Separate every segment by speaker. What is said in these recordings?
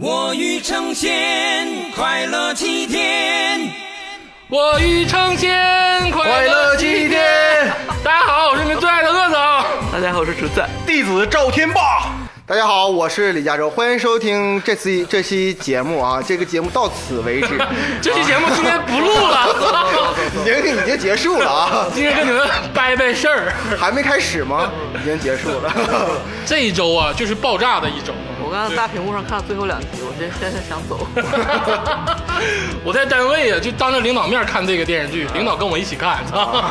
Speaker 1: 我欲成仙，快乐齐天。
Speaker 2: 我欲成仙，快乐
Speaker 3: 祭
Speaker 2: 齐天。
Speaker 3: 天，
Speaker 2: 大家好，我是你们最爱的恶总。
Speaker 4: 大家好，我是竹子。
Speaker 3: 弟子赵天霸。大家好，我是李嘉洲，欢迎收听这次这期节目啊，这个节目到此为 止，
Speaker 2: 这期节目今天不录了，
Speaker 3: 已经已经结束了啊，
Speaker 2: 今天跟你们掰掰事儿。
Speaker 3: 还没开始吗？已经结束了，
Speaker 2: 这一周啊，就是爆炸的一周。
Speaker 4: 我刚刚大屏幕上看到最后两集，我真真是想走。
Speaker 2: 我在单位啊，就当着领导面看这个电视剧，领导跟我一起看，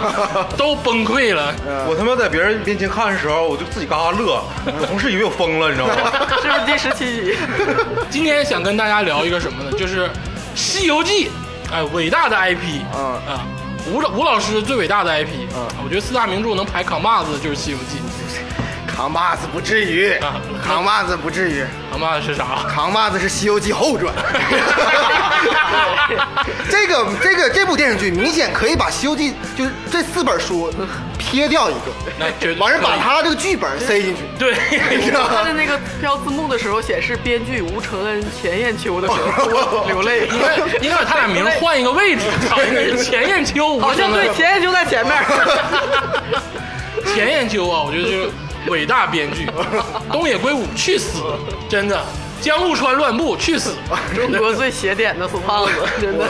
Speaker 2: 都崩溃了。
Speaker 5: 我他妈在别人面前看的时候，我就自己嘎嘎乐，我同事以为我疯了，你知 道吗？
Speaker 4: 是不是第十七集？
Speaker 2: 今天想跟大家聊一个什么呢？就是《西游记》，哎，伟大的 IP，
Speaker 3: 嗯
Speaker 2: 啊，吴老吴老师最伟大的 IP，
Speaker 3: 嗯
Speaker 2: 我觉得四大名著能排扛把子就是《西游记
Speaker 3: 扛把子不至于
Speaker 2: 啊，
Speaker 3: 扛把子不至于，》，
Speaker 2: 扛把子是啥？
Speaker 3: 扛把子是《西游记》后传。 这个这个这部电视剧明显可以把《西游记》就是这四本书撇掉一个，
Speaker 2: 那绝对
Speaker 3: 完事儿把
Speaker 2: 可
Speaker 3: 他这个剧本塞进去。
Speaker 2: 以对。
Speaker 3: 你知道吗
Speaker 4: 看着那个标字幕的时候显示编剧吴承恩、钱雁秋的 时候，我流泪。
Speaker 2: 应该应 该把他俩名儿换一个位置，找一个人钱雁秋，
Speaker 4: 好像对，钱雁秋在前面。
Speaker 2: 钱雁秋啊，我觉得就是伟大编剧，东野圭吾去死，真的，江户川乱步去死，
Speaker 4: 中国最邪点的死胖子，真的。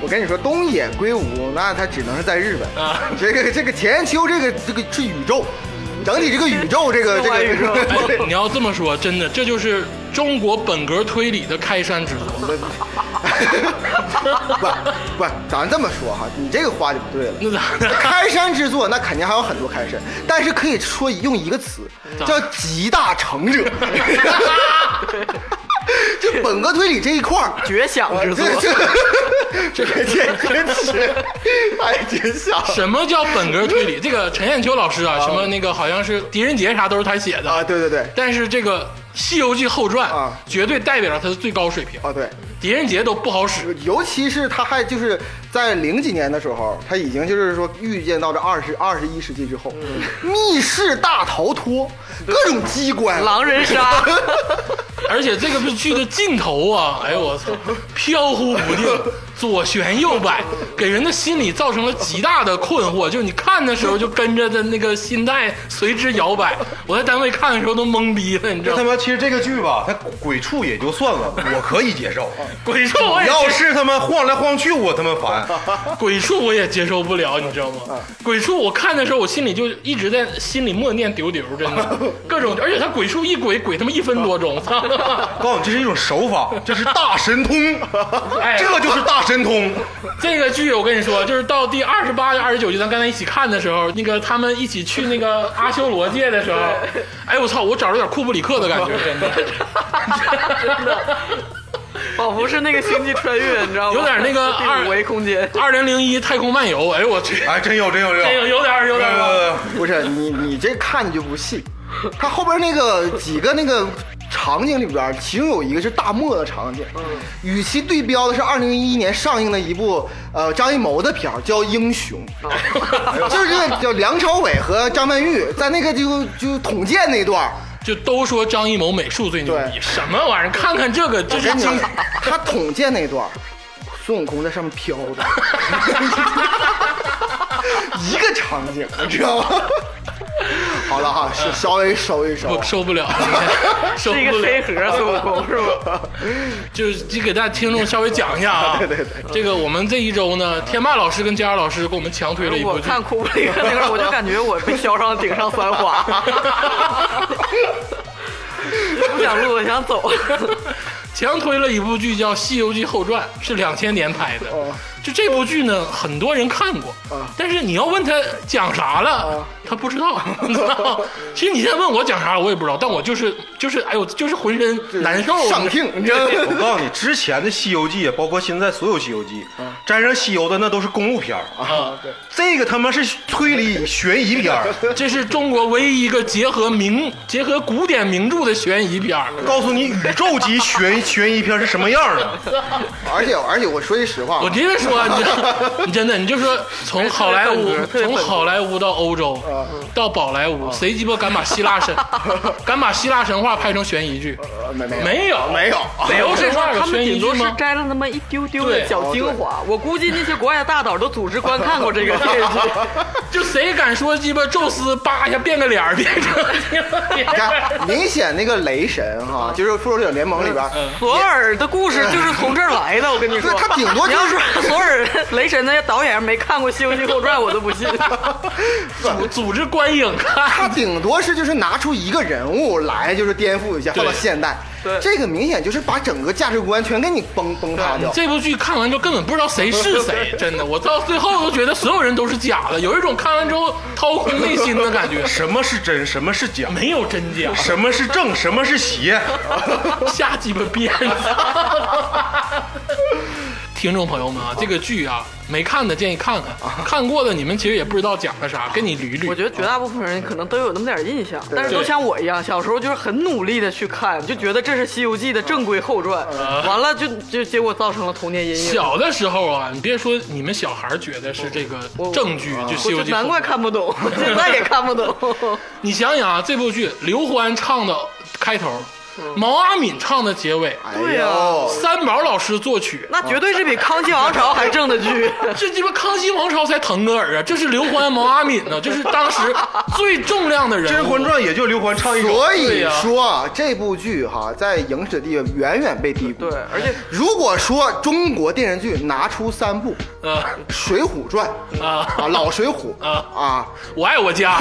Speaker 3: 我跟你说，东野圭吾那他只能是在日本
Speaker 2: 啊
Speaker 3: 这个这个田雁秋这个这个是宇宙，整体这个宇宙这个这个
Speaker 4: 外宇宙
Speaker 2: 哎
Speaker 3: 对
Speaker 2: 你要这么说，真的，这就是中国本格推理的开山之作。
Speaker 3: 不不，咱这么说哈，你这个话就不对了。
Speaker 2: 那咋 的？
Speaker 3: 开山之作，那肯定还有很多开山，但是可以说用一个词
Speaker 2: 咋
Speaker 3: 叫集大成者。就本格推理这一块儿，
Speaker 4: 绝响之作，
Speaker 3: 这这这这真是太真想了
Speaker 2: 什么叫本格推理？这个陈彦秋老师啊，什么那个好像是狄仁杰啥都是他写的
Speaker 3: 啊！对对对，
Speaker 2: 但是这个《西游记后传》
Speaker 3: 啊
Speaker 2: 绝对代表了他的最高水平，
Speaker 3: 啊对。
Speaker 2: 狄仁杰都不好使。
Speaker 3: 尤其是他还就是在零几年的时候，他已经就是说预见到这二十二十一世纪之后，
Speaker 4: 嗯
Speaker 3: 密室大逃脱，各种机关，
Speaker 4: 狼人杀，
Speaker 2: 而且这个剧的尽头啊，哎呦我操，飘忽不定，左旋右摆，给人的心理造成了极大的困惑。就你看的时候，就跟着的那个心态随之摇摆。我在单位看的时候都懵逼了，你知
Speaker 5: 这
Speaker 2: 道
Speaker 5: 他
Speaker 2: 吗？
Speaker 5: 妈其实这个剧吧，它鬼畜也就算了，我可以接受。
Speaker 2: 鬼畜我也
Speaker 5: 要是他妈晃来晃去，我他妈烦。
Speaker 2: 鬼畜我也接受不了，你知道
Speaker 5: 啊
Speaker 2: 吗？鬼畜我看的时候，我心里就一直在心里默念丢丢，真 的各种，而且他鬼畜一鬼鬼他妈一分多钟，操！
Speaker 5: 告诉你，这是一种手法，这是大神通，
Speaker 2: 哎
Speaker 5: 这就是大神通。
Speaker 2: 这个剧我跟你说，就是到第二十八、二十九集，咱刚才一起看的时候，那个他们一起去那个阿修罗界的时 候，哎我操，我找着点库布里克的感觉，真的，真 的。
Speaker 4: 仿佛是那个星际穿越，你知道吗？
Speaker 2: 有点那个二
Speaker 4: 第五维空间。
Speaker 2: 二零零一太空漫游，哎我去，
Speaker 5: 哎，真有，真有，真
Speaker 2: 哎呦
Speaker 5: 有。
Speaker 2: 有点儿有点儿。
Speaker 5: 呃，
Speaker 3: 不是你你这看你就不信，他后边那个几个那个场景里边，其中有一个是大漠的场景，
Speaker 4: 嗯
Speaker 3: 与其对标的是二零一一年上映的一部呃张艺谋的片儿叫《英雄》，
Speaker 4: 哦
Speaker 3: 就是这个叫梁朝伟和张曼玉在那个就就捅剑那段儿。
Speaker 2: 就都说张艺谋美术最牛逼，
Speaker 3: 对
Speaker 2: 什么玩意儿？看看这个，这是
Speaker 3: 跟你他捅剑那段儿，孙悟空在上面飘着，一个场景，你知道吗？ 好了哈，是稍微收一收
Speaker 2: 我。受 不了，受
Speaker 4: 是一个
Speaker 2: 不
Speaker 4: 黑
Speaker 2: 了。
Speaker 4: 盒啊孙悟空是吧？
Speaker 2: 就是就给大家听众稍微讲一下啊， 对对对，这个我们这一周呢，天霸老师跟佳儿老师给我们强推了一部
Speaker 4: 我
Speaker 2: 剧，
Speaker 4: 看库布里克那块儿，我就感觉我被削上顶上三 花，不想录，我想走。
Speaker 2: 强推了一部剧叫《西游记后传》，是两千年拍的。
Speaker 3: 哦
Speaker 2: 就这部剧呢，很多人看过，
Speaker 3: 啊
Speaker 2: 但是你要问他讲啥了，他不知道。 你知道其实你现在问我讲啥了，我也不知道，但我就是就是，哎呦，就是浑身难受。
Speaker 3: 上听，你知道吗？
Speaker 5: 我告诉你，之前的《西游记》，包括现在所有《西游记》，沾上西游的那都是公路片儿
Speaker 2: 啊，
Speaker 5: 这个他妈是推理悬疑片儿
Speaker 2: 这是中国唯一一个结合名结合古典名著的悬疑片儿。
Speaker 5: 告诉你宇宙级悬悬疑片是什么样的。
Speaker 3: 而且而且我说句实话啊，
Speaker 2: 我接着说，你你真的，你就说从好莱坞
Speaker 4: 特别，本格
Speaker 2: 从好莱坞到欧洲，到宝莱坞，谁鸡巴敢把希腊神，敢把希腊神话拍成悬疑剧？
Speaker 3: 呃没没
Speaker 2: 没有，
Speaker 3: 没有，
Speaker 2: 没有
Speaker 4: 我跟
Speaker 2: 神
Speaker 4: 你说
Speaker 2: 话，有
Speaker 4: 他们
Speaker 2: 悬疑
Speaker 4: 顶
Speaker 2: 剧
Speaker 4: 多是
Speaker 2: 吗？
Speaker 4: 摘了那么一丢丢的
Speaker 2: 对
Speaker 4: 小精华。我估计那些国外的大佬都组织观看过这个电视剧。
Speaker 2: 就谁敢说鸡巴宙斯叭一下变个脸儿变
Speaker 3: 你
Speaker 2: 成？
Speaker 3: 看明显那个雷神哈，就是复仇者联盟里边，
Speaker 2: 嗯
Speaker 4: 索尔的故事就是从这儿来的，我跟你说。
Speaker 3: 对他顶多
Speaker 4: 你
Speaker 3: 就
Speaker 4: 要
Speaker 3: 是
Speaker 4: 说索尔雷神的导演没看过《西游记后传》，我都不 信。
Speaker 2: 组组织观影
Speaker 3: 他
Speaker 2: 看，
Speaker 3: 顶多是就是拿出一个人物来，就是颠覆一下，
Speaker 2: 对
Speaker 3: 放到现代。
Speaker 4: 对
Speaker 3: 这个明显就是把整个价值观全给你崩崩塌掉。
Speaker 2: 这部剧看完之后根本不知道谁是谁，真的，我到最后都觉得所有人都是假的，有一种看完之后掏空内心的感觉，
Speaker 5: 什么是真，什么是假，
Speaker 2: 没有真假，
Speaker 5: 什么是正，什么是邪。
Speaker 2: 瞎鸡巴编。 听众朋友们啊，这个剧啊，没看的建议看看，看过的你们其实也不知道讲的啥，跟你捋
Speaker 4: 啊我
Speaker 2: 捋。
Speaker 4: 觉得绝大部分
Speaker 3: 啊
Speaker 4: 人可能都有那么点印象，但是都像我一样，小时候就是很努力的去看，就觉得这是《西游记》的正规后传，
Speaker 2: 啊
Speaker 4: 完了就就结果造成了童年阴影。
Speaker 2: 小的时候啊，你别说你们小孩儿觉得是这个正剧，就《西
Speaker 4: 我
Speaker 2: 游
Speaker 4: 就
Speaker 2: 记》，
Speaker 4: 难怪看不懂， 现在也看不懂。
Speaker 2: 你想想啊，这部剧刘欢唱的开头，
Speaker 4: 嗯
Speaker 2: 毛阿敏唱的结尾，
Speaker 3: 哎
Speaker 4: 对呀
Speaker 3: 呦，
Speaker 2: 三毛老师作曲，
Speaker 4: 那绝对是比《康熙王朝》还正的剧。
Speaker 2: 这鸡巴康熙王朝才腾格尔啊！这是刘欢、毛阿敏呢，这是当时最重量的人
Speaker 5: 《
Speaker 2: 物。
Speaker 5: 甄嬛传》也就刘欢唱一首，
Speaker 3: 所
Speaker 2: 对
Speaker 3: 以
Speaker 2: 呀
Speaker 3: 说啊这部剧哈在影史地位远远被低估。
Speaker 4: 对，而且
Speaker 3: 如果说中国电视剧拿出三部《
Speaker 2: 呃，
Speaker 3: 水浒传》
Speaker 2: 啊
Speaker 3: 啊，老水浒
Speaker 2: 啊
Speaker 3: 啊，
Speaker 2: 我爱我 家，
Speaker 3: 《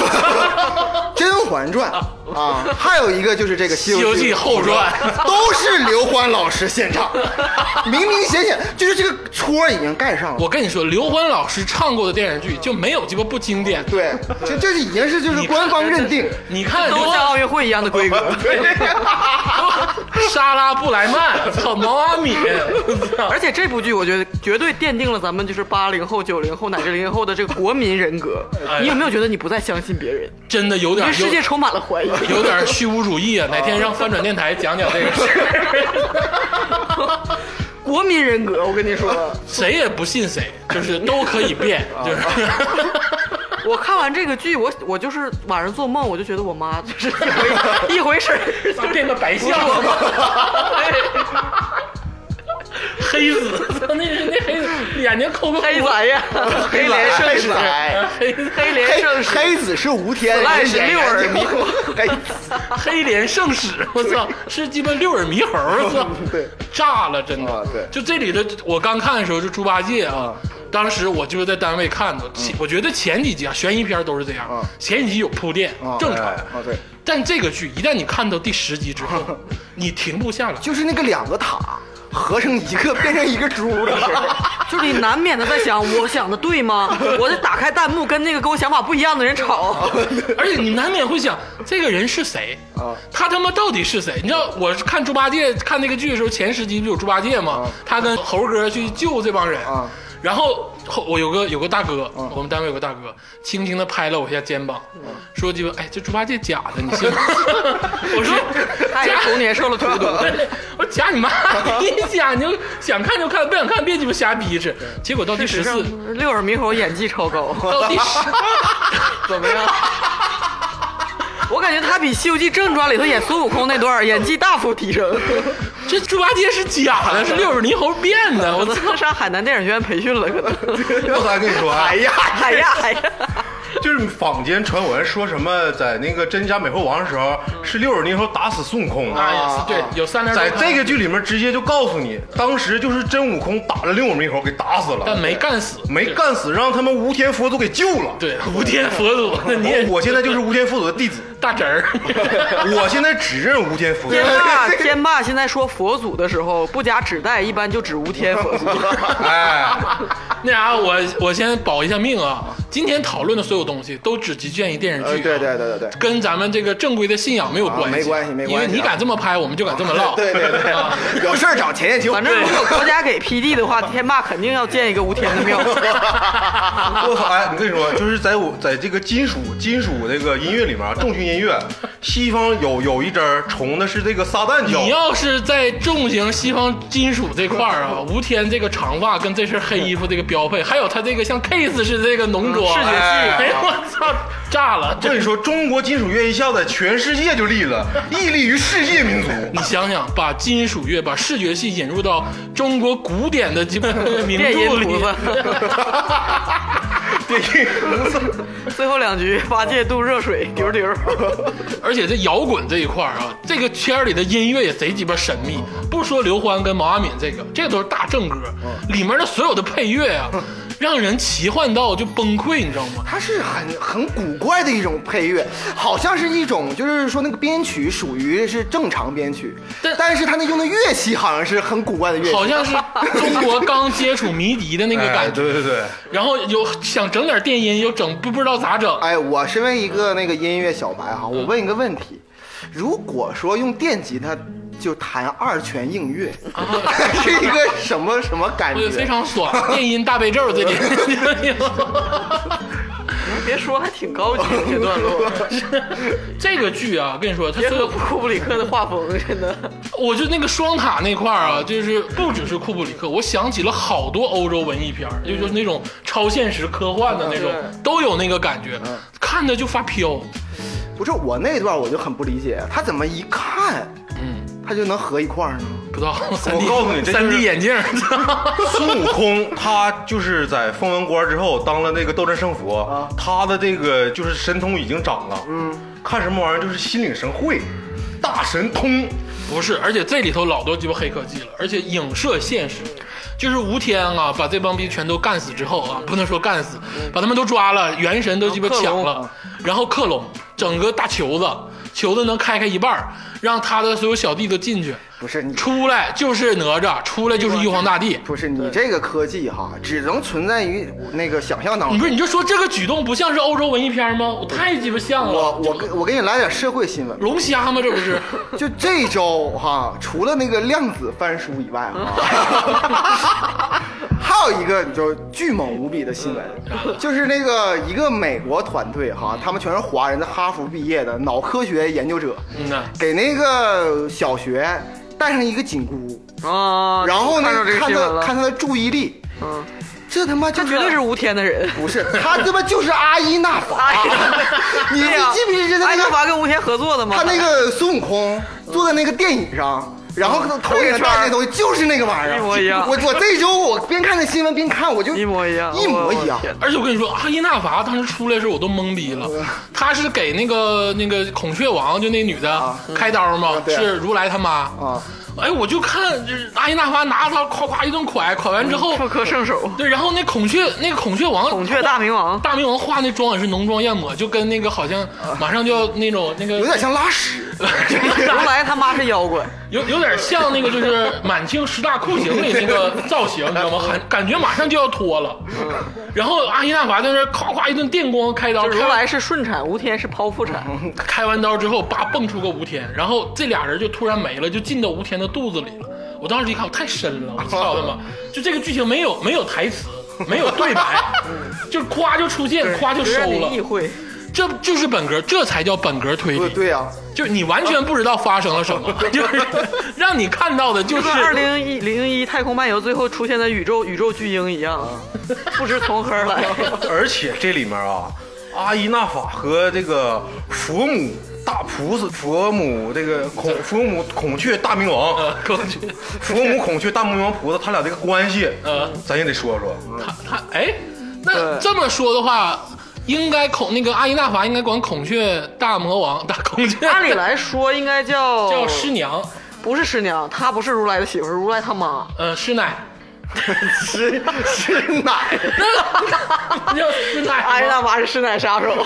Speaker 3: 甄嬛传》啊，还有一个就是这个《西
Speaker 2: 《西游
Speaker 3: 游
Speaker 2: 记
Speaker 3: 记》
Speaker 2: 后传》
Speaker 3: 都是刘欢老师献唱，明明显显就是这个戳已经盖上了。
Speaker 2: 我跟你说，刘欢老师唱过的电视剧就没有鸡巴不经典。
Speaker 3: 对，这这已经是就是官方认定。
Speaker 2: 你看刘
Speaker 4: 都像
Speaker 2: 欢、
Speaker 4: 奥运会一样的 规格。
Speaker 2: 莎拉布莱曼，操毛阿敏，
Speaker 4: 而且这部剧，我觉得绝对奠定了咱们就是八零后、九零后乃至零零后的这个国民人格。你有没有觉得你不再相信别人，
Speaker 2: 真的哎啊有点
Speaker 4: 对世界充满了怀疑？
Speaker 2: 有点虚无主义啊！哪天让翻转电台讲讲这个事儿
Speaker 4: 国民人格，我跟你说，
Speaker 2: 谁也不信谁，就是都可以变，就是
Speaker 4: 我看完这个剧，我我就是晚上做梦，我就觉得我妈就是一回 一回神儿，
Speaker 2: 变个白象了， 黑子，那是那黑子眼睛抠个
Speaker 4: 黑
Speaker 2: 窟窿
Speaker 4: 咱呀，黑莲圣使，
Speaker 2: 黑
Speaker 4: 黑莲
Speaker 3: 黑
Speaker 4: 圣使，
Speaker 3: 黑子是吴天，
Speaker 4: 赖是六耳猕
Speaker 3: 猴。黑子
Speaker 2: 黑莲圣使， 我操，是鸡巴六耳猕猴，我操，
Speaker 3: 对，
Speaker 2: 炸了，真的。
Speaker 3: 啊对
Speaker 2: 就这里的我刚看的时候就猪八戒啊，当时我就是在单位看的，其我觉得前几集啊悬疑片都是这样
Speaker 3: 啊，
Speaker 2: 前几集有铺垫
Speaker 3: 啊，
Speaker 2: 正常
Speaker 5: 哎。
Speaker 3: 啊，对，
Speaker 2: 但这个剧一旦你看到第十集之后，你停不下来。
Speaker 3: 就是那个两个塔合成一个变成一个猪的时候，
Speaker 4: 就是你难免的在想，我想的对吗？我得打开弹幕跟那个跟我想法不一样的人吵。
Speaker 2: 而且你难免会想，这个人是谁
Speaker 3: 啊？
Speaker 2: 他他妈到底是谁？你知道我是看猪八戒看那个剧的时候，前十集不有猪八戒吗？他跟猴哥去救这帮人
Speaker 3: 啊。
Speaker 2: 然后后我有个有个大哥，我们单位有个大哥，轻轻的拍了我一下肩膀，
Speaker 3: 啊
Speaker 2: 说鸡巴，哎，这猪八戒假的，你信吗？ 我说
Speaker 4: 他也是童年受了荼毒。
Speaker 2: 我假你妈！你假你就想看就看，不想看别鸡巴瞎逼扯。结果到第十四，
Speaker 4: 六耳猕猴演技超高，
Speaker 2: 到第 十。
Speaker 4: 怎么样？我感觉他比《西游记正传》里头演孙悟空那段儿演技大幅提升。
Speaker 2: 这猪八戒是假的，是六耳猕猴变的。我
Speaker 4: 我
Speaker 2: 操！
Speaker 4: 都上海南电影学院培训了，可 能。
Speaker 5: 我跟你说啊，
Speaker 4: 哎呀哎呀，
Speaker 5: 就是坊间传闻说什么在那个真假美猴王的时候是六耳猕猴打死孙悟空
Speaker 2: 啊，也是对，有三连
Speaker 5: 在
Speaker 2: 多看
Speaker 5: 这个剧里面直接就告诉你，当时就是真悟空打了六耳猕猴给打死了，
Speaker 2: 但没干死，
Speaker 5: 没干死，让他们吴天佛祖给救了。
Speaker 2: 对无天佛祖，那你也
Speaker 5: 我我现在就是吴天佛祖的弟子，
Speaker 2: 大侄儿，
Speaker 5: 我现在只认吴天福，
Speaker 4: 天霸天霸现在说佛祖的时候，不加指代，一般就指吴天佛 祖。
Speaker 5: 哎，
Speaker 2: 那啥，我我先保一下命啊！今天讨论的所有东西都只局限于电视剧、啊
Speaker 3: 呃，对对，对对对，
Speaker 2: 跟咱们这个正规的信仰没有关系，
Speaker 3: 啊没关系没关系啊
Speaker 2: 因为你敢这么拍，我们就敢这么唠。
Speaker 3: 对对 对，有事儿找钱钱秋。
Speaker 4: 反正如果国家给 PD 的话，天霸肯定要建一个吴天的庙。
Speaker 5: 我靠！ 哎，我跟你说，就是在我在这个金属金属这个音乐里面啊，重型音乐，西方有有一支儿崇的是这个撒旦
Speaker 2: 你
Speaker 5: 教。
Speaker 2: 要是在重型西方金属这块儿啊， 吴天这个长发跟这身黑衣服这个标配，还有他这个像 Kiss 似的这个
Speaker 3: 嗯
Speaker 2: 浓妆，
Speaker 5: 视觉系
Speaker 2: 哎
Speaker 3: 啊
Speaker 2: 呦我操，炸了！
Speaker 5: 我
Speaker 2: 这
Speaker 5: 跟你说，中国金属乐一下在全世界就立了，屹立于世界民族。
Speaker 2: 你想想，把金属乐、把视觉系引入到中国古典的基本 名
Speaker 4: 电
Speaker 2: 著
Speaker 4: 音
Speaker 2: 里
Speaker 4: 犊，最后两局，八戒渡热水，丢丢。
Speaker 2: 而且这摇滚这一块儿啊，这个圈儿里的音乐也贼鸡巴神秘。不说刘欢跟毛阿敏这个，这都是大正歌，里面的所有的配乐啊，让人奇幻到就崩溃，你知道吗？
Speaker 3: 它是很很古怪的一种配乐，好像是一种就是说那个编曲属于是正常编曲，
Speaker 2: 但
Speaker 3: 但是它那用的乐器好像是很古怪的乐器，
Speaker 2: 好像是中国刚接触迷笛 的那个
Speaker 5: 哎，
Speaker 2: 感觉，
Speaker 5: 对对对，
Speaker 2: 然后有想整点电音，又整不不知道咋整。
Speaker 3: 哎，我身为一个那个音乐小白哈，我问一个问题：如果说用电吉他就弹二泉映月， 是一个什么什么感
Speaker 2: 对，
Speaker 3: 觉？
Speaker 2: 非常爽，电音大悲咒这里。
Speaker 4: 别说，还挺高级的这段 落，
Speaker 2: 这个剧啊，跟你说，它
Speaker 4: 结
Speaker 2: 所
Speaker 4: 合
Speaker 2: 有
Speaker 4: 库布里克的画风，真的。
Speaker 2: 我就那个双塔那块儿啊，就是不只是库布里克，我想起了好多欧洲文艺片儿，就就是那种超现实科幻的那种，
Speaker 4: 对
Speaker 2: 都有那个感觉，看着就发飘。
Speaker 3: 不是我那段我就很不理解，他怎么一看，
Speaker 2: 嗯，
Speaker 3: 他就能合一块儿呢？
Speaker 2: 不知道三 D，
Speaker 5: 告诉你这就是
Speaker 2: 三 D 眼镜儿，
Speaker 5: 孙悟空他就是在封完官之后当了那个斗战胜佛，他的这个就是神通已经长了。嗯，看什么玩意儿就是心领神会，大神通。
Speaker 2: 不是，而且这里头老多鸡巴黑科技了，而且影射现实。就是吴天啊，把这帮逼全都干死之后啊，不能说干死，把他们都抓了，元神都鸡巴抢
Speaker 3: 哦
Speaker 2: 了，然后克隆整个大球子，球子能开开一半儿，让他的所有小弟都进去，
Speaker 3: 不是你。
Speaker 2: 出来就是哪吒，出来就是玉皇大帝。
Speaker 3: 不是你这个科技哈，只能存在于那个想象当
Speaker 2: 你不
Speaker 3: 中。
Speaker 2: 是，你就说这个举动不像是欧洲文艺片吗？我太鸡巴像了。
Speaker 3: 我我给我给你来点社会 新闻，
Speaker 2: 龙虾吗？这不 是？
Speaker 3: 就这周哈，除了那个量子翻书以外 哈，还有一个就是巨猛无比的新闻，就是那个一个美国团队哈，他们全是华人，在哈佛毕业的脑科学研究者，
Speaker 2: 嗯呐，
Speaker 3: 给那个小学戴上一个紧箍，
Speaker 4: 啊，
Speaker 3: 然后呢
Speaker 4: 看到这个
Speaker 3: 看
Speaker 4: 新闻
Speaker 3: 他
Speaker 4: 了，
Speaker 3: 看他的注意力，
Speaker 4: 嗯，
Speaker 3: 这他妈就
Speaker 4: 这绝对是吴天的人。
Speaker 3: 不是他他妈就是阿依纳 法，你你
Speaker 4: 对呀
Speaker 3: 记不记得
Speaker 4: 哎
Speaker 3: 那个
Speaker 4: 那娃跟吴天合作的吗？
Speaker 3: 他那个孙悟空坐在那个电椅上，然后
Speaker 4: 嗯
Speaker 3: 头顶上戴那东西，就是那个玩意儿，
Speaker 4: 一模一样
Speaker 3: 我我这周我边看那新闻边看，我就
Speaker 4: 一模一样，
Speaker 3: 一模一样
Speaker 4: 我。天
Speaker 2: 而且我跟你说，阿依纳伐当时出来的时候我都懵逼了，
Speaker 3: 嗯
Speaker 2: 他是给那个那个孔雀王就那女的开刀吗？
Speaker 3: 对啊
Speaker 2: 是如来他妈。
Speaker 3: 啊！
Speaker 2: 哎，我就看就是阿依纳伐拿刀夸夸一顿蒯，蒯完之后，
Speaker 4: 妇科圣手，
Speaker 2: 对，然后那孔雀那个孔雀王
Speaker 4: 嗯孔雀大 明王，
Speaker 2: 大明王画那妆也是浓妆艳抹，就跟那个好像马上就要那种那个
Speaker 3: 啊有点像拉 屎，
Speaker 4: 如来他妈是妖怪，
Speaker 2: 有有点像那个就是《满清十大酷刑》里那个造型，你知道吗？感感觉马上就要脱了。
Speaker 3: 嗯
Speaker 2: 然后阿依纳法在那儿咵咵一顿电光开刀，
Speaker 4: 如
Speaker 2: 开
Speaker 4: 来
Speaker 2: 完
Speaker 4: 是顺产，吴天是剖腹产，
Speaker 2: 开完刀之后，叭蹦出个吴天，然后这俩人就突然没了，就进到吴天的肚子里了。我当时一看，我太深了，我操他妈！就这个剧情没有没有台词，没有对 白，就夸就出现，夸就收
Speaker 4: 让你意
Speaker 2: 了，
Speaker 4: 会。
Speaker 2: 这就是本格，这才叫本格推
Speaker 3: 不
Speaker 2: 理。
Speaker 3: 对呀、啊，
Speaker 2: 就是你完全不知道发生了什 么，就是让你看到的就
Speaker 4: 就是跟二零一零一太空漫游最后出现的宇宙宇宙巨婴一样，
Speaker 2: 嗯
Speaker 4: 不知从何而来。
Speaker 5: 而且这里面啊，阿依那法和这个佛母大菩萨、佛母这个孔佛母孔雀大明王、
Speaker 2: 更觉得
Speaker 5: 佛母孔雀大明王菩萨，他俩这个关系，
Speaker 2: 嗯
Speaker 5: 咱也得说说。
Speaker 2: 他他哎，那这么说的话，应该孔那个阿依纳法应该管孔雀大魔王大孔雀，
Speaker 4: 按理来说应该叫
Speaker 2: 叫师娘，
Speaker 4: 不是师娘，她不是如来的媳妇儿，如来他妈。
Speaker 2: 呃师 奶，
Speaker 3: 吃吃奶，
Speaker 2: 那叫师奶吗。
Speaker 4: 阿依大妈是师奶杀手，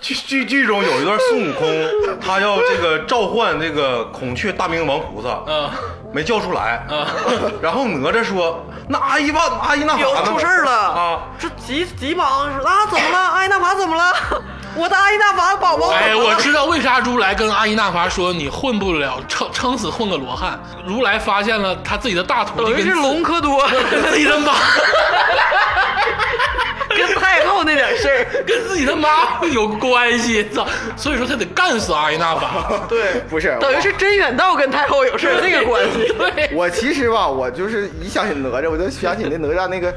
Speaker 5: 剧剧剧中有一段孙悟空，他要这个召唤这个孔雀大明王菩萨，
Speaker 2: 啊
Speaker 5: 没叫出来
Speaker 2: 啊。
Speaker 5: 然后哪吒说：“那阿姨吧，阿姨那
Speaker 4: 有
Speaker 5: 啥呢？
Speaker 4: 出事儿了
Speaker 5: 啊！
Speaker 4: 这急急忙说啊，怎么了？阿依娜法怎么了？我的阿依娜法宝宝怎么了，
Speaker 2: 哎，我知道为啥如来跟阿依那伐说你混不了，撑撑死混个罗汉。如来发现了他自己的大徒弟
Speaker 4: 等于
Speaker 2: 跟
Speaker 4: 是
Speaker 2: 自
Speaker 4: 隆科多
Speaker 2: 跟自己的妈，
Speaker 4: 跟太后那点事儿，
Speaker 2: 跟自己的妈有关系，操！所以说他得干死阿依那伐。
Speaker 4: 对，
Speaker 3: 不是，
Speaker 4: 等于是真远道跟太后有事儿那个关系。
Speaker 2: 对，
Speaker 3: 我其实吧，我就是一想起哪吒，我就想起那哪吒那个，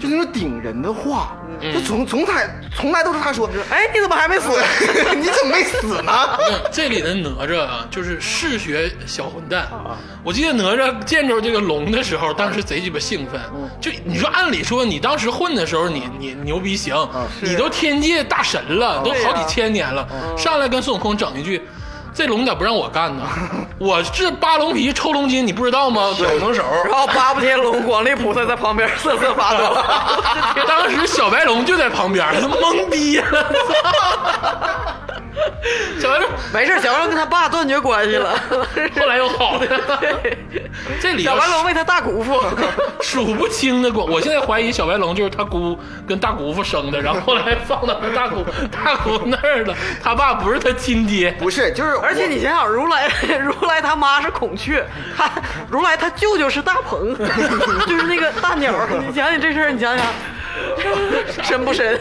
Speaker 3: 就那种顶人的话，就从从他从来都是他说，
Speaker 4: 嗯哎，你怎么还没死？
Speaker 3: 你怎么没死呢？
Speaker 2: 这里的哪吒啊，就是嗜血小混蛋。
Speaker 4: 啊
Speaker 2: 我记得哪吒见着这个龙的时候，当时贼鸡巴兴奋。
Speaker 4: 嗯
Speaker 2: 就你说，按理说你当时混的时候，你你牛逼行，
Speaker 4: 啊
Speaker 2: 你都天界大神
Speaker 4: 哦
Speaker 2: 了，都好几千年了，
Speaker 4: 嗯
Speaker 2: 上来跟孙悟空整一句。这龙咋不让我干 呢？我这扒龙皮抽龙筋，你不知道吗？
Speaker 5: 小能手，
Speaker 4: 然后八部天龙、广利菩萨在旁边瑟瑟发抖。
Speaker 2: 当时小白龙就在旁边， 他懵逼了。小 白龙
Speaker 4: 没事，小白龙跟他爸断绝关系了。
Speaker 2: 后来又好了。这里
Speaker 4: 小白龙为他大姑父，
Speaker 2: 数不清的光， 我现在怀疑小白龙就是他姑跟大姑父生的，然后后来放到大姑 大姑那儿了。他爸不是他亲爹，
Speaker 3: 不是，就是我
Speaker 4: 而且你想想，如来如来他妈是孔雀，他如来他舅舅是大鹏，就是那个大鸟。你想想这事儿，你想想深不深？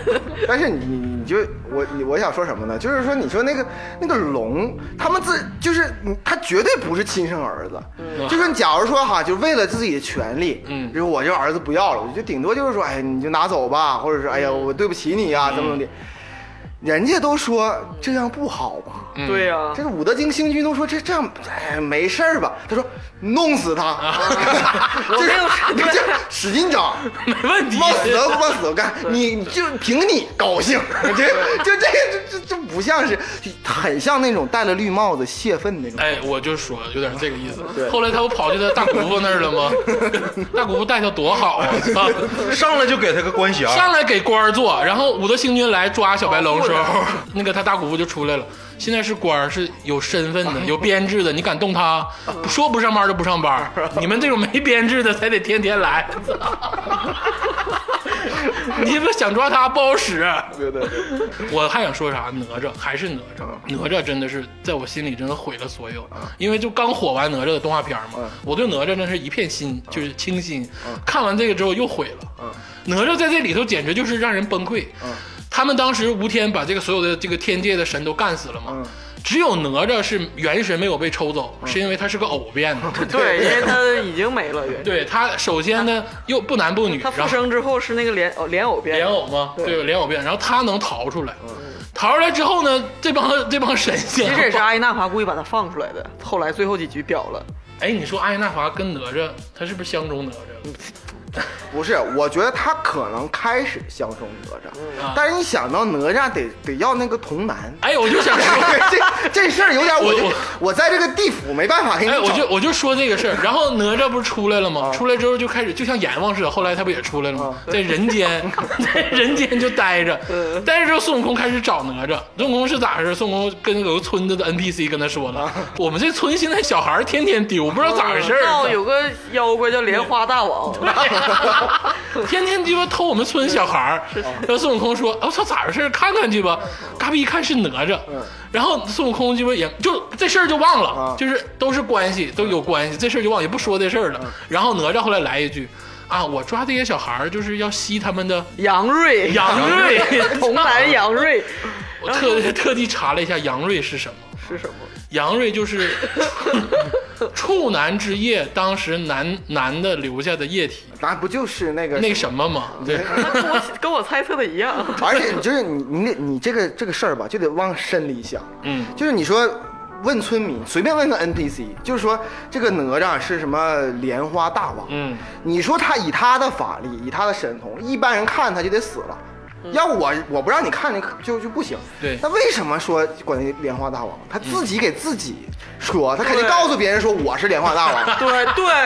Speaker 3: 但是你你你就我你我想说什么呢？就是说，你说那个那个龙，他们自就是你他绝对不是亲生儿子。就是假如说哈，就为了自己的权利，
Speaker 2: 嗯
Speaker 3: 就是我这儿子不要了，我就顶多就是说，哎，你就拿走吧，或者是哎呀，
Speaker 4: 嗯
Speaker 3: 我对不起你呀、怎么怎么的。人家都说这样不好吧？
Speaker 2: 嗯
Speaker 4: 对呀、
Speaker 3: 这是武德经星君都说这这样，哎，没事儿吧？他说弄死他， 就
Speaker 4: 啊我没有
Speaker 3: 是就使劲整，
Speaker 2: 没问题。
Speaker 3: 往死了往死了干，你你就凭你高兴， 这就这这这这不像是，很像那种戴了绿帽子泄愤那种。
Speaker 2: 哎，我就说有点这个意思。后来他不跑去他大姑父那儿了吗？ 大姑父待他多好啊！ 操
Speaker 5: 上来就给他个啊官衔。
Speaker 2: 上来给官儿做，然后武德星君来抓小白龙的时候， 那个他大姑父就出来了。现在是官儿，是有身份的，有编制的，你敢动他，说不上班就不上班。你们这种没编制的才得天天来。 你们想抓他不好使。啊
Speaker 3: 对对对，
Speaker 2: 我还想说啥？哪吒还是哪吒，
Speaker 4: 嗯
Speaker 2: 哪吒真的是在我心里真的毁了所有，因为就刚火完哪吒的动画片嘛，
Speaker 4: 嗯
Speaker 2: 我对哪吒真是一片心，就是清新。看完这个之后又毁
Speaker 4: 嗯
Speaker 2: 了，哪吒在这里头简直就是让人崩溃。他们当时吴天把这个所有的这个天界的神都干死了
Speaker 4: 嗯
Speaker 2: 嘛，只有哪吒是元神没有被抽走，是因为他是个偶变的。
Speaker 4: 对，因为他已经没了，原
Speaker 2: 对他，首先呢又不男不女，
Speaker 4: 他
Speaker 2: 然
Speaker 4: 复
Speaker 2: 后
Speaker 4: 生之后是那个莲哦莲藕
Speaker 2: 莲
Speaker 4: 变，
Speaker 2: 藕嘛，对，莲藕变，然后他能逃出来，逃出来之后呢，这帮这帮神仙，
Speaker 4: 嗯其实也是阿依娜华故意把他放出来的。后来最后几局表了，
Speaker 2: 哎，你说阿依那华跟哪吒，他是不是相中哪
Speaker 4: 嗯
Speaker 2: 吒？
Speaker 3: 不是，我觉得他可能开始相中哪吒，但是你想到哪吒得得要那个童男，
Speaker 2: 哎，我就想 说，
Speaker 3: 这这事儿有点我
Speaker 2: 我
Speaker 3: 就
Speaker 2: 我
Speaker 3: 我在这个地府没办法给你
Speaker 2: 哎，我就
Speaker 3: 整。
Speaker 2: 我就说这个事儿。然后哪吒不是出来了
Speaker 4: 嗯
Speaker 2: 吗？出来之后就开始就像阎王似的，后来他不也出来了吗？在人间， 在人间就待着，
Speaker 4: 嗯
Speaker 2: 待着之后孙悟空开始找哪吒。孙悟空是咋回事？孙悟空跟有个村子的 NPC 跟他说了，
Speaker 4: 嗯
Speaker 2: 我们这村现在小孩儿天天丢，不知道咋回事儿。
Speaker 4: 哦，有个妖怪叫莲花大王，
Speaker 2: 啊 天天鸡巴偷我们村小孩儿。然后孙悟空说：“我、操，咋回事？看看去吧。”嘎巴一看是哪吒，然后孙悟空鸡巴也就这事儿就忘了，就是都是关系，都有关系，这事儿就忘，也不说这事儿了。然后哪吒后来来一句。啊！我抓这些小孩儿就是要吸他们的
Speaker 4: 杨瑞，
Speaker 2: 杨瑞，
Speaker 4: 童男杨瑞
Speaker 2: 我特 特地查了一下杨瑞是什么，
Speaker 4: 是什么？
Speaker 2: 杨瑞就是 处男之夜，当时男男的留下的液体，
Speaker 3: 那不就是那个
Speaker 2: 那什么嘛？对，
Speaker 4: 他跟 我跟我猜测的一样。
Speaker 3: 而且你就是你你你这个这个事儿吧，就得往深里想。
Speaker 2: 嗯，
Speaker 3: 就是你说问村民，随便问个 NPC，就是说这个哪吒是什么莲花大王。
Speaker 2: 嗯，
Speaker 3: 你说他以他的法力，以他的神通，一般人看他就得死了。要我我不让你看，你可就就不行。
Speaker 2: 嗯对
Speaker 3: 那为什么说管莲花大王？他自己给自己说，他肯定告诉别人说我是莲花大王。
Speaker 4: 对对，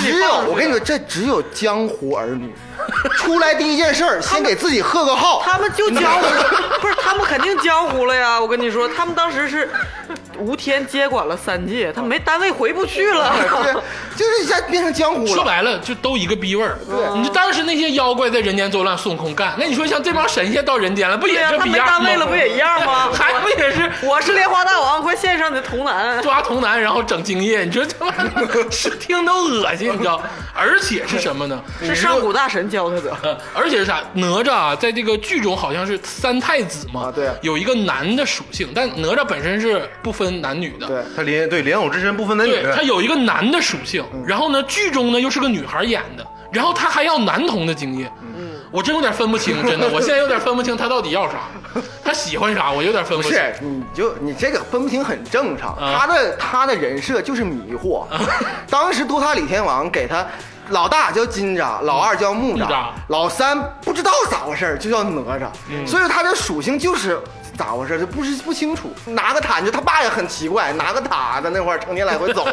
Speaker 3: 只有我跟你说，这只有江湖儿女，出来第一件事儿，先给自己贺个号。
Speaker 4: 他们就江湖，不是他们肯定江湖了呀！我跟你说，他们当时是吴天接管了三界，他没单位回不去
Speaker 3: 对啊
Speaker 4: 了。，
Speaker 3: 就是一下变成江湖
Speaker 2: 说
Speaker 3: 了。
Speaker 2: 白了，就都一个逼味儿。对，你当时那些妖怪在人间作乱，孙悟空干，那你说像这帮神仙到人间了，不也
Speaker 4: 对呀、
Speaker 2: 这
Speaker 4: 他
Speaker 2: 逼
Speaker 4: 没
Speaker 2: 样吗？？
Speaker 4: 单位了，不也一样吗
Speaker 2: 还不也是
Speaker 4: 我是莲花大王，快献上你的童男！
Speaker 2: 抓童男，然后整精液？你说他 妈的是听都恶心，你知道？而且是什么呢？
Speaker 4: 是上古大神教他的。
Speaker 2: 呃，而且是啥？哪吒啊，在这个剧中好像是三太子嘛，
Speaker 3: 啊对啊
Speaker 2: 有一个男的属性，但哪吒本身是不分男女的，
Speaker 3: 对，
Speaker 5: 他莲对莲藕之身不分男女
Speaker 2: 对，，嗯他有一个男的属性，然后呢，剧中呢又是个女孩演的，然后他还要男童的精液，我真有点分不清， 真的，我现在有点分不清他到底要啥，他喜欢啥，我有点分不
Speaker 3: 不
Speaker 2: 清。
Speaker 3: 是，你就你这个分不清很正常。
Speaker 2: 啊
Speaker 3: 他的他的人设就是迷惑。当时多塔李天王给他老大叫金吒，老二叫木
Speaker 2: 木吒
Speaker 3: 吒，老三不知道咋回事儿就叫哪吒，所以他的属性就是。咋回事儿？就不是不清楚，拿个塔，你就他爸也很奇怪，拿个塔在那块儿成天来回走，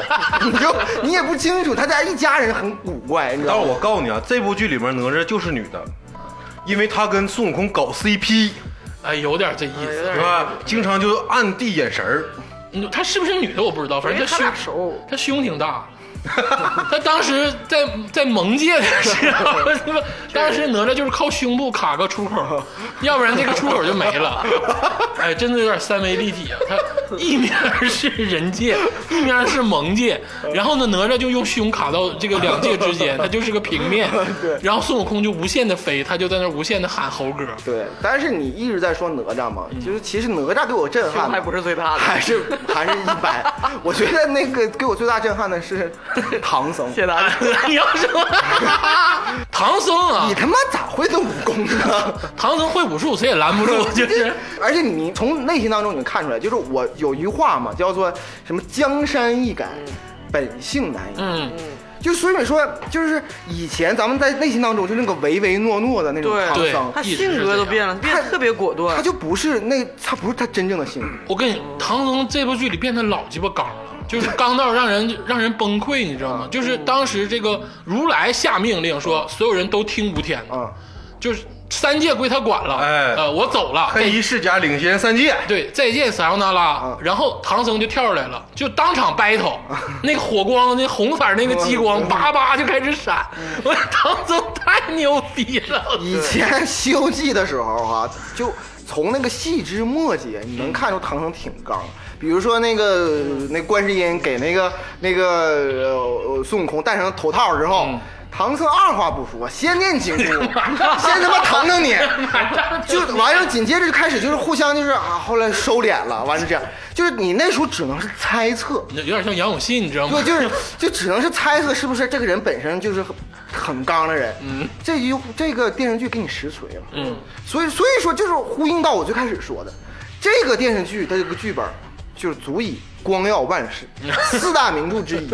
Speaker 3: 你就你也不清楚，他家一家人很古怪，你知
Speaker 5: 但
Speaker 3: 道吗
Speaker 5: 是？我告诉你啊，这部剧里面哪吒就是女的，因为她跟孙悟空搞 CP，
Speaker 2: 哎，有点这意思。
Speaker 5: 是吧？经常就暗地眼神儿。
Speaker 2: 嗯他是不是女的我不知道，反正
Speaker 4: 因为
Speaker 2: 他
Speaker 4: 他俩
Speaker 2: 胸
Speaker 4: 熟，
Speaker 2: 他胸挺大。 他当时在在蒙界的时候，他妈当时哪吒就是靠胸部卡个出口，要不然这个出口就没了。哎，真的有点三维立体啊！他一面是人界，一面是蒙界，然后呢，哪吒就用胸卡到这个两界之间，他就是个平面。然后孙悟空就无限的飞，他就在那无限的喊猴哥。
Speaker 3: 对，但是你一直在说哪吒嘛，就是其实哪吒给我震撼
Speaker 4: 还不是最大的
Speaker 3: 还是还是一般。我觉得那个给我最大震撼的是唐僧，
Speaker 4: 谢大家。
Speaker 2: 你要说唐僧啊
Speaker 3: 你，他妈咋会的武功 呢？
Speaker 2: 唐僧会武术，谁也拦不住，就是。
Speaker 3: 而且你从内心当中你看出来，就是我有一句话嘛，叫做什么“江山易改，
Speaker 4: 嗯
Speaker 3: 本性难移”。
Speaker 2: 嗯，
Speaker 3: 就所以说，就是以前咱们在内心当中就那个唯唯诺诺的那种
Speaker 4: 对
Speaker 3: 唐
Speaker 2: 对
Speaker 3: 僧，
Speaker 4: 他性格都变了，变得特别果断
Speaker 3: 他。就不是那他不是他真正的性格。
Speaker 2: 我跟你，唐僧这部剧里变得老鸡巴刚了，就是刚到让人 让人崩溃，你知道吗？就是当时这个如来下命令说，所有人都听吴天的
Speaker 3: 嗯，
Speaker 2: 就是三界归他管了，
Speaker 5: 哎
Speaker 2: 呃，我走了，
Speaker 5: 黑衣世家领先三界，
Speaker 2: 对，再见撒由那拉，然后唐僧就跳出来了，就当场 battle，那个 火光，那红色儿那个激光，叭叭就开始闪， 我唐僧太牛逼了，
Speaker 3: 以前《西游记》的时候哈、就从那个细枝末节，你能看出唐僧挺刚。比如说那个那观世音给那个那个呃孙悟空戴上头套之后，唐僧二话不说，先念紧箍，先他妈疼 疼你，就完了。紧接着就开始就是互相就是啊，后来收敛了，完了这样，就是你那时候只能是猜测。
Speaker 2: 有点像杨永信，你知道吗
Speaker 3: 对，？就是就只能是猜测是不是这个人本身就是很很刚的人。嗯，这一这个电视剧给你实锤了。嗯，所以所以说就是呼应到我最开始说的，这个电视剧的这个剧本就是足以光耀万 世，四大名著之一，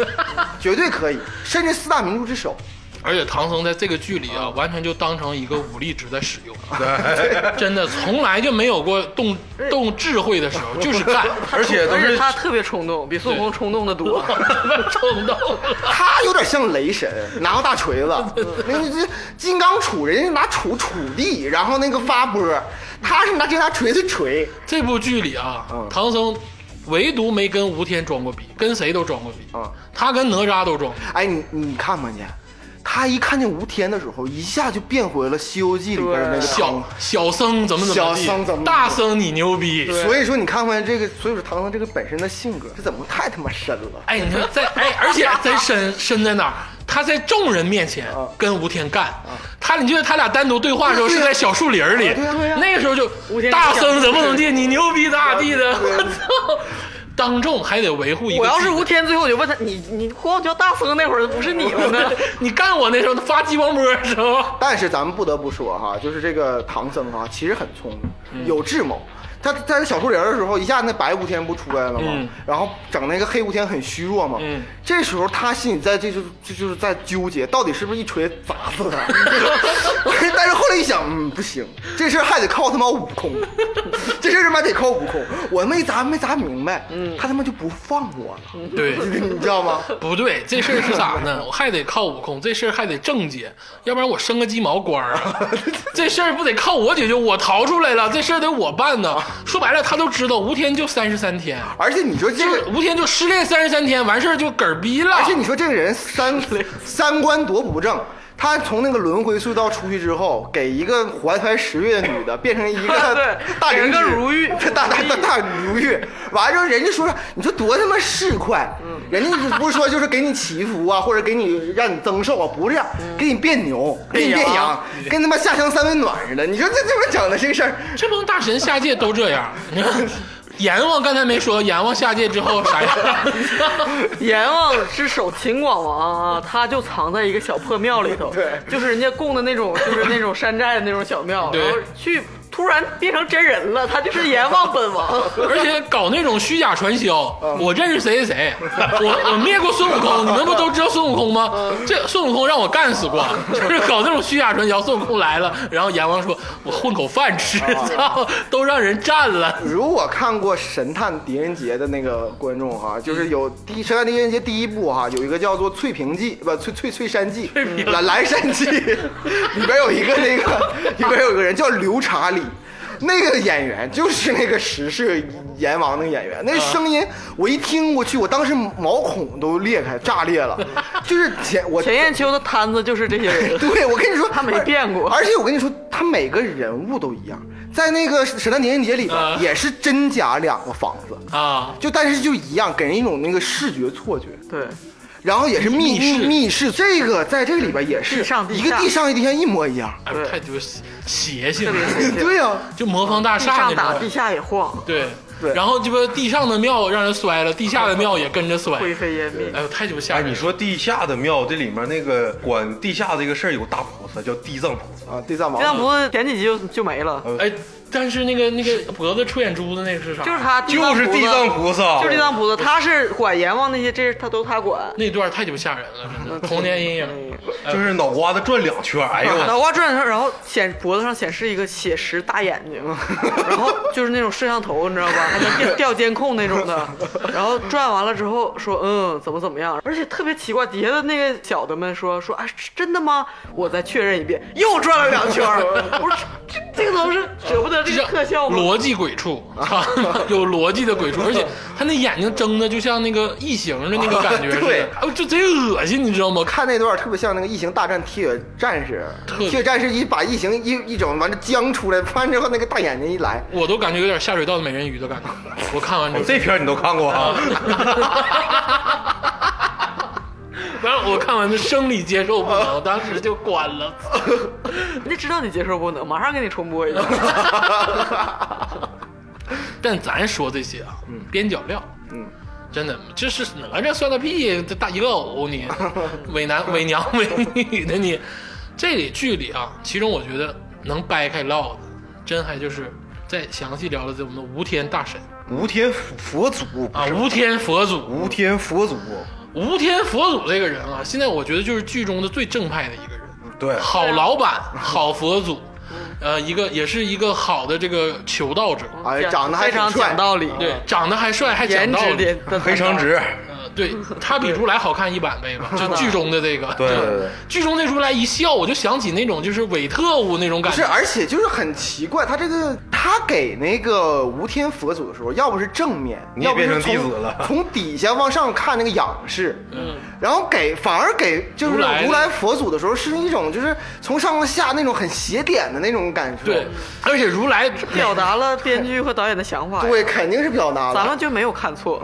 Speaker 3: 绝对可以，甚至四大名著之首。
Speaker 2: 而且唐僧在这个剧里啊，完全就当成一个武力值在使用， 真的从来就没有过动动智慧的时候，就是干，
Speaker 5: 而且都
Speaker 4: 而
Speaker 5: 是
Speaker 4: 且他特别冲动，比孙悟空冲动的 多。
Speaker 2: 冲动了。
Speaker 3: 他有点像雷神，拿个大锤 子，那个这金刚杵，人家拿杵杵地，然后那个发波，他是拿直接拿锤子锤。
Speaker 2: 这部剧里啊，
Speaker 3: 嗯
Speaker 2: 唐僧唯独没跟吴天装过逼，跟谁都装过逼
Speaker 3: 嗯，
Speaker 2: 他跟哪吒都装逼。
Speaker 3: 哎，你你看吧你，他一看见吴天的时候，一下就变回了《西游记》里边的那个
Speaker 2: 小
Speaker 3: 唐
Speaker 2: 小僧怎么怎么地，
Speaker 3: 小僧怎么
Speaker 2: 大僧你牛逼。
Speaker 3: 所以说你看看这个，所以说唐僧这个本身的性格，这怎么太他妈深了？
Speaker 2: 哎，你说在哎，而且在深深在哪儿？他在众人面前跟吴天干，他你记得他俩单独对话的时候是在小树林儿里，那个时候就
Speaker 4: 吴天
Speaker 2: 大僧怎么怎么地，你牛逼咋地的，我操！当众还得维护一个，
Speaker 4: 我要是吴天，最后我就问他，你你光叫大僧那会儿不是你们的？
Speaker 2: 你干我那时候发激光波的时候，
Speaker 3: 啊
Speaker 2: 嗯
Speaker 3: 但是咱们不得不说哈，就是这个唐僧哈，其实很聪明，有智谋。他他在小树林的时候，一下那白无天不出来了吗？
Speaker 2: 嗯
Speaker 3: 然后整那个黑无天很虚弱嘛。
Speaker 2: 嗯
Speaker 3: 这时候他心里在这就这就是在纠结，到底是不是一锤砸 死他？但是后来一想，嗯，不行，这事儿还得靠他妈悟 空，这事儿他妈得靠悟空。我没砸没砸明白，
Speaker 2: 嗯
Speaker 3: 他他妈就不放我了，
Speaker 2: 对，
Speaker 3: 你知道吗？
Speaker 2: 不对，这事儿是咋呢？我还得靠悟空，这事儿还得正解，要不然我升个鸡毛官儿 啊！这事儿不得靠我解决？我逃出来了，这事儿得我办呢。说白了，他都知道吴天就三十三天，
Speaker 3: 而且你说这个，
Speaker 2: 吴天就失恋三十三天，完事儿就嗝儿逼了。
Speaker 3: 而且你说这个人 三三观多不正，他从那个轮回隧道出去之后，给一个怀才十月的女 的变成一个
Speaker 4: 对
Speaker 3: 大
Speaker 4: 给
Speaker 3: 龄
Speaker 4: 人
Speaker 3: 女
Speaker 4: 个如玉
Speaker 3: 大大大大如玉。完了之后，人家说你说多他妈市侩，
Speaker 4: 嗯
Speaker 3: 人家不是说就是给你祈福啊，或者给你让你增寿啊，不是这样，给你变牛，给你变
Speaker 4: 变羊
Speaker 3: 羊，跟他妈下乡三温暖似的。你说这这不整的这个事儿，
Speaker 2: 这帮大神下界都这样。你看，阎王刚才没说，阎王下界之后啥样？
Speaker 4: 阎王之首秦广王啊，他就藏在一个小破庙里 头，
Speaker 3: 对
Speaker 4: 就是人家供的那种，就是那种山寨的那种小庙，
Speaker 2: 对
Speaker 4: 然后去突然变成真人了，他就是阎王本王。
Speaker 2: 而且搞那种虚假传销，我认识谁谁谁，我我灭过孙悟空，你们不都知道孙悟空吗？这孙悟空让我干死过， 就是搞那种虚假传销。孙悟空来了，然后阎王说：“我混口饭吃，操，都让人占了。
Speaker 3: 如果看过《神探狄仁杰》的那个观众
Speaker 2: 嗯
Speaker 3: 哈，就是有第《神探狄仁杰》第一部哈，有一个叫做《翠屏记》不翠翠翠山记
Speaker 2: 翠屏》
Speaker 3: 蓝蓝山 记，里边有一个那个里边有一个人叫刘查理。那个演员就是那个时事阎王那个演员，
Speaker 2: 嗯
Speaker 3: 那声音我一听过去，我当时毛孔都裂开炸裂了，就是前我
Speaker 4: 钱雁秋的摊子就是这些人，
Speaker 3: 对，我跟你说，
Speaker 4: 他没变过
Speaker 3: 而而且我跟你说，他每个人物都一样，在那个《神探狄仁杰》里边、
Speaker 2: 啊
Speaker 3: 也是真假两个房子，”
Speaker 2: 啊，
Speaker 3: 就但是就一样，给人一种那个视觉错觉。
Speaker 4: 对，
Speaker 3: 然后也是密
Speaker 2: 密室
Speaker 3: 密室，这个在这个里边也是
Speaker 4: 地上地
Speaker 3: 一个
Speaker 4: 下
Speaker 3: 地上一地下一模一样。
Speaker 2: 哎
Speaker 4: 对
Speaker 2: 太就是邪性
Speaker 4: 特别
Speaker 2: 了，
Speaker 4: 神奇。
Speaker 3: 对呀、啊，
Speaker 2: 就魔方大
Speaker 4: 地
Speaker 2: 厦
Speaker 4: 上
Speaker 2: 那
Speaker 4: 打，
Speaker 2: 种
Speaker 4: 地。下也晃，
Speaker 2: 对，
Speaker 3: 对
Speaker 2: 然后这不地上的庙让人摔了，地下的庙也跟着摔。
Speaker 4: 灰飞烟灭。
Speaker 2: 哎呦，太鸡巴吓
Speaker 5: 哎，
Speaker 2: 人了！
Speaker 5: 你说地下的庙，这里面那个管地下这个事儿有个大菩萨叫地藏菩萨，
Speaker 3: 啊，地藏王
Speaker 4: 这样不是前几集就就没了，
Speaker 2: 哎，但是那个那个脖子出眼珠子那个是啥？
Speaker 4: 就是他，
Speaker 5: 就是地藏菩萨，
Speaker 4: 就是地藏菩萨，他是管阎王那些，这是他都他管。
Speaker 2: 那段太鸡巴吓人了，真
Speaker 4: 嗯
Speaker 2: 的童年阴
Speaker 5: 嗯
Speaker 2: 影。
Speaker 5: 哎就是脑瓜子转两圈，哎呦我
Speaker 4: 脑瓜转上，然后显脖子上显示一个写实大眼睛，然后就是那种摄像头，你知道吧？还能调调监控那种的。然后转完了之后说，嗯，怎么怎么样？而且特别奇怪，底下的那个小的们说说，哎，是真的吗？我再确认一遍，又转了两圈儿。 我说这这个都是舍不得这
Speaker 2: 这
Speaker 4: 个特效吗？
Speaker 2: 逻辑鬼畜，啊 有逻辑的鬼畜，而且他那眼睛睁的就像那个异形的那个感 觉似
Speaker 3: 对
Speaker 2: 的，哦，就贼恶心，你知道吗？看
Speaker 3: 看那段特别像那个《异形大战铁血战士
Speaker 2: 特》，别
Speaker 3: 铁血战士一把异形一一整完了僵出来，完之后那个大眼睛一来，
Speaker 2: 我都感觉有点下水道的美人鱼的感觉。我看完之后，
Speaker 4: 哦
Speaker 5: 这片儿你都看过啊？
Speaker 4: 哎
Speaker 2: 完了，我看完就生理接受不能，我当时就关 了。
Speaker 4: 人家知道你接受不能，马上给你重播一下。
Speaker 2: 但咱说这些啊，边角料，嗯，真的，这是哪吒算个屁，这大一个偶 你，伪男伪娘 伪女的你，这里剧里啊，其中我觉得能掰开唠的，真还就是再详细聊聊这我们的无天大神
Speaker 5: 无天佛祖
Speaker 2: 啊，无天佛祖，
Speaker 5: 无天佛祖，
Speaker 2: 无天佛祖这个人啊，现在我觉得就是剧中的最正派的一个人，
Speaker 4: 嗯
Speaker 5: 对，
Speaker 2: 好老板，好佛祖，呃，一个也是一个好的这个求道者，
Speaker 3: 哎，长得还
Speaker 4: 非
Speaker 3: 挺
Speaker 4: 常
Speaker 3: 帅嗯
Speaker 4: 讲，道理，
Speaker 2: 对，长得还帅，还讲
Speaker 4: 嗯颜
Speaker 2: 道
Speaker 4: 值
Speaker 2: 理
Speaker 4: 的。的
Speaker 5: 黑长直，
Speaker 2: 呃，对他比如来好看一百倍 吧，就剧中的这个，
Speaker 5: 对对对
Speaker 2: 剧中那如来一笑，我就想起那种就是伪特务那种感
Speaker 3: 不是，啊
Speaker 2: 觉，
Speaker 3: 而且就是很奇怪，他这个他给那个无天佛祖的时候，要不是正面，
Speaker 5: 你也
Speaker 3: 要不是
Speaker 5: 变成弟
Speaker 3: 从
Speaker 5: 子了
Speaker 3: 从底下往上看那个仰视，嗯，然后给反而给就是
Speaker 2: 如来的
Speaker 3: 如来佛祖的时候，是一种就是从上到下那种很斜点的那种感受，
Speaker 2: 对，而且如来
Speaker 4: 表达了编剧和导演的想法呀。
Speaker 3: 对，肯定是表达
Speaker 4: 咱
Speaker 3: 了，
Speaker 4: 们就没有看错，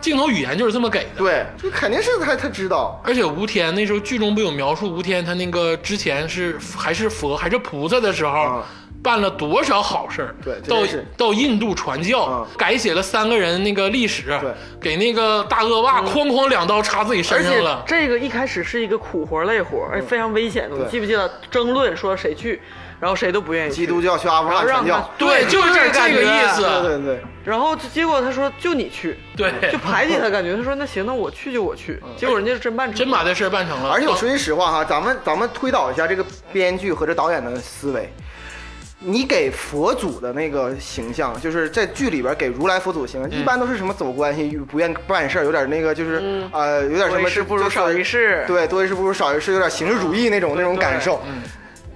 Speaker 2: 镜头语言就是这么给的。
Speaker 3: 对，就肯定是他他知道，
Speaker 2: 而且吴天那时候剧中不有描述吴天他那个之前是还是佛还是菩萨的时候。
Speaker 3: 啊
Speaker 2: 办了多少好事儿？
Speaker 3: 对这
Speaker 2: 到
Speaker 3: 真是
Speaker 2: 到印度传教，
Speaker 3: 啊
Speaker 2: 改写了三个人那个历史
Speaker 3: 对，嗯
Speaker 2: 给那个大恶霸哐哐两刀插自己
Speaker 4: 而
Speaker 2: 身上
Speaker 4: 且
Speaker 2: 了。
Speaker 4: 哎这个一开始是一个苦活累活，而且非常危险
Speaker 3: 嗯
Speaker 4: 的。
Speaker 3: 对
Speaker 4: 你记不记得争论说谁去？然后谁都不愿意去
Speaker 3: 基督教去阿富汗传
Speaker 4: 然后让
Speaker 3: 教
Speaker 4: 他，
Speaker 2: 对，就是
Speaker 4: 就是
Speaker 2: 这个意
Speaker 4: 感
Speaker 3: 对
Speaker 2: 思，
Speaker 3: 对对，
Speaker 4: 然后就结果他说就你去，
Speaker 2: 对，嗯
Speaker 4: 就排挤他，感觉他说那行，那我去就我去，结果人家真办成，
Speaker 2: 真把这事儿办成了。哦
Speaker 3: 而且我说句实话哈，咱们咱们推导一下这个编剧和这导演的思维。你给佛祖的那个形象，就是在剧里边给如来佛祖
Speaker 4: 嗯
Speaker 3: 形象，一般都是什么走关系、不愿办事儿，有点那个就是、呃，有点什
Speaker 4: 嗯多
Speaker 3: 么
Speaker 4: 一事不如
Speaker 3: 就是
Speaker 4: 少一事嗯
Speaker 3: 对，多一事不如少一事，有点形式主义那种那种感受。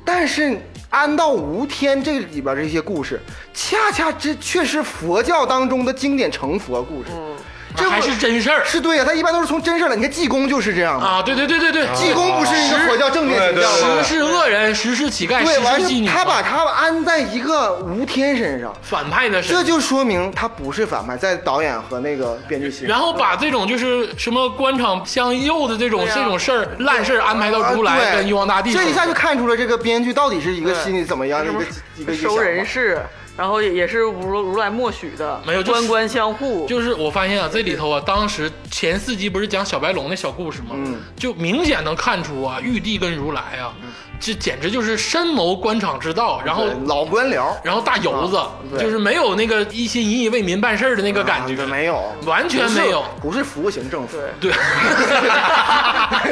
Speaker 3: 但是安到无天这里边这些故事，恰恰这却是佛教当中的经典成佛故事，
Speaker 4: 嗯
Speaker 3: 这
Speaker 2: 还
Speaker 3: 会
Speaker 2: 是真事儿
Speaker 3: 是对呀、他一般都是从真事儿来。你看济公就是这样嘛，
Speaker 2: 啊！对对对对对，
Speaker 3: 济公不是一个佛教正面形象吗
Speaker 2: 十？是恶人，十啊是乞丐，
Speaker 3: 对，完
Speaker 2: 十是妓
Speaker 3: 事
Speaker 2: 女嘛。
Speaker 3: 他把他安在一个吴天身上，
Speaker 2: 反派的
Speaker 3: 这
Speaker 2: 身份，
Speaker 3: 就说明他不是反派，在导演和那个编剧心里。
Speaker 2: 然后把这种就是什么官场相诱的这种
Speaker 4: 对啊
Speaker 2: 这种事儿烂事儿安排到如来
Speaker 3: 啊对
Speaker 2: 跟玉皇大帝身
Speaker 3: 这
Speaker 2: 上，
Speaker 3: 一下就看出了这个编剧到底是一个
Speaker 4: 对
Speaker 3: 心理怎么样的一个一个一个
Speaker 4: 收人
Speaker 3: 想
Speaker 4: 事，然后也也是如如来默许的，
Speaker 2: 没有就是
Speaker 4: 官官相护，
Speaker 2: 就是我发现啊，这里头啊，当时前四集不是讲小白龙的小故事吗？
Speaker 3: 嗯，
Speaker 2: 就明显能看出啊，玉帝跟如来啊，这简直就是深谋官场之道，然
Speaker 3: 法
Speaker 2: 后
Speaker 3: 对老官僚
Speaker 2: 然后大油子、
Speaker 3: 对
Speaker 2: 就是没有那个一心一意为民办事儿的那个感觉，
Speaker 3: 啊没有，
Speaker 2: 完全没有，
Speaker 3: 不是服务型政府，
Speaker 4: 对
Speaker 2: 对，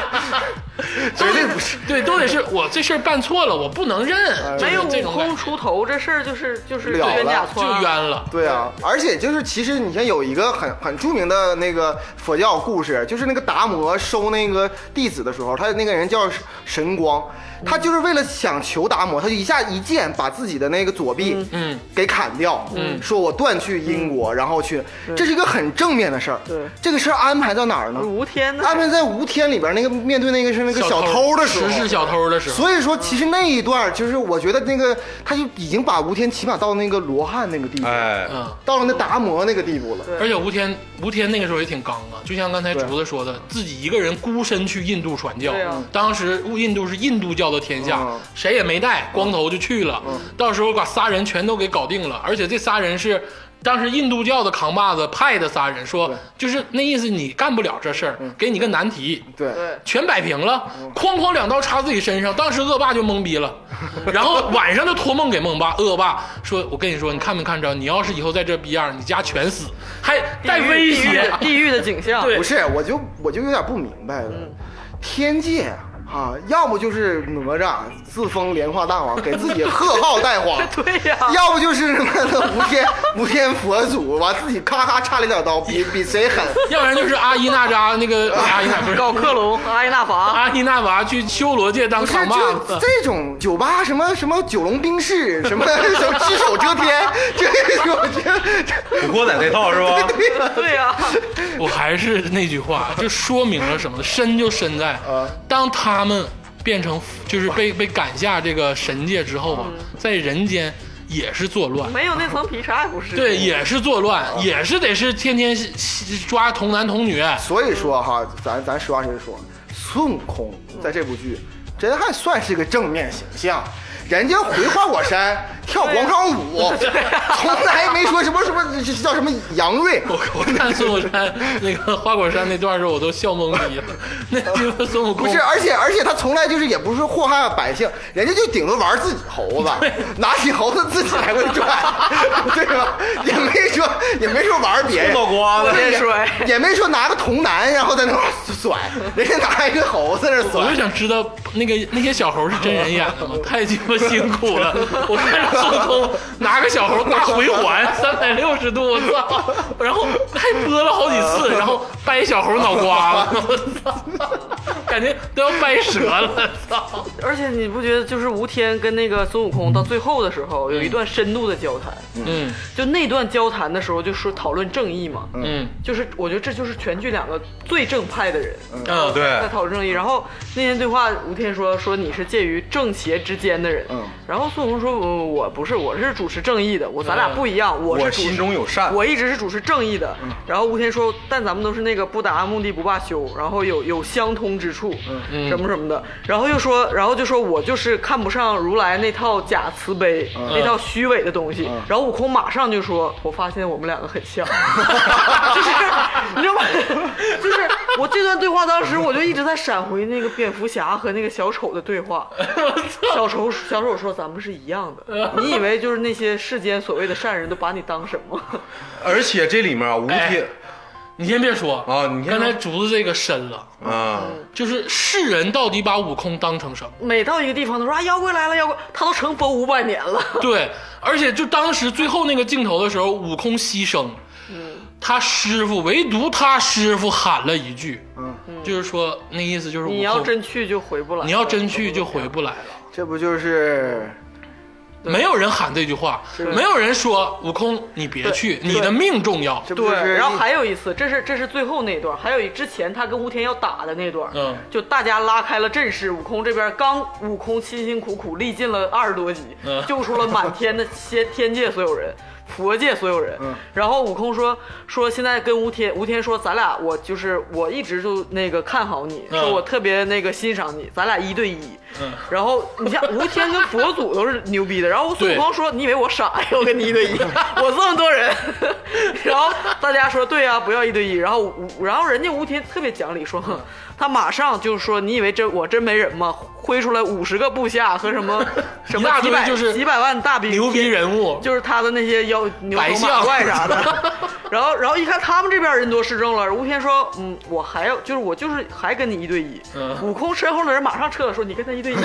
Speaker 3: 绝对不是。哎
Speaker 2: 对，都得是我这事儿办错了，我不能认，就是
Speaker 4: 没有
Speaker 2: 这
Speaker 4: 哎悟
Speaker 2: 种感觉
Speaker 4: 空出头这事儿就是就是
Speaker 3: 了
Speaker 4: 冤假
Speaker 3: 了
Speaker 4: 错
Speaker 2: 就
Speaker 4: 案
Speaker 2: 冤了。
Speaker 3: 对啊，而且就是其实你像有一个很很著名的那个佛教故事，就是那个达摩收那个弟子的时候，他那个人叫神光，他就是为了想求达摩，他就一下一剑把自己的那个左臂
Speaker 2: 嗯
Speaker 3: 给砍掉，嗯，说我断去因果，然后去，这是一个很正面的事儿。
Speaker 4: 对
Speaker 3: 这个事儿安排到哪儿呢？
Speaker 4: 无天的
Speaker 3: 安排在吴天里边那个面对那个是那个小偷的时候，
Speaker 2: 实施小偷的时候，
Speaker 3: 所以说，其实那一段儿就是我觉得那个他就已经把吴天起码到那个罗汉那个地步，
Speaker 5: 哎，
Speaker 2: 嗯。
Speaker 3: 到了那达摩那个地步了。
Speaker 4: 对
Speaker 2: 而且吴天，吴天那个时候也挺刚啊，就像刚才
Speaker 3: 对
Speaker 2: 竹子说的，自己一个人孤身去印度传教。
Speaker 4: 对啊
Speaker 2: 当时印度是印度教的天下，
Speaker 3: 嗯
Speaker 2: 谁也没带，光头就去了。到时候把仨人全都给搞定了，而且这仨人是当时印度教的扛把子派的仨人，说
Speaker 3: 对
Speaker 2: 就是那意思，你干不了这事儿，给你个难题，
Speaker 3: 对
Speaker 4: 对
Speaker 2: 全摆平了，哐哐两刀插自己身上，当时恶霸就懵逼了，然后晚上就托梦给梦爸，恶霸说：“我跟你说，你看没看着？你要是以后在这逼样，你家全死，还带威
Speaker 4: 地狱
Speaker 2: 胁
Speaker 4: 的。地狱的景象，
Speaker 2: 对
Speaker 3: 不是，我就我就有点不明白了，天界。啊，要不就是哪吒自封莲花大王，给自己贺号带花；
Speaker 4: 对呀
Speaker 3: 要不就是他妈的无天无天佛祖，完自己咔咔插了两刀，比比谁狠。
Speaker 2: 要不然就是阿依娜扎那个阿依娜不是
Speaker 4: 搞啊克隆阿依纳伐，
Speaker 2: 阿依娜娃去修罗界当
Speaker 3: 不是
Speaker 2: 扛把
Speaker 3: 就
Speaker 2: 子，
Speaker 3: 这种酒吧什么什么九龙冰室，什么 什么只手遮天，这个我觉得这
Speaker 5: 古惑仔那套是吧？
Speaker 4: 对啊呀，
Speaker 2: 我还是那句话，就说明了什么？深就深在
Speaker 4: 啊
Speaker 3: 呃，
Speaker 2: 当他们变成就是被被赶下这个神界之后啊，
Speaker 4: 嗯
Speaker 2: 在人间也是作乱。
Speaker 4: 没有那层皮啥也不是，
Speaker 2: 对，也是作乱，也是得是天天抓童男童女。
Speaker 3: 所以说哈，咱咱实话实说，孙悟空在这部剧真还算是个正面形象。人家回花果山跳广场舞，从来没说什么什么这叫什么杨瑞，
Speaker 2: 我我看孙悟山那个花果山那段的时候，我都笑懵逼了。 那鸡巴孙悟空
Speaker 3: 不是，啊而且而且他从来就是也不是祸害百姓，人家就顶多玩自己猴子，拿起猴子自己来回转， 对吧？也没说也没说玩别人，
Speaker 5: 脑瓜子
Speaker 4: 我
Speaker 3: 也
Speaker 4: 先摔，
Speaker 3: 也没说拿个童男然后在那块儿 甩，人家拿一个猴子在那儿
Speaker 2: 我
Speaker 3: 甩
Speaker 2: 就。想知道那个那些小猴是真人演的吗？太鸡巴辛苦了！我看着孙悟空拿个小猴大回环三百六十度，我操！然后还拨了好几次，然后掰小猴脑瓜子，我操！感觉都要掰折了，操！
Speaker 4: 而且你不觉得就是吴天跟那个孙悟空到最后的时候有一段深度的交谈，
Speaker 2: 嗯
Speaker 4: 就那段交谈的时候就说讨论正义嘛，
Speaker 2: 嗯
Speaker 4: 就是我觉得这就是全剧两个最正派的人，
Speaker 2: 嗯，
Speaker 5: 啊对
Speaker 4: 在讨论正义。然后那天对话，吴天说说你是介于正邪之间的人，
Speaker 3: 嗯
Speaker 4: 然后孙悟空说、嗯我不是，我是主持正义的，我咱俩
Speaker 2: 嗯
Speaker 4: 不一样，我是
Speaker 5: 我
Speaker 4: 主持
Speaker 5: 心中有善
Speaker 4: 我一直是主持正义的。然后吴天说，但咱们都是那个不达目的不罢休，然后有有相通之处，术，嗯，什么什么的，然后又说，然后就说我就是看不上如来那套假慈悲，那套虚伪的东西。然后悟空马上就说，我发现我们两个很像，就是你知道吗？就是我这段对话，当时我就一直在闪回那个蝙蝠侠和那个小丑的对话。小丑小丑说咱们是一样的，你以为就是那些世间所谓的善人都把你当什么？
Speaker 5: 而且这里面啊，吴
Speaker 2: 哎
Speaker 5: 天
Speaker 2: 你先别说
Speaker 5: 啊你先
Speaker 2: 刚
Speaker 5: 说
Speaker 2: 才竹子这个深了，
Speaker 5: 啊，
Speaker 2: 就是世人到底把悟空当成什 么？
Speaker 4: 每到一个地方，他说啊妖怪来了，妖怪，他都成佛五百年了。
Speaker 2: 对，而且就当时最后那个镜头的时候，悟空牺牲，
Speaker 4: 嗯
Speaker 2: 他师傅唯独他师傅喊了一句，
Speaker 3: 嗯
Speaker 2: 就是说那意思就是悟空
Speaker 4: 你要真去就回不来了，
Speaker 2: 你要真去就回不来了。
Speaker 3: 这不就是
Speaker 2: 没有人喊这句话，没有人说悟空你别去，你的命重要。
Speaker 3: 这不就
Speaker 4: 对，
Speaker 3: 是
Speaker 4: 然后还有一次，这是这是最后那一段，还有一之前他跟吴天要打的那段，
Speaker 2: 嗯
Speaker 4: 就大家拉开了阵势，悟空这边刚悟空辛辛苦苦历尽了二十多集，
Speaker 2: 嗯
Speaker 4: 救出了满天的仙天界所有人。佛界所有人，
Speaker 3: 嗯
Speaker 4: 然后悟空说说现在跟吴天，吴天说咱俩我就是我一直就那个看好你，
Speaker 2: 嗯
Speaker 4: 说我特别那个欣赏你，咱俩一对一。然后你像吴天跟佛祖都是牛逼的，然后孙
Speaker 2: 对
Speaker 4: 悟空说你以为我傻呀？我跟你一对一，我这么多人， 然后大家说对呀、啊不要一对一。然后吴然后人家吴天特别讲理说，哼他马上就说你以为真我真没人吗？挥出来五十个部下和什么什么
Speaker 2: 一大
Speaker 4: 几
Speaker 2: 堆
Speaker 4: 百
Speaker 2: 就是
Speaker 4: 几百万大兵，
Speaker 2: 牛逼人物，
Speaker 4: 就是他的那些妖牛
Speaker 2: 白
Speaker 4: 头
Speaker 2: 象
Speaker 4: 马怪 啥的。然后，然后一看他们这边人多势众了，吴天说：“嗯，我还要，就是我就是还跟你一对一。
Speaker 2: 嗯
Speaker 4: 悟空身后的人马上撤了，说：“你跟他一对一。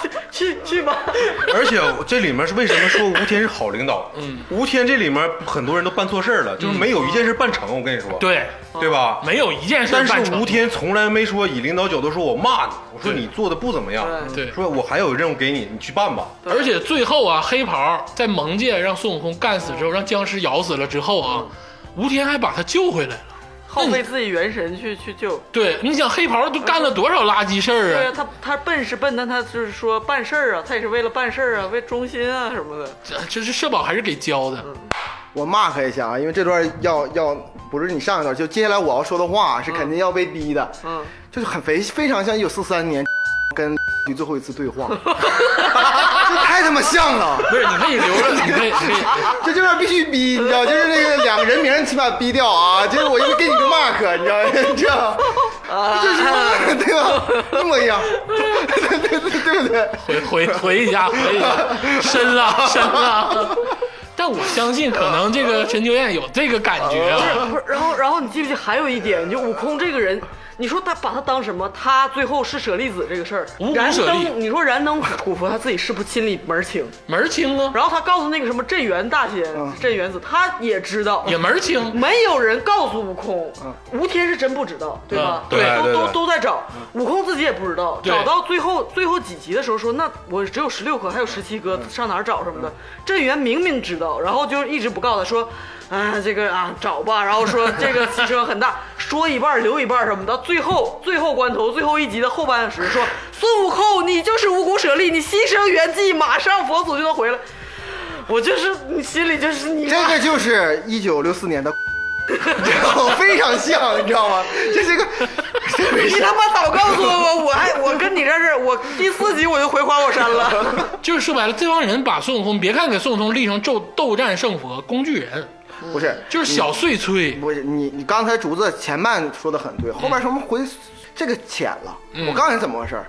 Speaker 4: 去”去去吧，
Speaker 5: 而且这里面是为什么说吴天是好领导？嗯，吴天这里面很多人都办错事儿了，就是没有一件事办成。我跟你说，
Speaker 2: 嗯对，嗯
Speaker 5: 对吧？
Speaker 2: 没有一件事
Speaker 5: 但
Speaker 2: 办
Speaker 5: 是
Speaker 2: 成
Speaker 5: 吴天从来没说以领导角度说我骂你，我
Speaker 2: 对
Speaker 5: 说你做的不怎么样，
Speaker 2: 对
Speaker 5: 说我还有任务给你，你去办吧。
Speaker 2: 而且最后啊，黑袍在冥界让孙悟空干死之后，让僵尸咬死了之后啊，吴天还把他救回来了。
Speaker 4: 耗费自己元神去去救。
Speaker 2: 对，你想黑袍都干了多少垃圾事儿
Speaker 4: 对啊
Speaker 2: 啊，？
Speaker 4: 他他笨是笨，但他就是说办事儿啊，他也是为了办事儿啊，为忠心啊什么的。
Speaker 2: 这这是社保还是给交的？
Speaker 3: 我 mark 一下啊，因为这段要要不是你上一段，就接下来我要说的话是肯定要被逼的，
Speaker 4: 嗯，
Speaker 3: 就是很非非常像一九四三年跟你最后一次对 话，这太他妈像了。
Speaker 2: 不是，你可以留着，你可以可以。
Speaker 3: 这这边必须逼，你知道，就是那个两个人名起码逼掉啊，就是我就给你个 mark，你知道，这样， 这
Speaker 4: 啊
Speaker 3: 是对吧？一模一样，对对对对不对？
Speaker 2: 回回回一下，回一下，深 了深了。但我相信，可能这个陈秋燕有这个感觉啊。
Speaker 4: 不是，然后然后你记不记得还有一点，就悟空这个人，你说他把他当什么？他最后是舍利子这个事儿，
Speaker 2: 无骨
Speaker 4: 燃
Speaker 2: 舍利
Speaker 4: 灯，你说燃灯古佛他自己是不是心里门儿清？
Speaker 2: 门儿清啊，
Speaker 4: 然后他告诉那个什么镇元大仙、镇元子，他也 知道，
Speaker 2: 也门儿清。
Speaker 4: 没有人告诉悟空，吴天是真不知道，对
Speaker 2: 嗯
Speaker 4: 吧？
Speaker 5: 嗯对
Speaker 4: 都
Speaker 5: 对嗯
Speaker 4: 都
Speaker 5: 对
Speaker 4: 都在找，悟空自己也不知道。
Speaker 2: 对
Speaker 4: 找到最后最后几集的时候说，那我只有十六颗，还有十七
Speaker 5: 嗯
Speaker 4: 颗，上哪儿找什么的？镇元明明知道，然后就一直不告诉他说，啊这个啊找吧，然后 说这个牺牲很大，说一半留一半什么的。最后最后关头最后一集的后半时说，孙悟空你就是无骨舍利，你牺牲元气，马上佛祖就能回来。我就是你心里就是你
Speaker 3: 这个就是一九六四年的， 非常像，你知道吗？这是一个，
Speaker 4: 你他妈早告诉我，我还我跟你这是，我第四集我就回花果山 了。
Speaker 2: 就是说白了，这帮人把孙悟空，别看给孙悟空立成斗斗战胜佛工具人，
Speaker 3: 不是，
Speaker 2: 就是小碎催。
Speaker 3: 不是你你刚才竹子前半说的很对，后
Speaker 2: 嗯
Speaker 3: 半说我们回这个浅了。我告诉你怎么回事儿。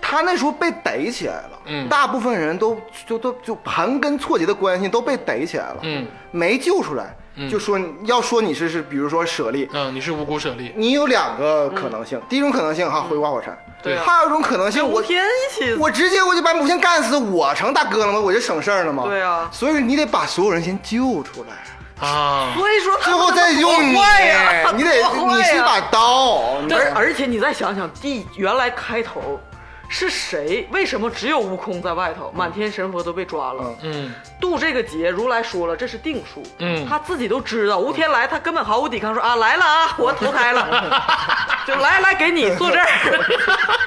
Speaker 3: 他那时候被逮起来了，
Speaker 2: 嗯
Speaker 3: 大部分人都就都就盘根错节的关系都被逮起来了，
Speaker 2: 嗯，
Speaker 3: 没救出来，就说你要说你是是，比如说舍利，
Speaker 2: 嗯，你是无辜舍利，
Speaker 3: 你有两个可能性，第一种可能性哈回花果山，
Speaker 2: 嗯对啊
Speaker 3: 还有一种可能性
Speaker 4: 五
Speaker 3: 我
Speaker 4: 天一起，
Speaker 3: 我直接我就把母亲干死，我成大哥了吗？我就省事儿了吗？
Speaker 4: 对啊
Speaker 3: 所以说你得把所有人先救出来，
Speaker 2: 啊，
Speaker 4: 所以说
Speaker 3: 最后再用你，哎
Speaker 4: 多坏呀，
Speaker 3: 你得
Speaker 4: 多坏呀
Speaker 3: 你是一把刀，你
Speaker 4: 而而且你再想想，第原来开头是谁？为什么只有悟空在外头？满天神佛都被抓了。
Speaker 2: 嗯，
Speaker 4: 渡这个劫，如来说了，这是定数。
Speaker 2: 嗯
Speaker 4: 他自己都知道。吴天来，他根本毫无抵抗，说啊来 了啊，我投胎了，就来来给你坐这儿，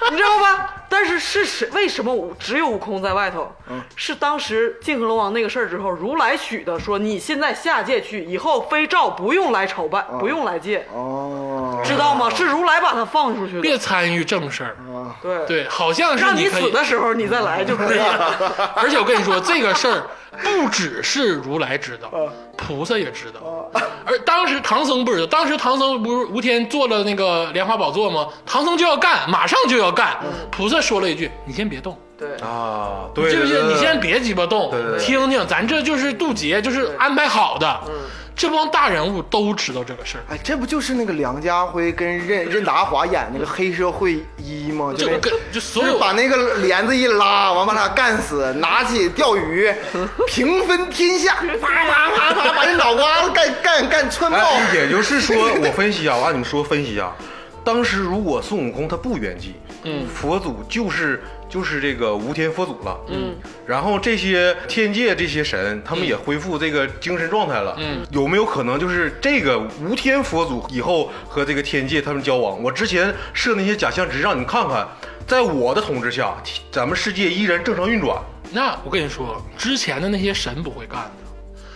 Speaker 4: 你知道吧？但是事实为什么我只有悟空在外头？
Speaker 2: 嗯
Speaker 4: 是当时泾河龙王那个事儿之后，如来许
Speaker 2: 嗯
Speaker 4: 的说，你现在下界去，以后非诏不用来朝拜，不用来见。
Speaker 3: 哦，
Speaker 4: 知道吗？是如来把他放出去的。
Speaker 2: 别参与正事儿。
Speaker 4: 对，
Speaker 2: 对，好像是
Speaker 4: 让你
Speaker 2: 可
Speaker 4: 死
Speaker 2: 以。
Speaker 4: 的时候你再来就可以了。
Speaker 2: 而且我跟你说，这个事儿不只是如来知道，
Speaker 4: 嗯
Speaker 2: 菩萨也知道。而当时唐僧不知道，当时唐僧不是吴天做了那个莲花宝座吗？唐僧就要干，马上就要干。
Speaker 4: 嗯
Speaker 2: 菩萨说了一句：“你先别动。”
Speaker 4: 对，
Speaker 5: 啊，对，
Speaker 2: 信不
Speaker 5: 对
Speaker 2: 信？你
Speaker 5: 对
Speaker 2: 先别鸡巴动
Speaker 5: 对对，对
Speaker 2: 听听，咱这就是渡劫，就是安排好的。
Speaker 4: 嗯
Speaker 2: 这帮大人物都知道这个事儿，
Speaker 3: 哎，这不就是那个梁家辉跟任任达华演那个黑社会一吗？
Speaker 2: 就
Speaker 3: 那
Speaker 2: 跟就所
Speaker 3: 就是
Speaker 2: 有
Speaker 3: 把那个帘子一拉，完把他干死，拿起钓鱼，平分天下，啪啪啪啪，把你脑瓜子干干干穿爆。
Speaker 5: 哎，也就是说，我分析啊，我按你们说分析啊，当时如果孙悟空他不圆寂，嗯，佛祖就是就是这个无天佛祖了，嗯，然后这些天界这些神，他们也恢复这个精神状态了，嗯，有没有可能就是这个无天佛祖以后和这个天界他们交往？我之前设那些假象，只是让你们看看，在我的统治下，咱们世界依然正常运转。
Speaker 2: 那我跟你说，之前的那些神不会干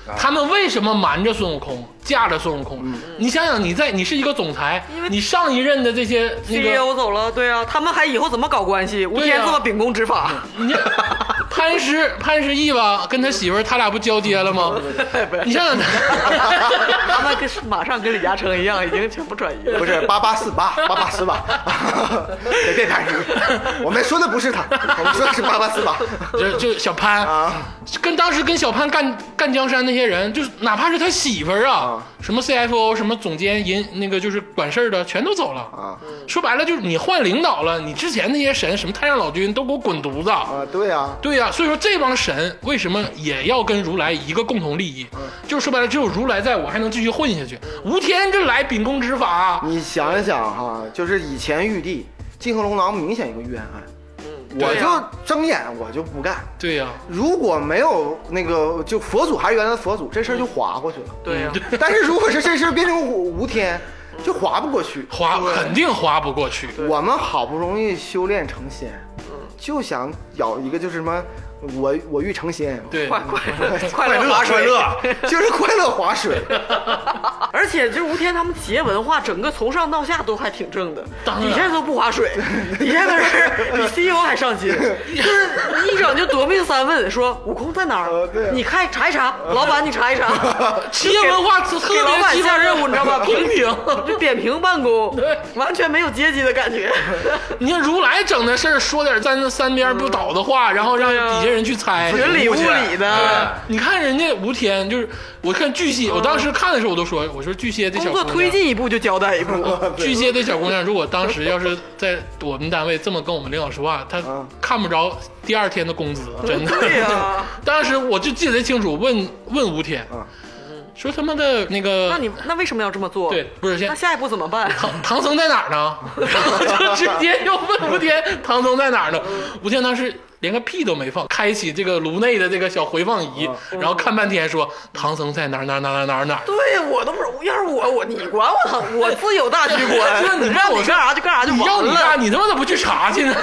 Speaker 2: 的，他们为什么瞒着孙悟空，架着孙悟空？你想想，你在你是一个总裁
Speaker 4: 因为，
Speaker 2: 你上一任的这些 那个，
Speaker 4: CEO 走了，对啊，他们还以后怎么搞关系？吴天这么秉公执法，
Speaker 2: 你看潘石潘石屹吧，跟他媳妇儿他俩不交接了吗？你想想，
Speaker 4: 他们跟马上跟李嘉诚一样，已经全部转移了。
Speaker 3: 不是八八四八八八四八，别别看我们说的不是他，我们说的是八八四八
Speaker 2: 就就小潘
Speaker 3: 啊。
Speaker 2: 跟当时跟小潘干干江山那些人，就是哪怕是他媳妇儿啊，什么 CFO，什么总监、银那个就是管事儿的，全都走了嗯
Speaker 3: 啊。
Speaker 2: 说白了就是你换领导了，你之前那些神什么太上老君都给我滚犊子。
Speaker 3: 啊，对呀、啊，
Speaker 2: 对呀、所以说这帮神为什么也要跟如来一个共同利益？就是说白了，只有如来在我还能继续混下去。吴天这来秉公执法，
Speaker 3: 你想一想哈，就是以前玉帝泾河龙狼明显一个冤案，我
Speaker 2: 对呀
Speaker 3: 就睁眼我就不干。
Speaker 2: 对呀、
Speaker 3: 如果没有那个，就佛祖还是原来的佛祖，这事儿就划过去了。
Speaker 4: 对啊呀、
Speaker 3: 但是如果是这事儿变成吴吴天，就划不过去。
Speaker 2: 划肯定划不过去。
Speaker 3: 我们好不容易修炼成仙，就想咬一个就是什么，我我欲成仙，
Speaker 2: 对，
Speaker 4: 快快快哎乐
Speaker 5: 乐
Speaker 4: 划
Speaker 5: 快
Speaker 4: 水！
Speaker 5: 乐，
Speaker 3: 就是快乐划水。
Speaker 4: 而且就是吴天他们企业文化，整个从上到下都还挺正的，
Speaker 2: 当然
Speaker 4: 底下都不划水， 底下的人比 CEO E 还上心，就是一整就夺命三问，说悟空在哪
Speaker 3: 呃
Speaker 4: 儿
Speaker 3: 对啊？
Speaker 4: 你看查一查，老板你查一查，
Speaker 2: 企业文化 特
Speaker 4: 给老
Speaker 2: 别
Speaker 4: 板
Speaker 2: 鸡巴
Speaker 4: 下任务，你知 道吧？
Speaker 2: 公平。
Speaker 4: 就扁平办公
Speaker 2: 对，
Speaker 4: 完全没有阶级的感 觉。
Speaker 2: 你看如来整的事儿，说点三三边不倒的话，然后让
Speaker 4: 嗯对啊
Speaker 2: 底下人去猜。
Speaker 4: 云里雾里
Speaker 5: 哎
Speaker 4: 的，
Speaker 2: 你看人家吴天，就是我看巨蟹，我当时看的时候我都说，我说巨蟹这
Speaker 4: 嗯工
Speaker 2: 小
Speaker 4: 作
Speaker 2: 姑
Speaker 4: 推
Speaker 2: 娘
Speaker 4: 进一步就交代一步，
Speaker 2: 巨蟹这小姑娘，如果当时要是在我们单位这么跟我们领导说话，她
Speaker 3: 嗯
Speaker 2: 看不着第二天的工资，真的。
Speaker 4: 嗯对呀
Speaker 2: 当时我就记得清楚，问问吴天
Speaker 3: 嗯，
Speaker 2: 说他妈的那个，
Speaker 4: 那你那为什么要这么做？
Speaker 2: 对，，不是先
Speaker 4: 那下一步怎么办？
Speaker 2: 唐唐僧在哪儿呢？然后就直接又问吴天唐僧在哪儿呢？吴天当时连个屁都没放，开启这个颅内的这个小回放仪，
Speaker 4: 啊
Speaker 2: 然后看半天说唐僧在哪儿哪儿哪儿哪儿哪儿。
Speaker 4: 对我都不是，要是我我你管我唐，我自有大局 观。
Speaker 2: 就是你让
Speaker 4: 让
Speaker 2: 我
Speaker 4: 你干啥就干啥就
Speaker 2: 你要
Speaker 4: 完
Speaker 2: 你大，
Speaker 4: 了。
Speaker 2: 你他妈怎么不去查去呢？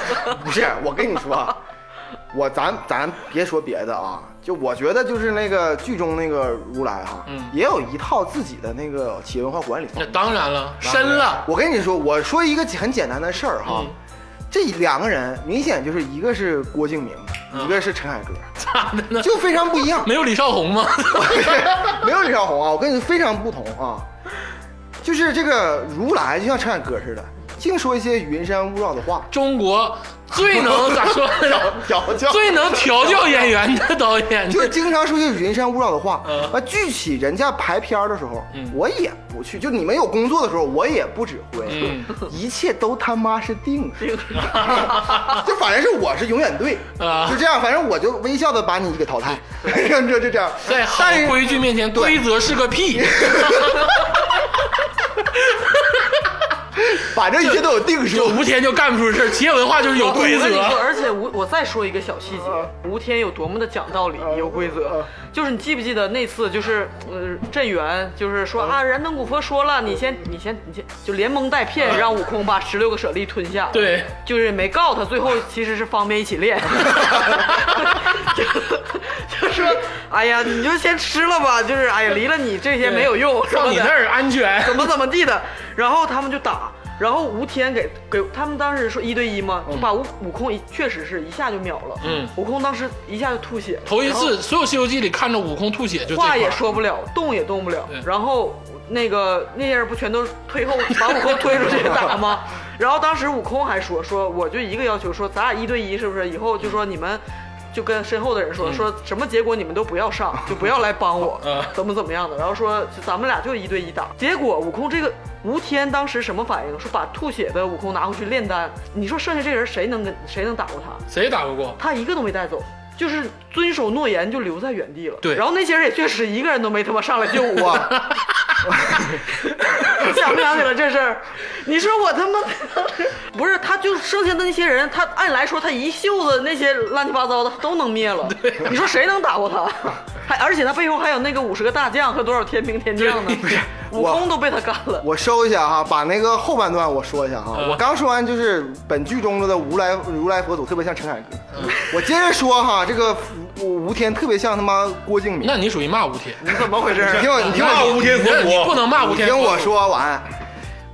Speaker 3: 不是，我跟你说啊，我咱咱别说别的啊，就我觉得就是那个剧中那个如来哈，也有一套自己的那个企业文化管理方
Speaker 2: 嗯那
Speaker 3: 式。
Speaker 2: 当然了，深了。
Speaker 3: 我跟你说，我说一个很简单的事儿哈。
Speaker 2: 嗯
Speaker 3: 这两个人明显就是一个是郭敬明，一个是陈凯歌，
Speaker 2: 嗯 咋的呢？
Speaker 3: 就非常不一样。
Speaker 2: 没有李少红吗？
Speaker 3: 没有李少红啊，我跟你非常不同啊，就是这个如来就像陈凯歌似的，净说一些云山雾绕的 话，
Speaker 2: 中国最能咋 说来 着？
Speaker 3: 调教
Speaker 2: 最能调教演员的导演，
Speaker 3: 就是经常说一些云山雾绕的话
Speaker 2: 嗯。
Speaker 3: 啊，具体人家排片儿的时候，我也不去；就你们有工作的时候，我也不指挥
Speaker 2: 嗯，
Speaker 3: 一切都他妈是定 时。就反正是我是永远对
Speaker 2: 啊，
Speaker 3: 就这样，反正我就微笑的把你给淘汰，就 就就这样。
Speaker 2: 在好
Speaker 3: 但是
Speaker 2: 规矩面前，
Speaker 3: 对
Speaker 2: 规则是个屁。
Speaker 3: 反正一切都有定
Speaker 2: 就
Speaker 3: 数。
Speaker 2: 吴天就干不出事儿企业文化就是有规
Speaker 4: 哦 我跟你说，
Speaker 2: 则。嗯
Speaker 4: 而且吴，我再说一个小细节，吴天有多么的讲道理，有规则。就是你记不记得那次，就是呃，镇元就是
Speaker 2: 嗯
Speaker 4: 说啊，燃灯古佛说了，你先你先你先，就连蒙带骗让悟空把十六个舍利吞下。，
Speaker 2: 嗯对，
Speaker 4: 就是没告他，最后其实是方便一 起练。就就说，哎呀，你就先吃了吧，就是哎呀，离了你这些没有用，什么
Speaker 2: 到
Speaker 4: 的
Speaker 2: 你那儿安全。
Speaker 4: 怎么怎么地的，然后他们就打，然后吴天给给他们当时说一对一嘛，就把悟悟空一确实是一下就秒了，
Speaker 2: 嗯
Speaker 4: 悟空当时一下就吐血，
Speaker 2: 头一次，所有《西游记》里看着悟空吐血就这块
Speaker 4: 话
Speaker 2: 儿
Speaker 4: 也说不了，动也动不了
Speaker 2: 对，
Speaker 4: 然后那个那些人不全都退后把悟空推出去打吗？ 然后当时悟空还说说我就一个要求说咱俩一对一是不是？以后就说你们。就跟身后的人说、
Speaker 2: 嗯
Speaker 4: 说什么结果你们都不要上，就不要来帮我，怎么怎么样的。然后说就咱们俩就一对一打。结果悟空这个吴天当时什么反应？说把吐血的悟空拿回去炼丹。你说剩下这人谁能跟谁能打过他？
Speaker 2: 谁也打不过。
Speaker 4: 他一个都没带走，就是遵守诺言就留在原地了。
Speaker 2: 对
Speaker 4: 然后那些人也确实一个人都没他妈上来救我。 想不想起来这事儿？你说我他妈 不是，他就剩下的那些人，他按来说他一袖子那些乱七八糟的都能灭了。你说谁能打 过他？还而且他背后还有那个五十个大将和多少天兵天将呢？悟空都被他干了。
Speaker 3: 我收一下哈，把那个后半段我说一下
Speaker 2: 嗯
Speaker 3: 哈。我刚说完就是本剧中的如来如来佛祖特别像陈凯歌，
Speaker 2: 嗯
Speaker 3: 我接着说哈，这个吴吴天特别像他妈郭敬明。
Speaker 2: 那你属于骂吴天，
Speaker 3: 你怎么回事？你听我，你听
Speaker 5: 骂
Speaker 3: 我，
Speaker 5: 吴天佛
Speaker 2: 你
Speaker 5: 国
Speaker 2: 不能骂吴
Speaker 3: 你
Speaker 2: 天。
Speaker 3: 听我说完。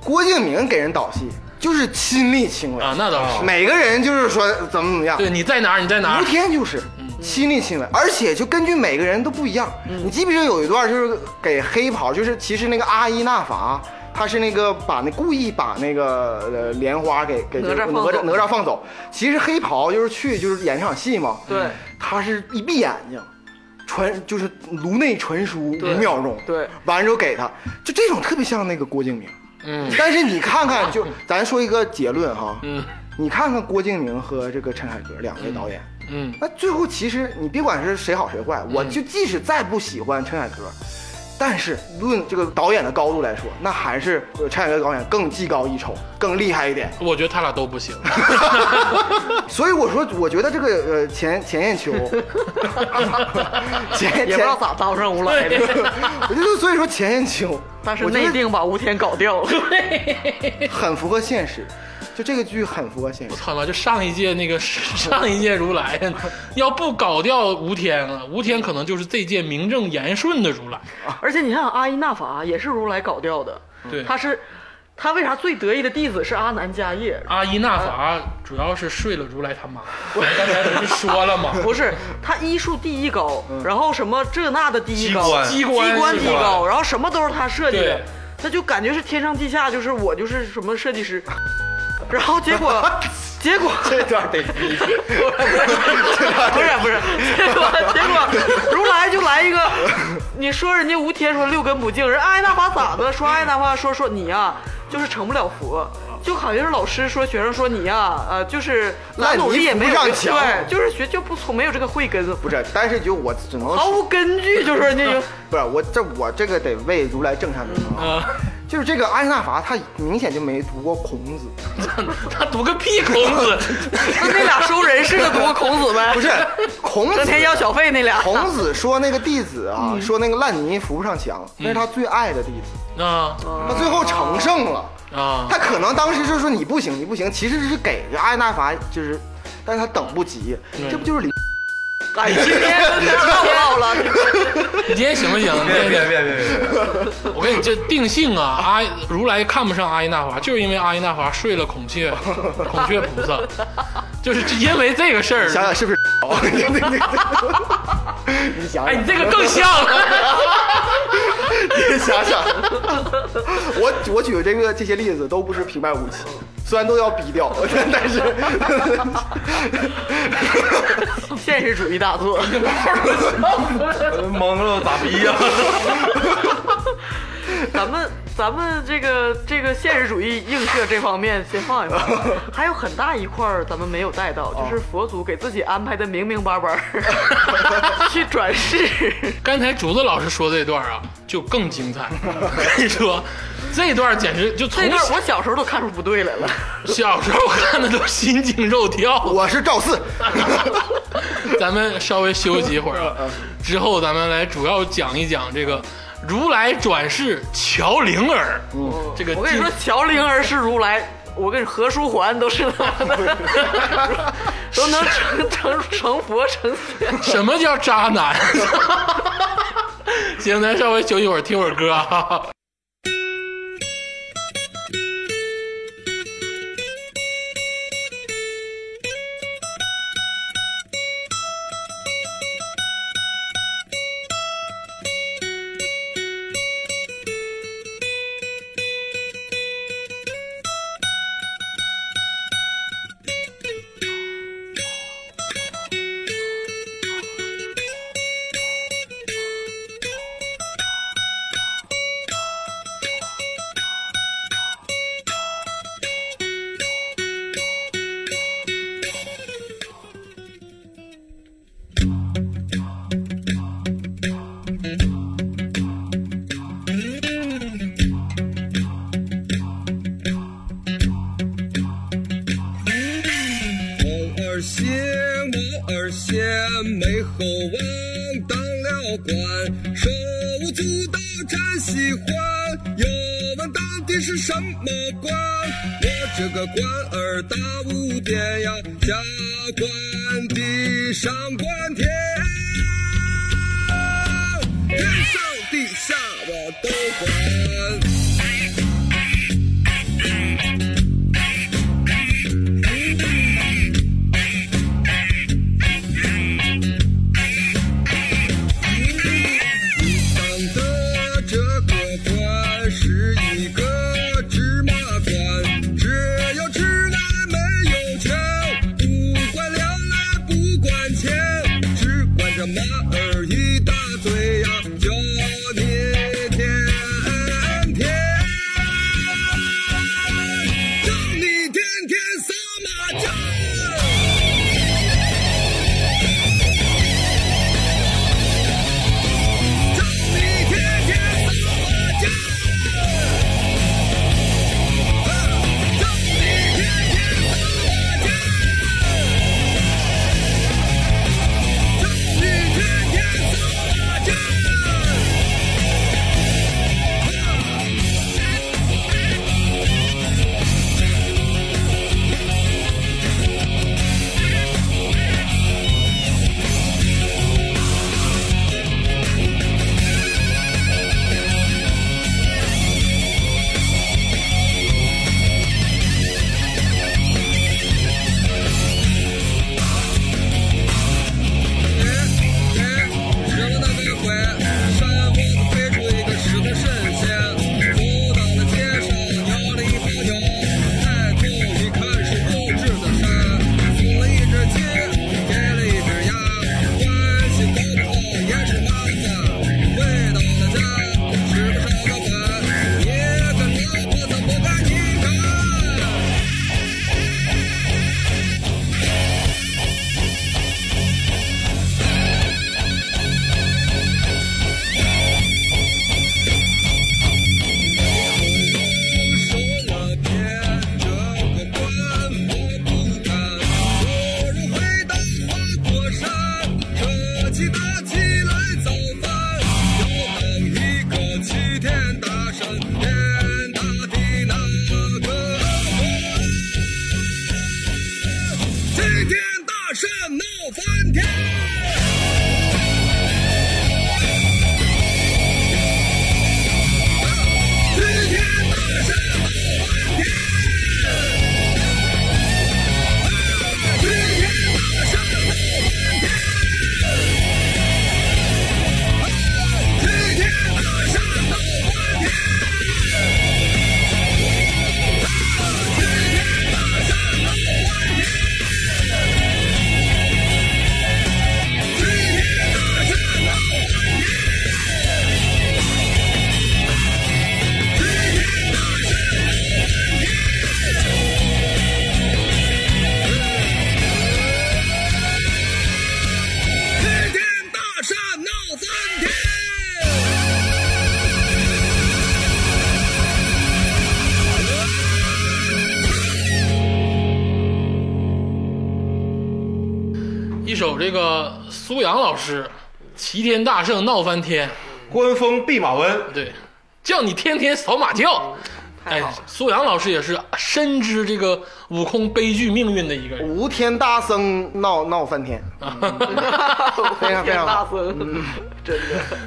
Speaker 3: 郭敬明给人导戏就是亲力亲为
Speaker 2: 啊，那倒是。
Speaker 3: 每个人就是说怎么怎么样。
Speaker 2: 对，你在哪儿？你在哪
Speaker 3: 吴
Speaker 2: 儿？
Speaker 3: 天就是
Speaker 4: 嗯
Speaker 3: 亲力亲为，而且就根据每个人都不一样。你记不记得有一段就是给黑袍，就是其实那个阿依那法。他是那个把那故意把那个呃莲花给给
Speaker 4: 哪吒
Speaker 3: 哪
Speaker 4: 放走
Speaker 3: 吒哪吒放走，其实黑袍就是去就是演场戏嘛，
Speaker 4: 对，
Speaker 3: 他是一闭眼睛，传就是颅内传输五
Speaker 4: 对
Speaker 3: 秒钟，
Speaker 4: 对，
Speaker 3: 完了之后给他，就这种特别像那个郭敬明，
Speaker 2: 嗯
Speaker 3: 但是你看看，就咱说一个结论哈，
Speaker 2: 嗯
Speaker 3: 你看看郭敬明和这个陈凯歌两位导演，
Speaker 2: 嗯，
Speaker 3: 那最后其实你别管是谁好谁
Speaker 4: 嗯
Speaker 3: 坏，我就即使再不喜欢陈凯歌，但是论这个导演的高度来说，那还是呃陈凯歌导演更技高一筹，更厉害一 点。
Speaker 2: 我觉得他俩都不行。
Speaker 3: 所以我说，我觉得这个呃钱钱雁 秋，钱
Speaker 4: 也不知
Speaker 3: 钱，
Speaker 4: 道咋搭上吴来的，
Speaker 3: 我就所以说钱雁秋，
Speaker 4: 但是
Speaker 3: 我觉
Speaker 4: 内
Speaker 3: 得
Speaker 4: 定把吴天搞掉了。
Speaker 3: 很符合现实，就这个剧很符合现实
Speaker 2: 我。操妈！就上一届那个 上一届如来，要不搞掉吴天啊，吴天可能就是这届名正言顺的如来。
Speaker 4: 而且你看阿依那法啊也是如来搞掉的，
Speaker 2: 嗯对
Speaker 4: 他是他为啥最得意的弟子是阿难迦叶？
Speaker 2: 阿依那法主要是睡了如来他妈，我刚才不是说了吗？
Speaker 4: 不是他医术第一高，然后什么这那的第一
Speaker 5: 机
Speaker 4: 高，
Speaker 5: 关
Speaker 4: 机
Speaker 2: 嗯机关
Speaker 4: 第一高，然后什么都是他设计的
Speaker 2: 对，
Speaker 4: 他就感觉是天上地下，就是我就是什么设计师， 然后结果 结果
Speaker 3: 这段得
Speaker 4: 不是不是，结果结果如来就来一个，你说人家吴天说六根不净，人艾那法咋的？说艾那法说说你呀、就是成不了佛。就好像是老师说学生说你呀、呃，就是咋
Speaker 3: 烂泥
Speaker 4: 努力也没有
Speaker 3: 扶不上墙
Speaker 4: 对，就是学就不聪，没有这个慧根，
Speaker 3: 不是，但是就我只能
Speaker 4: 毫
Speaker 3: 说，
Speaker 4: 无根据，就是人家有
Speaker 3: 不是我这我这个得为如来正上名啊。
Speaker 2: 啊，
Speaker 3: 就是这个阿依那法，他明显就没读过孔子，
Speaker 2: 他读个屁孔子！
Speaker 4: 那那俩收人似的读个孔子呗，
Speaker 3: 不 是孔
Speaker 4: 整
Speaker 3: 子。
Speaker 4: 天要小费那 俩，
Speaker 3: 孔子说那个弟子啊，说那个烂泥扶不上墙，那是他最爱的弟子，
Speaker 2: 啊
Speaker 3: 他最后成圣了。
Speaker 2: 啊，
Speaker 3: 他可能当时就说你不行，你不行，其实是给这阿依那法就是，但是他等不及，这不就是李
Speaker 4: 哎，今天太好了，
Speaker 2: 你今天行不行？
Speaker 5: 别别别别别别！
Speaker 2: 我跟你这定性啊，阿如来看不上阿依那华，就是因为阿依那华睡了孔 雀，孔雀菩萨，就是因为这个事儿。
Speaker 3: 想想是不是？你想
Speaker 2: 哎，
Speaker 3: 想，
Speaker 2: 你这个更像 了。
Speaker 3: 你 想想， 我我举的这个这些例子都不是平白无奇，虽然都要逼掉， 但是
Speaker 4: 现实主义大作。
Speaker 5: 蒙了咋逼呀？
Speaker 4: 咱们咱们这个这个现实主义映射这方面先放一放， 还有很大一块儿咱们没有带到，就是佛祖给自己安排的明明白白儿 去转世。
Speaker 2: 刚才竹子老师说这段啊，就更精彩。我跟你说，这段简直就从
Speaker 4: 这段我小时候都看出不对来了，
Speaker 2: 小时候看的都心惊肉跳。
Speaker 3: 我是赵四，
Speaker 2: 咱们稍微休息一会儿啊，之后咱们来主要讲一讲这个如来转世乔灵儿。嗯，这个
Speaker 4: 我跟你说，乔灵儿是如来。我跟你何书桓都是他妈的， 都能成成成佛成仙。
Speaker 2: 什么叫渣男？ 行，咱稍微休息一会儿，听会儿歌啊。
Speaker 6: 猫儿仙，猫儿仙，美猴王当了官，手舞足蹈展喜欢。有问到底是什么官？我这个官儿大无边呀，下官地，上官天，天上地下我都管。当的这个官是一个芝麻官，只有吃奶没有权，不管粮来不管钱，只管这马儿一大堆呀，叫你天天。
Speaker 2: 首这个苏阳老师《齐天大圣闹翻天》，
Speaker 5: 官封弼马温，
Speaker 2: 对，叫你天天扫马叫。哎，苏阳老师也是深知这个悟空悲剧命运的一个人。
Speaker 3: 无天大僧闹闹翻天，非常非常
Speaker 4: 大
Speaker 3: 好。
Speaker 4: 森，真的，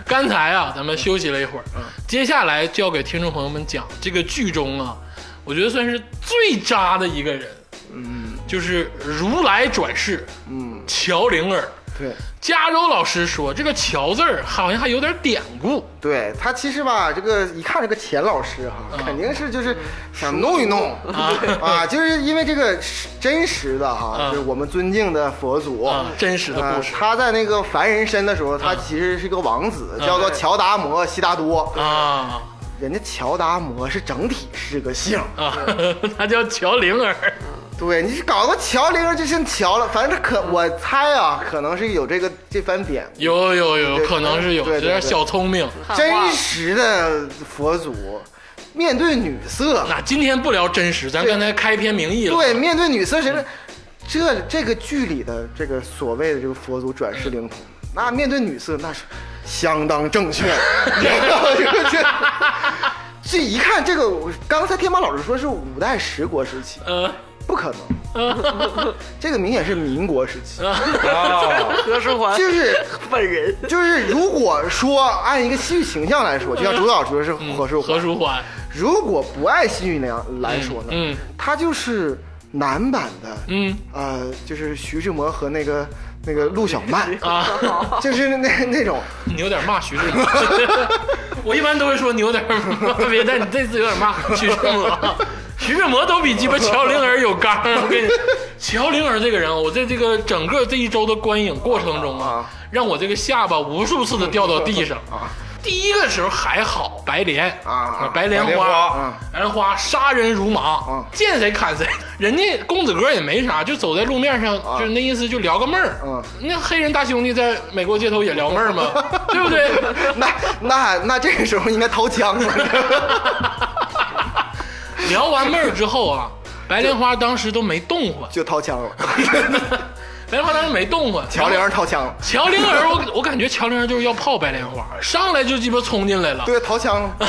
Speaker 2: 刚才啊，咱们休息了一会儿，接下来就要给听众朋友们讲这个剧中啊，我觉得算是最渣的一个人，嗯，就是如来转世，嗯，乔灵儿。
Speaker 3: 对
Speaker 2: 加州老师说，这个“乔”字儿好像还有点典故，
Speaker 3: 对，他其实吧，这个一看这个钱老师哈，
Speaker 2: 嗯
Speaker 3: 肯定是就是想弄一弄啊， 就是因为这个是真实的哈，
Speaker 2: 嗯
Speaker 3: 就是我们尊敬的佛祖
Speaker 2: 啊，真实的故
Speaker 3: 呃
Speaker 2: 事，
Speaker 3: 他在那个凡人身的时候，他其实是个王子，
Speaker 2: 嗯
Speaker 3: 叫做乔达摩悉达多。
Speaker 2: 啊
Speaker 3: 人家乔达摩是整体是个姓，
Speaker 2: 啊， 他叫乔灵儿，
Speaker 3: 对，你搞个乔灵儿就姓乔了，反正这可
Speaker 2: 嗯
Speaker 3: 我猜啊，可能是有这个这番典故。
Speaker 2: 有有有，
Speaker 3: 对
Speaker 2: 可能是有，
Speaker 3: 对
Speaker 2: 有
Speaker 3: 对
Speaker 2: 点小聪明。
Speaker 3: 真实的佛祖面对女色，
Speaker 2: 那今天不聊真实，咱刚才开篇名义了，
Speaker 3: 对，面对女色谁
Speaker 2: 嗯
Speaker 3: 是？这这个剧里的这个所谓的这个佛祖转世灵童，那面对女色那是相当正确， 这 这一看这个，我刚才天马老师说是五代十国时期，
Speaker 2: 呃，
Speaker 3: 不可能， 这个明显是民国时期，
Speaker 2: 嗯
Speaker 5: 啊，
Speaker 4: 何书桓
Speaker 3: 就是
Speaker 4: 本人
Speaker 3: 就是如果说按一个戏剧形象来
Speaker 2: 嗯
Speaker 3: 说，就像主导说是何树
Speaker 2: 何书桓，
Speaker 3: 如果不按戏剧那样来说呢，
Speaker 2: 嗯嗯
Speaker 3: 他就是男版的，
Speaker 2: 嗯
Speaker 3: 呃，就是徐志摩和那个那个陆小 曼，
Speaker 4: 哦
Speaker 2: 啊，
Speaker 3: 就是那那种，
Speaker 2: 你有点骂徐志摩，我一般都会说你有点骂别， 但你这次有点骂徐志摩， 徐志摩都比鸡巴乔灵儿有刚。我跟你，乔灵儿这个人，我在这个整个这一周的观影过程中啊，让我这个下巴无数次的掉到地上。第一个时候还好，白莲
Speaker 3: 啊
Speaker 2: 白莲
Speaker 5: 白莲
Speaker 2: 花
Speaker 5: 花，
Speaker 2: 白莲花杀人如麻
Speaker 3: 嗯，
Speaker 2: 见谁砍谁。人家公子哥也没啥，就走在路面上，
Speaker 3: 啊
Speaker 2: 就是那意思，就聊个妹儿。
Speaker 3: 嗯
Speaker 2: 那黑人大兄弟在美国街头也聊妹儿嘛， 对不对？
Speaker 3: 那那那这个时候应该掏枪了，
Speaker 2: 聊完妹儿之后啊，白莲花当时都没动 换，
Speaker 3: 就掏枪了，
Speaker 2: 白莲花当时没动换。
Speaker 3: 乔玲儿掏枪了，
Speaker 2: 乔灵儿，我我感觉乔灵儿就是要泡白莲花，上来就鸡巴冲进来了。
Speaker 3: 对，掏枪了，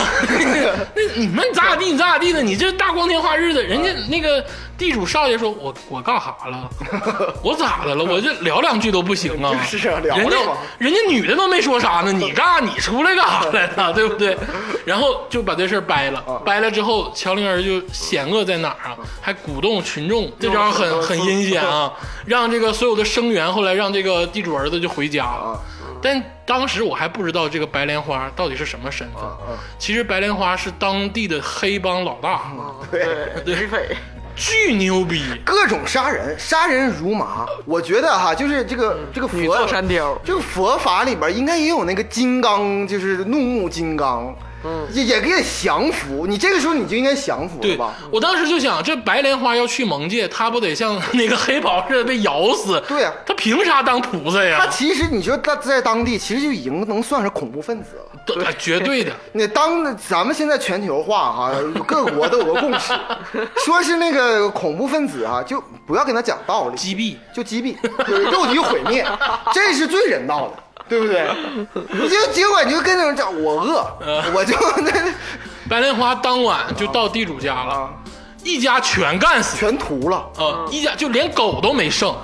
Speaker 2: 那你们咋咋地，你咋咋地的，你这大光天化日的，人家那个地主少爷说，我我干啥了？ 我咋的了？我这聊两句都不行啊？
Speaker 3: 就是啊聊
Speaker 2: 人家
Speaker 3: 聊吧
Speaker 2: 人家女的都没说啥呢，你干你出来干啥来了？对不对？然后就把这事儿掰了，掰了之后，乔灵儿就险恶在哪儿啊？还鼓动群众，这招很很阴险啊，让这个所有的生源后来让这个地主儿子就回家了。但当时我还不知道这个白莲花到底是什么身份，其实白莲花是当地的黑帮老大，
Speaker 4: 对劫匪，
Speaker 2: 巨牛逼。
Speaker 3: 各种杀人，杀人如麻。我觉得哈，就是这个这个
Speaker 4: 女
Speaker 3: 佛
Speaker 4: 做嗯山雕，
Speaker 3: 这个佛法里边应该也有那个金刚，就是怒目金刚，嗯，也也给降服。你这个时候你就应该降服了
Speaker 2: 对
Speaker 3: 吧？，
Speaker 2: 我当时就想，这白莲花要去冥界，他不得像 那个黑袍似的被咬死？
Speaker 3: 对啊
Speaker 2: 他凭啥当菩萨
Speaker 3: 他
Speaker 2: 呀？
Speaker 3: 其实你说他在当地其实就已经能算是恐怖分子了。
Speaker 2: 对绝对的，
Speaker 3: 那当咱们现在全球化哈、各国都有个共识，说是那个恐怖分子啊，就不要跟他讲道理，
Speaker 2: 击毙。
Speaker 3: 就击毙，就是肉体毁灭，这是最人道的，对不对？你就结果你就跟那人讲我饿，我就那
Speaker 2: 白莲花当晚就到地主家了，一家全干死。
Speaker 3: 全屠了。
Speaker 2: 啊、一家就连狗都没剩，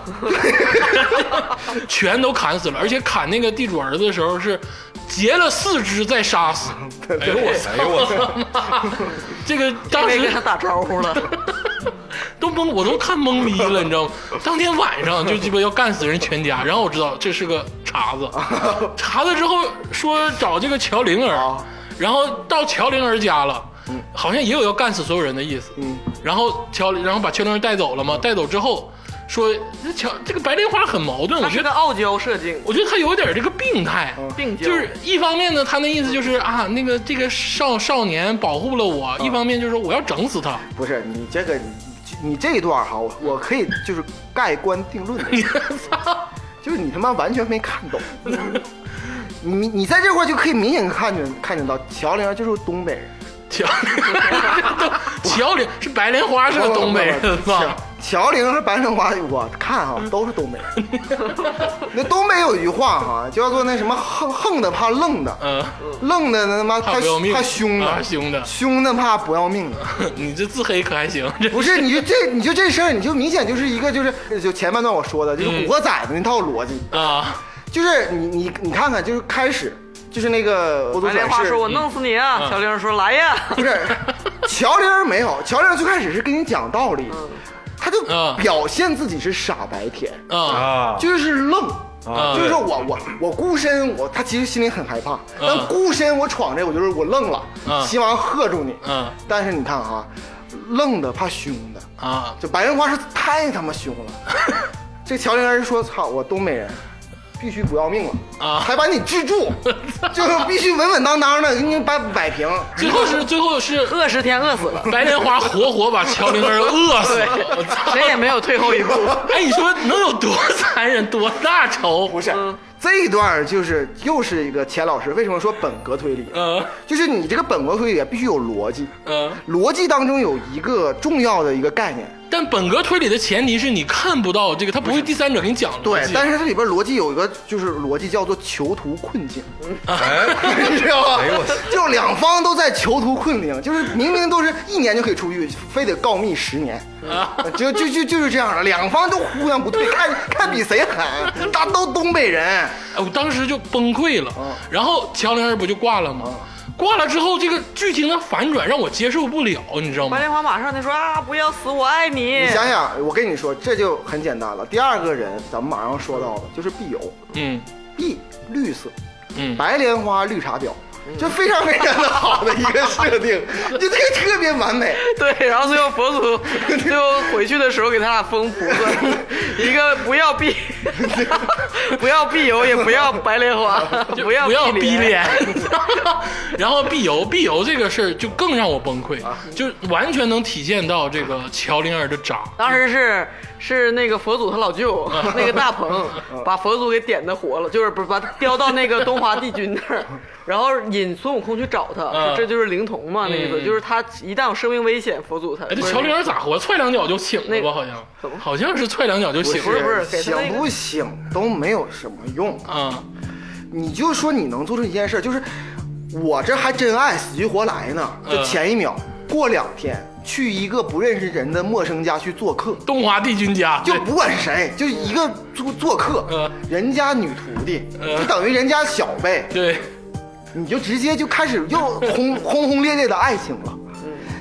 Speaker 2: 全都砍死了，而且砍那个地主儿子的时候是截了四肢再杀死。哎呦我操！
Speaker 5: 哎呦我操，
Speaker 2: 这个当
Speaker 4: 没跟
Speaker 2: 时
Speaker 4: 他打招呼了，
Speaker 2: 都懵，我都看懵逼了，你知道吗？当天晚上就鸡巴要干死人全家，然后我知道这是个茬子，茬子之后说找这个乔灵儿
Speaker 3: 啊，
Speaker 2: 然后到乔灵儿家了。好像也有要干死所有人的意思，嗯，然后乔，然后把乔灵儿带走了嘛，带走之后说，这乔这个白莲花很矛盾，我
Speaker 4: 他
Speaker 2: 觉得
Speaker 4: 是个傲娇射精，
Speaker 2: 我觉得他有点这个病态，
Speaker 4: 病娇
Speaker 2: 就是一方面呢，他那意思就是啊，那个这个少少年保护了我；一方面就是说我要整死他。
Speaker 3: 不是你这个你你这一段哈，我我可以就是盖棺定论的，就是你他妈完全没看懂。你你在这块儿就可以明显看见看见到乔玲儿就是东北人，
Speaker 2: 乔乔灵是白莲花是个东北人嗯
Speaker 3: 不不不不
Speaker 2: 吧？
Speaker 3: 乔玲和白莲花，我看哈、都是东北。 那东北有一句话哈、叫做那什么横横的怕愣的，
Speaker 2: 嗯，
Speaker 3: 愣的那他妈
Speaker 2: 怕
Speaker 3: 他
Speaker 2: 不要命
Speaker 3: 他凶
Speaker 2: 啊
Speaker 3: 的，
Speaker 2: 凶的
Speaker 3: 凶的怕不要命的。
Speaker 2: 你这自黑可还行？这
Speaker 3: 不是，你就这 你就这事儿，你就明显就是一个就是就前半段我说的，就是
Speaker 2: 嗯
Speaker 3: 古惑仔的那套逻辑，
Speaker 2: 啊，
Speaker 3: 就是你你你看看，就是开始就是那个我
Speaker 4: 白莲花说：“我弄死你啊！”
Speaker 2: 嗯
Speaker 4: 小玲说：“来呀
Speaker 3: 不是，乔玲儿没有，乔玲儿最开始是跟你讲道理，他就
Speaker 2: 嗯
Speaker 3: 表现自己是傻白甜，
Speaker 2: 啊，
Speaker 5: 啊，
Speaker 3: 就是愣。
Speaker 5: 啊
Speaker 3: 就是说我我我孤身，我他其实心里很害怕，但
Speaker 2: 嗯
Speaker 3: 孤身我闯这，我就是我愣了，
Speaker 2: 嗯
Speaker 3: 秦王喝住你，
Speaker 2: 嗯
Speaker 3: 但是你看啊，愣的怕凶的，
Speaker 2: 啊，
Speaker 3: 就白莲花是太他妈凶 了。这乔玲儿说：“操，我东北人，必须不要命了
Speaker 2: 啊
Speaker 3: 还把你 制住，就是必须稳稳当当的给你摆摆平。
Speaker 2: 最后是最后是！”
Speaker 4: 饿十天饿死了，
Speaker 2: 白莲花活活把乔灵儿饿死了，我操！
Speaker 4: 谁也没有退后一步。
Speaker 2: 哎，你说能有多残忍，多大仇？
Speaker 3: 不是、这一段儿就是又是一个钱老师为什么说本格推理？
Speaker 2: 嗯
Speaker 3: 就是你这个本格推理啊必须有逻辑，
Speaker 2: 嗯，
Speaker 3: 逻辑当中有一个重要的一个概念，
Speaker 2: 但本格推理的前提是你看不到这个，他不会第三者给你讲
Speaker 3: 对
Speaker 2: 逻，辑。
Speaker 3: 但是这里边逻辑有一个就是逻辑叫做囚徒困境。
Speaker 5: 哎，
Speaker 3: 你知道吧
Speaker 5: 哎呦我操？
Speaker 3: 就两方都在囚徒困境，就是明明都是一年就可以出狱，非得告密十年，就就就就是这样的，两方都互相不对，看看比谁狠，大家都东北人，
Speaker 2: 哎，我当时就崩溃了。
Speaker 4: 嗯
Speaker 2: 然后乔灵儿不就挂了吗？挂了之后，这个剧情的反转让我接受不了，你知道吗
Speaker 4: 白？莲花马上就说：“啊，不要死，我爱你。”
Speaker 3: 你想想，我跟你说，这就很简单了。第二个人，咱们马上说到的就是碧游，
Speaker 2: 嗯
Speaker 3: 碧绿色，
Speaker 2: 嗯
Speaker 3: 白莲花绿茶婊。
Speaker 4: 嗯
Speaker 3: 就非常非常的好的一个设 定，就这个特别完美。
Speaker 4: 对，然后最后佛祖最后回去的时候给他俩封菩萨，一个不要碧，不要碧油，也不要白莲花，
Speaker 2: 就
Speaker 4: 不要
Speaker 2: 不要逼
Speaker 4: 碧
Speaker 2: 脸， 然后碧游碧游这个事儿就更让我崩溃，
Speaker 4: 啊
Speaker 2: 就完全能体现到这个乔灵儿的渣。
Speaker 4: 当时是是那个佛祖他 老舅那个大鹏
Speaker 2: 嗯
Speaker 4: 把佛祖给点的活了，就是不是把他叼到那个东华帝君那儿，然后引孙悟空去找他，
Speaker 2: 嗯
Speaker 4: 说这就是灵童嘛，那意思
Speaker 2: 嗯
Speaker 4: 就是他一旦有生命危险，佛祖才
Speaker 2: 哎，这
Speaker 4: 不是
Speaker 2: 乔灵儿咋活？踹两脚就醒了
Speaker 4: 那
Speaker 2: 吧？
Speaker 4: 个
Speaker 2: 好像
Speaker 4: 怎么
Speaker 2: 好像是踹两脚就醒
Speaker 4: 不是
Speaker 2: 了
Speaker 4: 不是给他
Speaker 3: 醒
Speaker 4: 那个
Speaker 3: 不醒都没有什么用。
Speaker 2: 啊
Speaker 3: 你就说你能做出一件事儿，就是我这还真爱死去活来呢。
Speaker 2: 嗯
Speaker 3: 就前一秒，过两天去一个不认识人的陌生家去做客，
Speaker 2: 东华帝君
Speaker 4: 哎
Speaker 2: 家
Speaker 3: 就不管是谁，就一个做做客
Speaker 2: 嗯，
Speaker 3: 人家女徒弟，
Speaker 2: 嗯
Speaker 3: 就等于人家小辈，
Speaker 2: 对
Speaker 3: 你就直接就开始又轰轰轰烈烈的爱情了。
Speaker 4: 嗯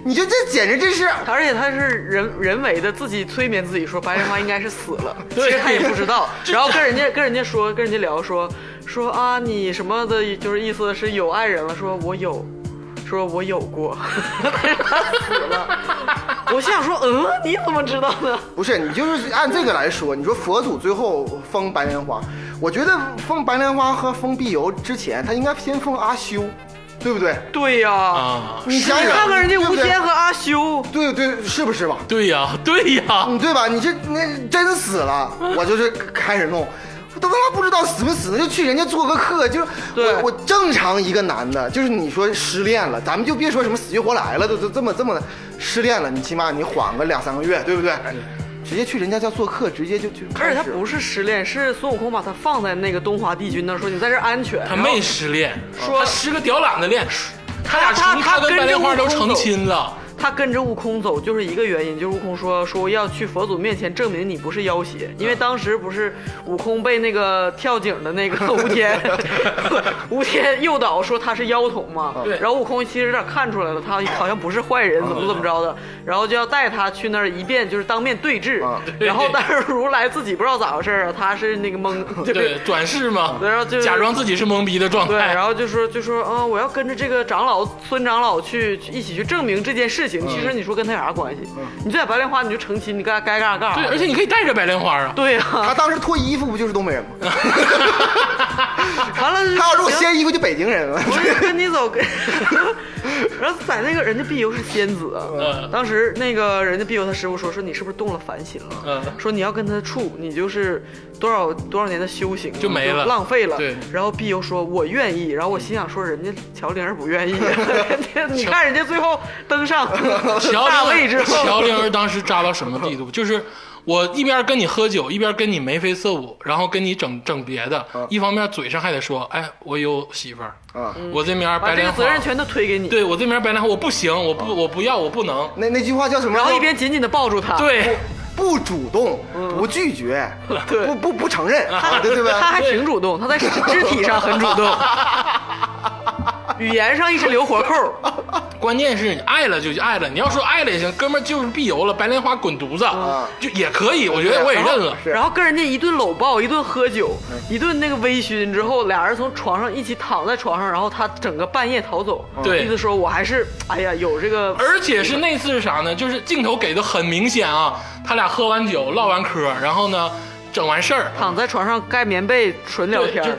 Speaker 3: 你就这简直这是
Speaker 4: 而且他是人人为的自己催眠自己说白莲花应该是死了，其
Speaker 2: 对
Speaker 4: 实他也不 知道。然后跟人家跟人家说，跟人家聊说说啊，你什么的，就是意思是有爱人了，说我有，说我有过， 他死了。我心想说，嗯，你怎么知道呢？
Speaker 3: 不是你就是按这个来说，你说佛祖最后封白莲花，我觉得封白莲花和封碧游之前，他应该先封阿修，对不对？
Speaker 4: 对呀、
Speaker 2: 啊，
Speaker 3: 你想
Speaker 4: 你
Speaker 3: 想，
Speaker 4: 看看人家
Speaker 3: 对不
Speaker 4: 吴
Speaker 3: 对
Speaker 4: 天和阿修，
Speaker 3: 对对，是不是吧？
Speaker 2: 对呀对呀，
Speaker 3: 嗯，对吧？你这那真死了，我就是开始弄，我都他妈不知道死不死，就去人家做个客，就是
Speaker 4: 对
Speaker 3: 我我正常一个男的，就是你说失恋了，咱们就别说什么死去活来了，都都这么这么的失恋了，你起码你缓个两三个月，对不对？直接去人家家做客，直接就就开
Speaker 4: 哎而且
Speaker 3: 始。
Speaker 4: 他不是失恋，是孙悟空把他放在那个东华帝君那儿，说你在这儿安全。
Speaker 2: 他没失恋，
Speaker 4: 说
Speaker 2: 他失个屌懒的恋，他俩
Speaker 4: 他
Speaker 2: 成
Speaker 4: 他
Speaker 2: 跟
Speaker 4: 跟
Speaker 2: 白莲
Speaker 4: 着
Speaker 2: 花
Speaker 4: 悟
Speaker 2: 都
Speaker 4: 空
Speaker 2: 成
Speaker 4: 走
Speaker 2: 亲了。
Speaker 4: 他跟着悟空走就是一个原因，就是悟空说说要去佛祖面前证明你不是妖邪，因为当时不是悟空被那个 跳井的那个吴天， 吴天诱导说他是妖童嘛，
Speaker 2: 对
Speaker 4: 然后悟空其实有点看出来了，他好像不是坏人，怎么怎么着的，然后就要带他去那儿一遍就是当面对质
Speaker 3: 啊，
Speaker 4: 然后但是如来自己不知道咋回事儿啊，他是那个懵，就是
Speaker 2: 对，转世嘛，
Speaker 4: 然后就是
Speaker 2: 假装自己是懵逼的状态。
Speaker 4: 对，然后就说就说啊、我要跟着这个长老孙长老去去一起去证明这件事
Speaker 2: 嗯
Speaker 4: 情。其实你说跟他有啥关系？你就在白莲花你就成亲，你该该干啥干啥。
Speaker 2: 对，而且你可以带着白莲花 啊。
Speaker 4: 对呀、
Speaker 3: 他当时脱衣服不就是东北人吗？
Speaker 4: 完了
Speaker 3: 他要如果掀衣服就北京人了。
Speaker 4: 我就跟你走，跟 然后在那个人家碧游是仙子，啊
Speaker 2: 嗯
Speaker 4: 当时那个人家碧游他师傅说说你是不是动了凡心了？
Speaker 2: 嗯
Speaker 4: 说你要跟他处，你就是多少多少年的修行
Speaker 2: 就没了
Speaker 4: 浪费了。
Speaker 2: 对
Speaker 4: 然后碧游说我愿意，然后我心想说人家乔玲儿不 愿意， 人家你看人家最后登上
Speaker 2: 乔
Speaker 4: 大
Speaker 2: 玲
Speaker 4: 位之
Speaker 2: 儿，乔
Speaker 4: 后，
Speaker 2: 玲儿当时渣到什么地步？就是我一边跟你喝酒，一边跟你眉飞色舞，然后跟你整整别的，
Speaker 4: 嗯
Speaker 2: 一方面嘴上还得说，哎，我有媳妇儿，
Speaker 3: 啊，
Speaker 2: 我这面
Speaker 4: 嗯把
Speaker 2: 白
Speaker 4: 这个
Speaker 2: 莲
Speaker 4: 责
Speaker 2: 花
Speaker 4: 任，全都推给你，
Speaker 2: 对我这面白莲花，我不行，我不，我不要，我不能，
Speaker 3: 那那句话叫什么？
Speaker 4: 然后一边紧紧的抱住他，
Speaker 2: 对。
Speaker 3: 不主动，不拒绝，
Speaker 4: 对
Speaker 3: 不不不 承认，啊对对
Speaker 4: 他
Speaker 3: 吧？
Speaker 4: 还挺主动，他在肢体上很主 动，语言上一直留活扣。
Speaker 2: 关键是你爱了就就爱了，你要说爱了也行，哥们儿就是必游了，白莲花滚犊子，就也可以，我觉得我也认了。
Speaker 3: 是
Speaker 4: 嗯然后跟人家一顿搂抱，一顿喝酒，一顿那个微醺之后，俩人从床上一起躺在床上，然后他整个半夜逃走。
Speaker 2: 对
Speaker 4: 意思说我还是哎呀有这个，
Speaker 2: 而且是那次是啥呢？就是镜头给的很明显啊，他俩喝完酒唠完嗑，然后呢整完事儿，
Speaker 4: 躺在床上盖棉被纯聊
Speaker 2: 对，
Speaker 4: 天。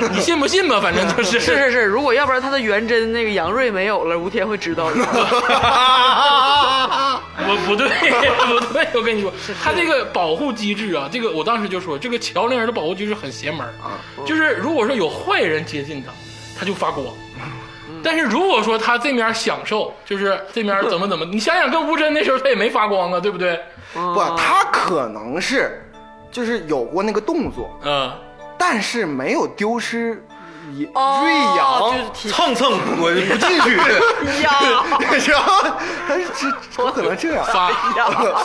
Speaker 2: 就 你信不信吧，反正就是
Speaker 4: 是是，如果要不然他的原真那个杨瑞没有了，吴天会知道的。
Speaker 2: 我不对， 不对，我跟你说，他这个保护机制啊，这个我当时就说，这个乔玲儿的保护机制很邪门儿就是如果说有坏人接近他，他就发光。但是如果说他这面享受，就是这面怎么怎么，你想想跟吴真那时候他也没发光啊，对不对？
Speaker 4: 哦
Speaker 3: 不，他可能是就是有过那个动作，
Speaker 2: 嗯，
Speaker 3: 但是没有丢失一
Speaker 4: 哦
Speaker 3: 瑞阳
Speaker 4: 就。是
Speaker 5: 蹭蹭我就不进去，
Speaker 4: 体呀，
Speaker 3: 然后他是这怎么可能这样？
Speaker 2: 发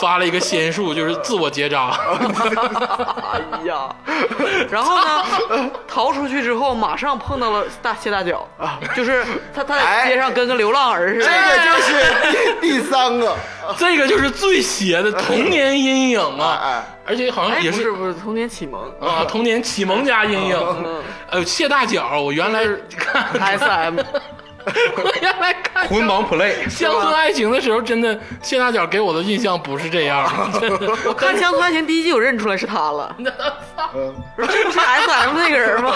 Speaker 2: 发了一个仙术，就是自我结扎。
Speaker 4: 哎呀，然后 呢，逃出去之后马上碰到了大谢大脚，就是他他在
Speaker 3: 哎
Speaker 4: 街上跟个流浪儿似的。
Speaker 3: 这个哎就是第第三个，
Speaker 2: 这个就是最邪的童年阴影啊
Speaker 3: 哎！
Speaker 2: 而且好像也
Speaker 4: 不是
Speaker 2: 是
Speaker 4: 不是童年启 蒙
Speaker 2: 啊，童年启蒙加阴影。呃，谢大脚，我原来看，
Speaker 4: ，S M，
Speaker 2: 我原来看
Speaker 5: 捆绑 play。
Speaker 2: 乡村爱情的时候，真的谢大脚给我的印象不是这样。真的
Speaker 4: 我看《乡村爱情》第一季，我认出来是 他了。
Speaker 2: 嗯
Speaker 4: 我说这不是 S M 那个人吗？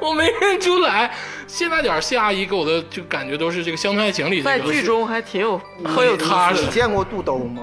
Speaker 2: 我没认出来，谢大脚、谢阿姨给我的就感觉都是这个乡村爱情里
Speaker 4: 在
Speaker 2: 这个嗯
Speaker 4: 剧中还挺有
Speaker 2: 很有踏实
Speaker 3: 你。见过肚兜 吗？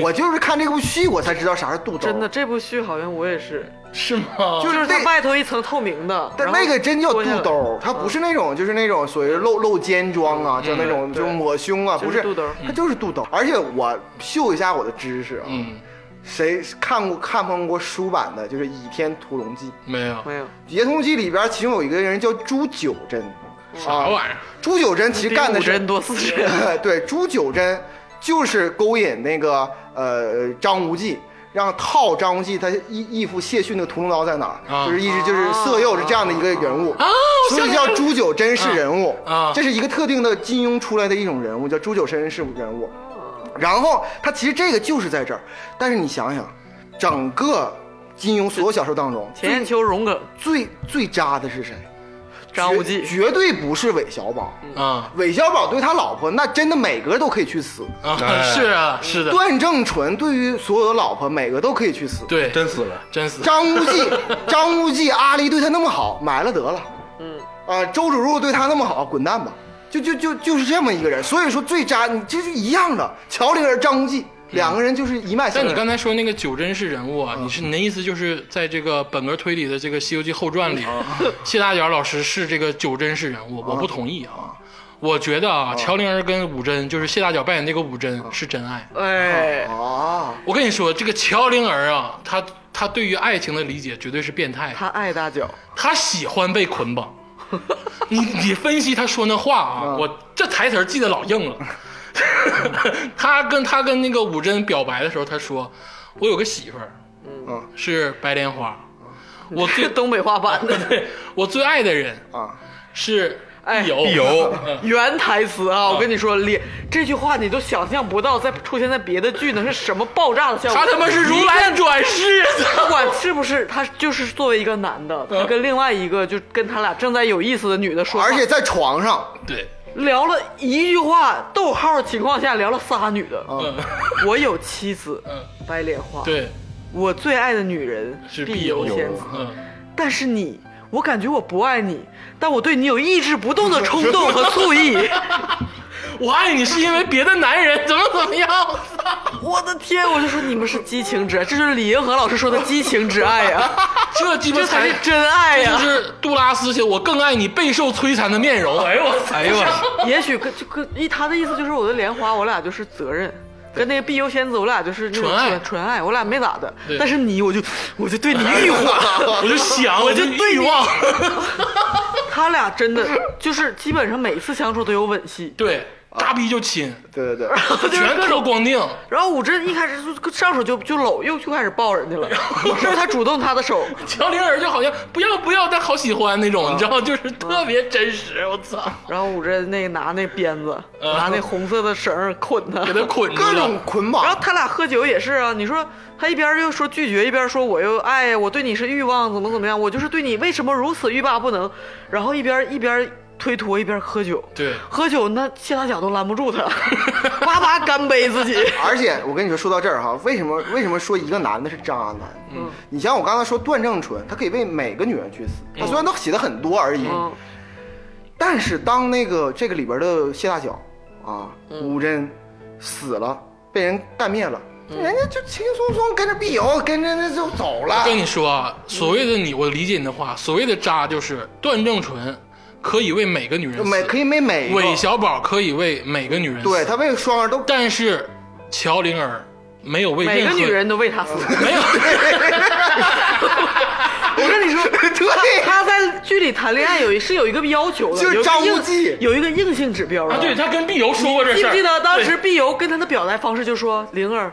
Speaker 3: 我就是看这部戏，我才知道啥是肚兜。
Speaker 4: 真的，，这部剧好像我也是，
Speaker 2: 是吗？
Speaker 4: 就是他
Speaker 3: 那
Speaker 4: 外头一层透明的，
Speaker 3: 但
Speaker 4: 然后
Speaker 3: 那个真叫肚
Speaker 4: 脱下来，嗯
Speaker 3: 兜，它不是那种就是那种所谓露露肩装啊，叫那种就抹胸啊，
Speaker 4: 就是
Speaker 3: 不是
Speaker 4: 肚兜嗯
Speaker 3: 它就是肚兜。而且我秀一下我的知识啊，
Speaker 2: 嗯，
Speaker 3: 谁看过看碰过书版的，就是《倚天屠龙记》，《
Speaker 2: 没有
Speaker 4: 没有，
Speaker 3: 倚天屠龙记》里边其中有一个人叫朱九真，
Speaker 4: 啊
Speaker 2: 啥玩意儿。
Speaker 3: 朱九真其实干的
Speaker 4: 五
Speaker 3: 是
Speaker 4: 针多四针，
Speaker 3: 对，朱九真就是勾引那个呃张无忌，让套张无忌他义义父谢逊那个屠龙刀在哪儿，
Speaker 2: 啊
Speaker 3: 就是一直就是色诱是这样的一个人物啊，所以叫朱九真是人物
Speaker 2: 啊啊
Speaker 3: 这是一个特定的金庸出来的一种人物，叫朱九真是人物。然后他其实这个就是在这儿，但是你想想，整个金庸所有小说当中，
Speaker 4: 钱雁秋、荣耿、
Speaker 3: 最最渣的是谁？
Speaker 4: 张无忌，
Speaker 3: 绝绝对不是韦小宝。
Speaker 2: 啊
Speaker 3: 韦小宝对他老婆那真的每个都可以去死。
Speaker 2: 啊，是啊，是的，
Speaker 3: 段正淳对于所有的老婆每个都可以去死。
Speaker 2: 对，
Speaker 5: 真死了，
Speaker 2: 真死，
Speaker 3: 张无忌， 张无忌，阿离对他那么好，埋了得了。
Speaker 4: 嗯，
Speaker 3: 啊，周芷若对他那么好，滚蛋吧。就就就就是这么一个人，所以说最渣，你这是一样的。乔玲儿、张无忌两个人就是一脉相
Speaker 2: 但
Speaker 3: 承。
Speaker 2: 你刚才说嗯那个九真是人物啊，你是你的意思就是在这个本格推理的这个《西游记后传》里，谢大脚老师是这个九真是人物，我不同意啊。我觉得啊，乔玲儿跟武真，就是谢大脚扮演那个武真是真爱。
Speaker 4: 哎，
Speaker 3: 啊，
Speaker 2: 我跟你说，这个乔玲儿啊，她她对于爱情的理解绝对是变态的，
Speaker 4: 他爱大脚，
Speaker 2: 她喜欢被捆绑。你你分析她说那话啊，我这台词儿记得老硬了。 她跟她跟那个武真表白的时候，她说：“我有个媳妇儿，
Speaker 3: 嗯
Speaker 2: 是白莲花。我最
Speaker 4: 这东北话版的
Speaker 2: 对我最爱的人
Speaker 3: 啊，
Speaker 2: 是
Speaker 4: 哎
Speaker 2: 碧游，嗯
Speaker 5: 必有。
Speaker 4: 原台词啊！我跟你说，连这句话你都想象不到，在出现在别的剧能是什么爆炸的效果？
Speaker 2: 他他妈是如来转世。
Speaker 4: 不管是不是，他就是作为一个男的，他跟另外一个就跟他俩正在有意思的女的说话，
Speaker 3: 而且在床上，
Speaker 2: 对，
Speaker 4: 聊了一句话逗号的情况下聊了仨女的。
Speaker 2: 嗯，
Speaker 4: 我有妻子
Speaker 2: 嗯，
Speaker 4: 白莲花，
Speaker 2: 对，
Speaker 4: 我最爱的女人
Speaker 2: 是
Speaker 4: 必
Speaker 2: 游
Speaker 4: 仙子，
Speaker 2: 嗯，
Speaker 4: 但是你。我感觉我不爱你，但我对你有抑制不动的冲动和醋意。
Speaker 2: 我爱你是因为别的男人怎么怎么样。
Speaker 4: 我的天！我就说你们是激情之爱，这就是李银河老师说的激情之爱呀、
Speaker 2: 这鸡巴
Speaker 4: 这才
Speaker 2: 才
Speaker 4: 是真爱呀、
Speaker 2: 就是杜拉斯写我更爱你备受摧残的面容。哎呦我操！
Speaker 5: 哎呦 我，
Speaker 4: 也许跟就跟一他的意思就是我的莲花，我俩就是责任。跟那个碧优仙子，我俩就是那种
Speaker 2: 纯爱
Speaker 4: 纯纯爱，我俩没咋的
Speaker 2: 对。
Speaker 4: 但是你，我就我就对你 欲火，
Speaker 2: 我就想，我就欲 望。
Speaker 4: 他俩真的就是基本上每次相处都有吻戏。
Speaker 2: 对，大逼就亲，
Speaker 3: 对对 对，
Speaker 2: 全靠光腚。
Speaker 4: 然后武真一开始就上手就就搂，又就开始抱人家了，
Speaker 2: 哎
Speaker 4: 是不是他主动搭的手？
Speaker 2: 乔玲儿就好像不要不要，但好喜欢那种，你知道，就是特别真实。我操，
Speaker 4: 然后武真那个拿那鞭子，拿那红色的绳儿捆他，
Speaker 2: 嗯给他捆住
Speaker 3: 各种
Speaker 2: 了。
Speaker 3: 捆
Speaker 4: 然后
Speaker 3: 绑，
Speaker 4: 他俩喝酒也是啊，你说他一边又说拒绝，一边说我又爱呀，我对你是欲望，怎么怎么样，我就是对你为什么如此欲罢不能，然后一边一边推脱，一边喝酒。
Speaker 2: 对
Speaker 4: 喝酒那谢大脚都拦不 住他，叭叭干杯自己。
Speaker 3: 而且我跟你说，说到这儿哈，为什么为什么说一个男的是渣男？嗯，你像我刚才说段正淳，他可以为每个女人去死，他虽然都写的很多而已，
Speaker 4: 嗯，
Speaker 3: 但是当那个这个里边的谢大脚啊，
Speaker 4: 嗯
Speaker 3: 吴真死了，被人干灭了，
Speaker 4: 嗯
Speaker 3: 人家就轻轻松松跟着碧瑶，跟着那就走了。
Speaker 2: 跟你说啊，所谓的你，我理解你的话，所谓的渣就是段正淳可以为每个女人死，
Speaker 3: 每可以每每一个
Speaker 2: 韦小宝可以为每个女人死，
Speaker 3: 对他为双儿都
Speaker 2: 但是乔玲儿没有为
Speaker 4: 每
Speaker 2: 任
Speaker 4: 个
Speaker 2: 何
Speaker 4: 女人都为他死。
Speaker 3: 嗯
Speaker 2: 没有。 啊
Speaker 4: 我跟你说，
Speaker 3: 对
Speaker 4: 他在剧里谈恋爱有一是有一个要求的，
Speaker 3: 就是
Speaker 4: 有一个
Speaker 3: 张无
Speaker 4: 硬
Speaker 3: 忌
Speaker 4: 有一个硬性指标的。
Speaker 2: 啊，对他跟碧瑶说过这
Speaker 4: 记
Speaker 2: 事儿，
Speaker 4: 不记得当时
Speaker 2: 对
Speaker 4: 碧游跟他的表达方式就说：“灵儿，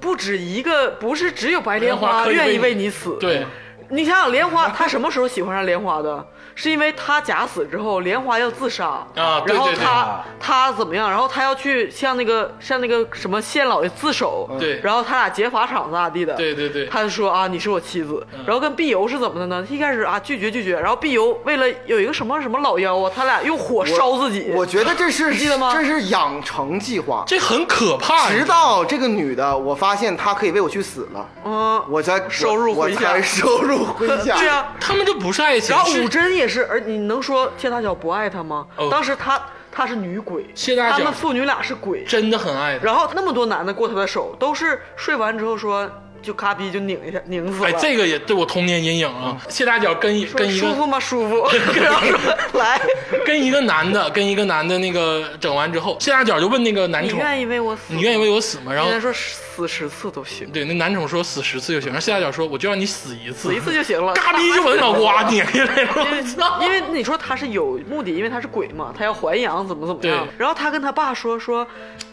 Speaker 4: 不止一个，不是只有白莲
Speaker 2: 莲花
Speaker 4: 花
Speaker 2: 可以为
Speaker 4: 愿意
Speaker 2: 你
Speaker 4: 为你死。”
Speaker 2: 对，
Speaker 4: 你想想莲花，他什么时候喜欢上莲花的？是因为他假死之后，莲花要自杀
Speaker 2: 啊对
Speaker 4: 然后
Speaker 2: 对对
Speaker 4: 他他怎么样？然后他要去向那个向那个什么县老爷自首，
Speaker 2: 嗯对
Speaker 4: 然后他俩劫法场咋地的？
Speaker 2: 对对嗯对
Speaker 4: 他就说啊，你是我妻子。然后跟碧游是怎么的呢？一开始啊拒绝拒绝，然后碧游为了有一个什么什么老妖啊，他俩用火烧自己。
Speaker 3: 我觉得这是
Speaker 4: 记得吗
Speaker 3: 这是养成计划。
Speaker 2: 这很可怕。
Speaker 3: 直到这个女的，我发现她可以为我去死了，
Speaker 4: 嗯，
Speaker 3: 我才
Speaker 4: 收入
Speaker 3: 我
Speaker 4: 麾下
Speaker 3: 才收入麾下。，
Speaker 4: 对啊，
Speaker 2: 他们这不是爱情
Speaker 4: 然，后武
Speaker 2: 是
Speaker 4: 真也是，而你能说谢大脚不爱他吗？
Speaker 2: 哦
Speaker 4: 当时他他是女鬼，
Speaker 2: 谢大脚
Speaker 4: 他们父女俩是鬼。
Speaker 2: 真的很爱的。
Speaker 4: 然后那么多男的过他的手，都是睡完之后说就咔逼就拧一下，拧死了。
Speaker 2: 哎，这个也对我童年阴影啊。谢大脚跟一
Speaker 4: 嗯说
Speaker 2: 跟一
Speaker 4: 舒服
Speaker 2: 个
Speaker 4: 吗？舒服。然后说来，
Speaker 2: 跟一个男的跟一个男的那个整完之后，谢大脚就问那个男
Speaker 4: 你
Speaker 2: 宠，
Speaker 4: 愿意为我死？
Speaker 2: 你愿意为我死吗？然后
Speaker 4: 人家说死十次都行，
Speaker 2: 对那男宠说死十次就行，然后谢大脚说我就让你 死一次，
Speaker 4: 死一次就行 了。
Speaker 2: 嘎逼就把脑瓜拧下来了。
Speaker 4: 因为
Speaker 2: 我操
Speaker 4: 因为你说他是有目的，因为他是鬼嘛，他要还阳，怎么怎么样
Speaker 2: 对。
Speaker 4: 然后他跟他爸说说，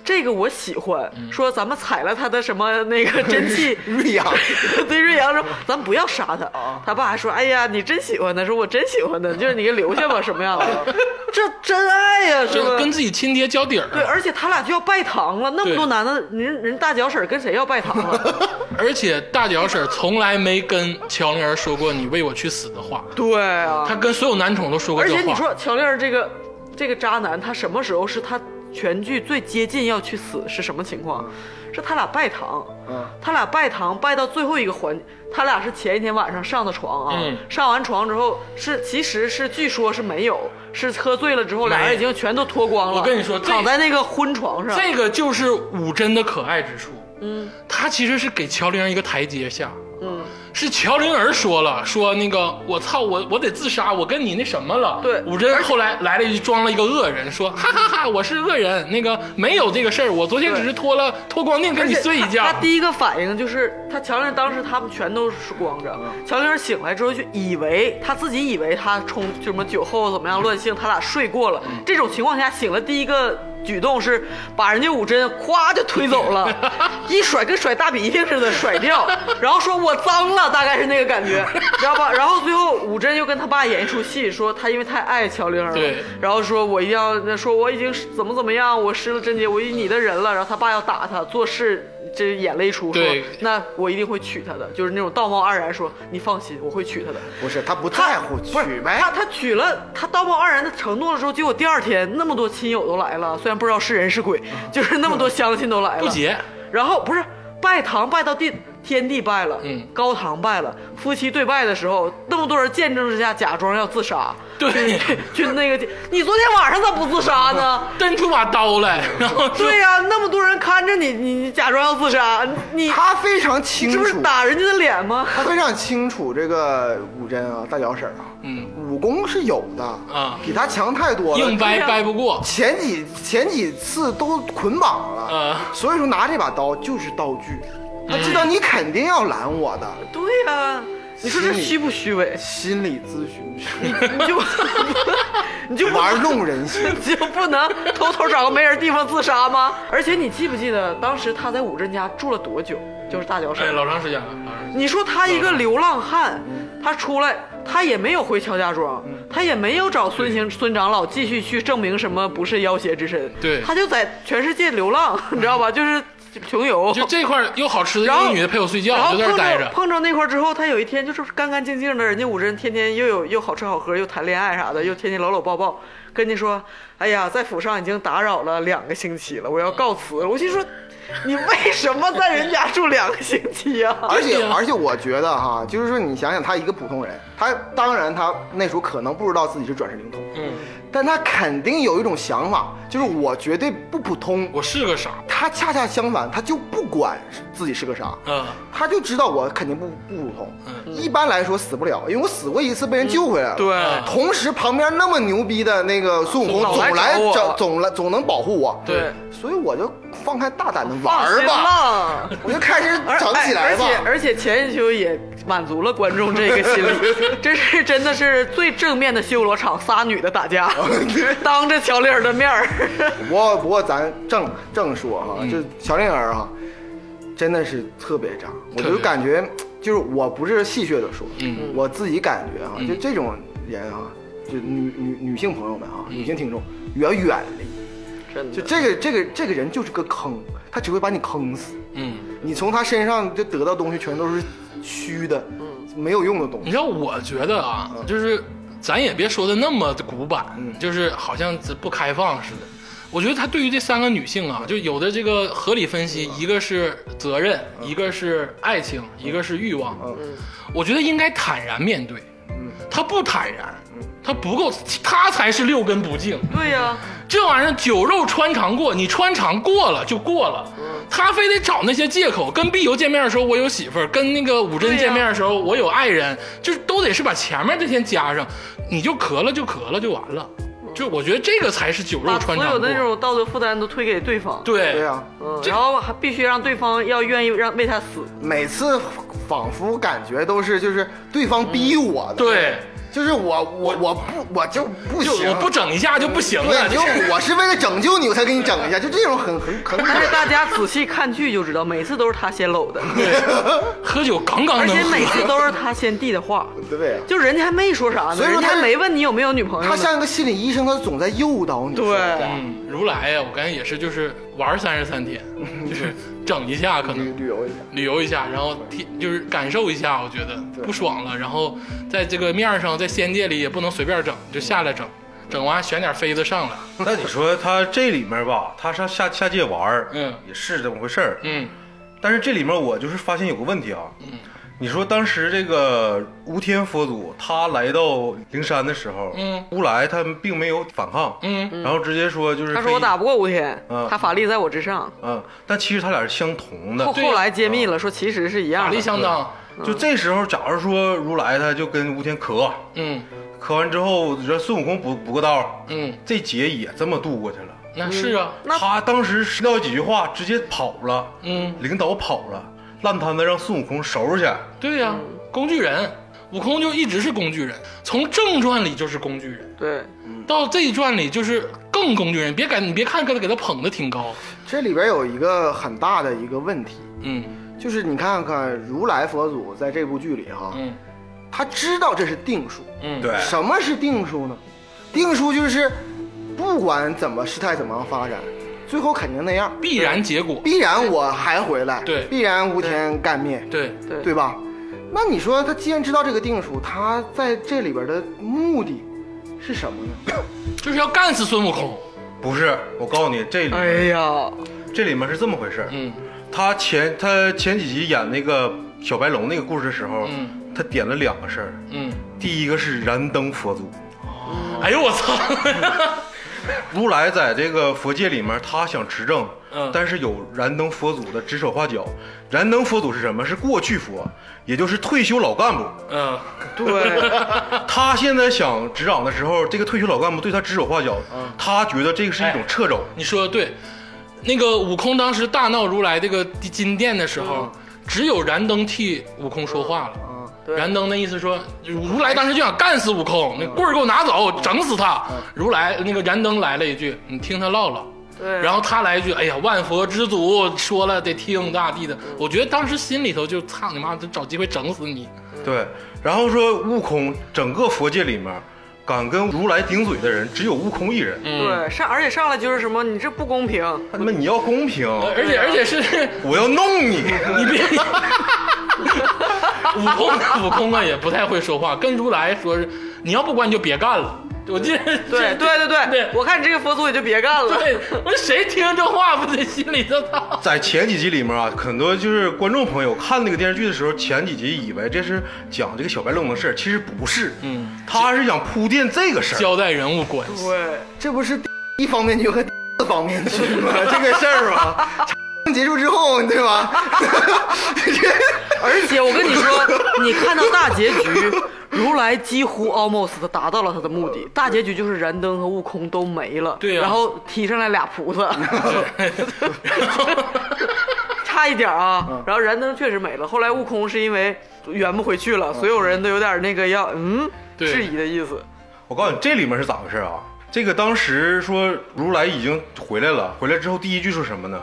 Speaker 4: 这个我喜欢，说咱们采了他的什么那个真气
Speaker 3: 瑞阳，
Speaker 4: 对瑞阳说咱们不要杀他。他爸还说，哎呀，你真喜欢他，说我真喜欢他，就是你给留下吧，什么样的？这真爱呀、是
Speaker 2: 就
Speaker 4: 吧？
Speaker 2: 跟自己亲爹交底儿。啊
Speaker 4: 对，而且他俩就要拜堂了，那么多
Speaker 2: 对
Speaker 4: 男的，人人大脚婶儿跟谁要拜堂了？
Speaker 2: 而且大脚婶从来没跟乔玲儿说过你为我去死的话，
Speaker 4: 对啊，
Speaker 2: 她跟所有男宠都说过
Speaker 4: 而
Speaker 2: 这话。
Speaker 4: 且你说乔丽儿这个这个渣男，他什么时候是他全剧最接近要去死是什么情况？
Speaker 2: 嗯
Speaker 4: 是他俩拜堂，
Speaker 3: 嗯
Speaker 4: 他俩拜堂拜到最后一个环，他俩是前一天晚上上的床啊，
Speaker 2: 嗯
Speaker 4: 上完床之后是其实是据说是没有，是喝醉了之后俩人已经全都脱光了。
Speaker 2: 我跟你说这
Speaker 4: 躺在那个昏床上，
Speaker 2: 这个就是武真的可爱之处。嗯，他其实是给乔玲儿一个台阶下。嗯，是乔玲儿说了，说那个我操，我我得自杀，我跟你那什么了。
Speaker 4: 对
Speaker 2: 武真后来来了一句，装了一个恶人，说 哈哈哈我是恶人，那个没有这个事儿，我昨天只是脱了脱光腚跟你睡一觉
Speaker 4: 他。他第一个反应就是，他乔玲当时他们全都是光着，
Speaker 2: 嗯
Speaker 4: 乔玲醒来之后就以为他自己以为他冲就什么酒后怎么样乱性，他俩睡过了。
Speaker 2: 嗯
Speaker 4: 这种情况下醒了，第一个举动是把人家武真咵就推走 了，一甩跟甩大鼻涕似的甩掉，然后说我脏了，大概是那个感觉，知道吧？然后最后武真又跟他爸演一出戏，说他因为太爱乔玲了，
Speaker 2: 对
Speaker 4: 然后说我一定要说我已经是怎么怎么样，我失了贞洁，我以你的人了。然后他爸要打他，做事这眼泪出，说
Speaker 2: 对
Speaker 4: 那我一定会娶她的，就是那种道貌岸然说你放心，我会娶她的。
Speaker 3: 不是他不
Speaker 4: 他
Speaker 3: 在乎，
Speaker 4: 不是
Speaker 3: 娶呗
Speaker 4: 他，。他娶了，他道貌岸然的承诺了之后，结果第二天那么多亲友都来了，虽然不知道是人是鬼，就是那么多乡亲都来了，
Speaker 2: 不结，
Speaker 4: 然后不是拜堂拜到第天帝败了，
Speaker 2: 嗯
Speaker 4: 高唐败了，夫妻对拜的时候，那么多人见证之下假装要自杀，
Speaker 2: 对，
Speaker 4: 就那个，你昨天晚上咋不自杀呢？
Speaker 2: 伸出把刀 来，然后说
Speaker 4: 对呀、那么多人看着你，你你假装要自杀，你
Speaker 3: 他非常清
Speaker 4: 这不是
Speaker 3: 楚，
Speaker 4: 打人家的脸吗？
Speaker 3: 他非常清楚这个武真啊，大脚婶啊，
Speaker 2: 嗯，
Speaker 3: 武功是有的
Speaker 2: 啊
Speaker 3: 比他强太多了
Speaker 2: 硬。掰
Speaker 4: 对啊
Speaker 2: 掰不过，
Speaker 3: 前几前几次都捆绑了，
Speaker 2: 啊
Speaker 3: 所以说拿这把刀就是道具。
Speaker 4: 嗯
Speaker 3: 他知道你肯定要拦我的，
Speaker 4: 对呀、你说这
Speaker 3: 心里
Speaker 4: 虚不虚伪？
Speaker 3: 心理咨询师
Speaker 4: 你就你就不
Speaker 3: 玩弄人心。
Speaker 4: 就不能偷偷找个没人地方自杀吗？而且你记不记得当时他在武真家住了多久？就是大脚
Speaker 2: 哎，
Speaker 4: 婶。
Speaker 2: 老长时间了，老长时间了
Speaker 4: 你说他一个
Speaker 2: 嗯
Speaker 4: 流浪汉，他出来，他也没有回乔家庄，
Speaker 2: 嗯
Speaker 4: 他也没有找孙行孙长老继续去证明什么不是妖邪之身，
Speaker 2: 对
Speaker 4: 他就在全世界流浪， 你知道吧？就是穷游。
Speaker 2: 就这块儿又好吃的，
Speaker 4: 然
Speaker 2: 又
Speaker 4: 后
Speaker 2: 有女的陪我睡觉，
Speaker 4: 然
Speaker 2: 我
Speaker 4: 后
Speaker 2: 就在这
Speaker 4: 碰
Speaker 2: 儿待
Speaker 4: 着
Speaker 2: 着。
Speaker 4: 碰着那块儿之后，他有一天就是干干净净的，人家五真天天又有又好吃好喝，又谈恋爱啥的，又天天搂搂抱抱，跟你说，哎呀，在府上已经打扰了两个星期了，我要告辞了。我心说，你为什么在人家住两个星期啊呀、
Speaker 3: 而且
Speaker 2: 对呀
Speaker 3: 而且，我觉得哈，就是说，你想想，他一个普通人，他当然他那时候可能不知道自己是转世灵童，
Speaker 2: 嗯，
Speaker 3: 但他肯定有一种想法，就是我绝对不普通。
Speaker 2: 我是个傻，
Speaker 3: 他恰恰相反，他就不管自己是个啥，
Speaker 2: 嗯，
Speaker 3: 他就知道我肯定不不普通。一般来说死不了，因为我死过一次被人救回来了。
Speaker 4: 嗯对嗯啊
Speaker 3: 同时旁边那么牛逼的那个孙悟空
Speaker 4: 老来
Speaker 3: 总来
Speaker 4: 找我
Speaker 3: 找总来总能保护我。
Speaker 2: 对，
Speaker 3: 所以我就放开大胆的
Speaker 4: 放
Speaker 3: 玩儿
Speaker 4: 心
Speaker 3: 吧，
Speaker 4: 吧。
Speaker 3: 我就开始
Speaker 4: 而
Speaker 3: 整起来吧。
Speaker 4: 哎而且而且前一秋也满足了观众这个心 理，这是真的是最正面的修罗场，仨女的打架，
Speaker 3: 哦
Speaker 4: 当着乔丽儿的 面儿。
Speaker 3: 不过不过咱正正说哈，
Speaker 2: 嗯
Speaker 3: 就小玲儿哈，真的是特别渣，我
Speaker 2: 特别
Speaker 3: 就
Speaker 2: 渣
Speaker 3: 感觉就是我不是戏谑的说，
Speaker 2: 嗯
Speaker 3: 我自己感觉哈，
Speaker 2: 嗯
Speaker 3: 就这种人哈，就女女女性朋友们
Speaker 2: 嗯
Speaker 3: 哈，女性听众也要远离，
Speaker 4: 真
Speaker 3: 就
Speaker 4: 的，
Speaker 3: 这个这个这个人就是个坑，他只会把你坑死，
Speaker 2: 嗯，
Speaker 3: 你从他身上就得到东西全都是虚的，
Speaker 2: 嗯
Speaker 3: 没有用的东
Speaker 2: 你
Speaker 3: 西。嗯
Speaker 2: 知道，我觉得啊，就是咱也别说的那么古板，就是好像这不开放似的。我觉得他对于这三个女性啊，就有的这个合理分
Speaker 3: 嗯
Speaker 2: 析，一个是责任，一个是爱情，一个是欲望。
Speaker 3: 嗯
Speaker 2: 我觉得应该坦然面对。他不坦然，
Speaker 3: 嗯
Speaker 2: 他不够，他才是六根不 净。
Speaker 4: 对呀、
Speaker 2: 这玩意儿酒肉穿肠过，你穿肠过了就过了。他非得找那些借口，跟碧游见面的时候我有媳妇儿，跟那个武
Speaker 4: 对
Speaker 2: 真
Speaker 4: 呀
Speaker 2: 见面的时候我有爱人，就是都得是把前面这先加上，你就咳了就咳了就完了。就我觉得这个才是酒肉
Speaker 4: 把所
Speaker 2: 穿肠过。
Speaker 4: 有的那种道德负担都推给对方，
Speaker 2: 对
Speaker 3: 对啊，
Speaker 4: 嗯，然后还必须让对方要愿意让为他死，
Speaker 3: 每次仿佛感觉都是就是对方逼我的，
Speaker 2: 对，
Speaker 3: 就是我我我不我就不
Speaker 2: 就
Speaker 3: 行，
Speaker 2: 我不整一下就不行了。
Speaker 3: 对，
Speaker 2: 就
Speaker 3: 就是我是为了拯救你，我才给你整一下，就这种很很很
Speaker 4: 但是
Speaker 3: 可
Speaker 4: 大家仔细看剧就知道，每次都是他先搂 的，
Speaker 2: 喝酒杠杠
Speaker 4: 而
Speaker 2: 能
Speaker 4: 且每
Speaker 2: 喝。
Speaker 4: 次都是他先递的话，
Speaker 3: 对呀。
Speaker 4: 就人家还没说啥呢，
Speaker 3: 所以说
Speaker 4: 人家
Speaker 3: 他
Speaker 4: 还没问你有没有女朋友
Speaker 3: 他
Speaker 4: 呢，
Speaker 3: 像一个心理医生，他总在诱导你。
Speaker 4: 对，
Speaker 2: 嗯，如来呀，我感觉也是，就是玩三十三天，就是整一下可能
Speaker 3: 旅旅游一下，
Speaker 2: 旅游一下，然后体就是感受一下，我觉得不爽了，然后在这个面儿上，在仙界里也不能随便整，就下来整，整完选点妃子上来，
Speaker 5: 那你说他这里面吧，他上下下界玩儿，
Speaker 2: 嗯
Speaker 5: 也是这么回事儿。
Speaker 2: 嗯
Speaker 5: 但是这里面我就是发现有个问题啊，你说当时这个无天佛祖他来到灵山的时候，
Speaker 2: 嗯
Speaker 5: 乌来他并没有反抗，
Speaker 2: 嗯，
Speaker 5: 然后直接说就是
Speaker 4: 他说我打
Speaker 5: 非，
Speaker 4: 不过吴天
Speaker 5: 嗯，
Speaker 4: 他法力在我之上，
Speaker 5: 嗯，但其实他俩是相同的
Speaker 4: 后。
Speaker 2: 对呀啊
Speaker 4: 后来揭秘了，说其实是一
Speaker 2: 法
Speaker 4: 样
Speaker 2: 力
Speaker 4: 的，
Speaker 2: 相当，
Speaker 5: 就这时候，假如说如来他就跟吴天磕，
Speaker 2: 嗯
Speaker 5: 磕完之后，你说孙悟空补补个刀，
Speaker 2: 嗯，
Speaker 5: 这劫也这么度过去了。
Speaker 2: 那是啊，
Speaker 4: 那
Speaker 5: 他当时是撂几句话，直接跑了，
Speaker 2: 嗯，
Speaker 5: 领导跑了，烂摊子让孙悟空收拾去。
Speaker 2: 对呀、工具人，悟空就一直是工具人，从正传里就是工具人，
Speaker 4: 对，
Speaker 2: 到这一传里就是更工具人，别感你别看给他给他捧的挺高，
Speaker 3: 这里边有一个很大的一个问题，
Speaker 2: 嗯
Speaker 3: 就是你看看如来佛祖在这部剧里哈，
Speaker 2: 嗯
Speaker 3: 他知道这是定数。
Speaker 2: 嗯，
Speaker 5: 对
Speaker 3: 什么是定数呢？定数就是不管怎么事态怎么样发展，最后肯定那样，
Speaker 2: 必然结果，
Speaker 3: 必然我还回来，
Speaker 2: 对
Speaker 3: 必然无天干灭，
Speaker 2: 对，
Speaker 4: 对
Speaker 3: 对吧？那你说他既然知道这个定数，他在这里边的目的是什么呢？
Speaker 2: 就是要干死孙悟空，
Speaker 5: 不是，我告诉你，这里、
Speaker 4: 哎呀，
Speaker 5: 这里面是这么回事儿。
Speaker 2: 嗯
Speaker 5: 他前他前几集演那个小白龙那个故事的时候，
Speaker 2: 嗯
Speaker 5: 他点了两个事儿，
Speaker 2: 嗯，
Speaker 5: 第一个是燃灯佛祖，
Speaker 2: 哎呦我操，
Speaker 5: 如来在这个佛界里面，他想执政，
Speaker 2: 嗯
Speaker 5: 但是有燃灯佛祖的指手画脚。燃灯佛祖是什么？是过去佛，也就是退休老干部。
Speaker 2: 嗯，
Speaker 4: 对，
Speaker 5: 他现在想执掌的时候，这个退休老干部对他指手画脚，他觉得这个是一种掣肘。
Speaker 2: 你说的对。那个悟空当时大闹如来这个金殿的时候，只有燃灯替悟空说话了。
Speaker 4: 对
Speaker 2: 燃灯的意思说，如来当时就想干死悟空，那棍儿给我拿走，整死他。如来那个燃灯来了一句：“你听他唠唠。”
Speaker 4: 对
Speaker 2: 然后他来一句：“哎呀，万佛之祖说了得听大帝的。”我觉得当时心里头就操你妈，就找机会整死你。
Speaker 5: 对，然后说悟空，整个佛界里面，敢跟如来顶嘴的人只有悟空一人。
Speaker 2: 嗯
Speaker 4: 对上，而且上来就是什么，你这不公平，
Speaker 5: 他妈，你要公平，
Speaker 2: 而且而且是
Speaker 5: 我要弄你。
Speaker 2: 你别，悟空悟空啊也不太会说话，跟如来说是你要不管你就别干了。我记得
Speaker 4: 对对对对，
Speaker 2: 对
Speaker 4: 我看你这个佛祖也就别干了，
Speaker 2: 对，我说谁听这话不得心里头操？
Speaker 5: 在前几集里面啊，很多就是观众朋友看那个电视剧的时候，前几集以为这是讲这个小白龙的事儿，其实不是，
Speaker 2: 嗯，
Speaker 5: 他是想铺垫这个事儿。
Speaker 2: 交代人物关系。
Speaker 4: 对，
Speaker 3: 这不是一方面去和四方面去吗？ 这个事儿吧， 结束之后，对吧？
Speaker 4: 而且我跟你说，你看到大结局，如来几乎 almost 达到了他的目的。大结局就是燃灯和悟空都没了，
Speaker 2: 对呀啊
Speaker 4: 然后提上来俩 菩萨，差一点啊。
Speaker 2: 嗯
Speaker 4: 然后燃灯确实没了，后来悟空是因为圆不回去了，所有人都有点那个要嗯
Speaker 2: 嗯对
Speaker 4: 质疑的意思。
Speaker 5: 我告诉你，这里面是咋回事啊？这个当时说如来已经回来了，回来之后第一句说什么呢？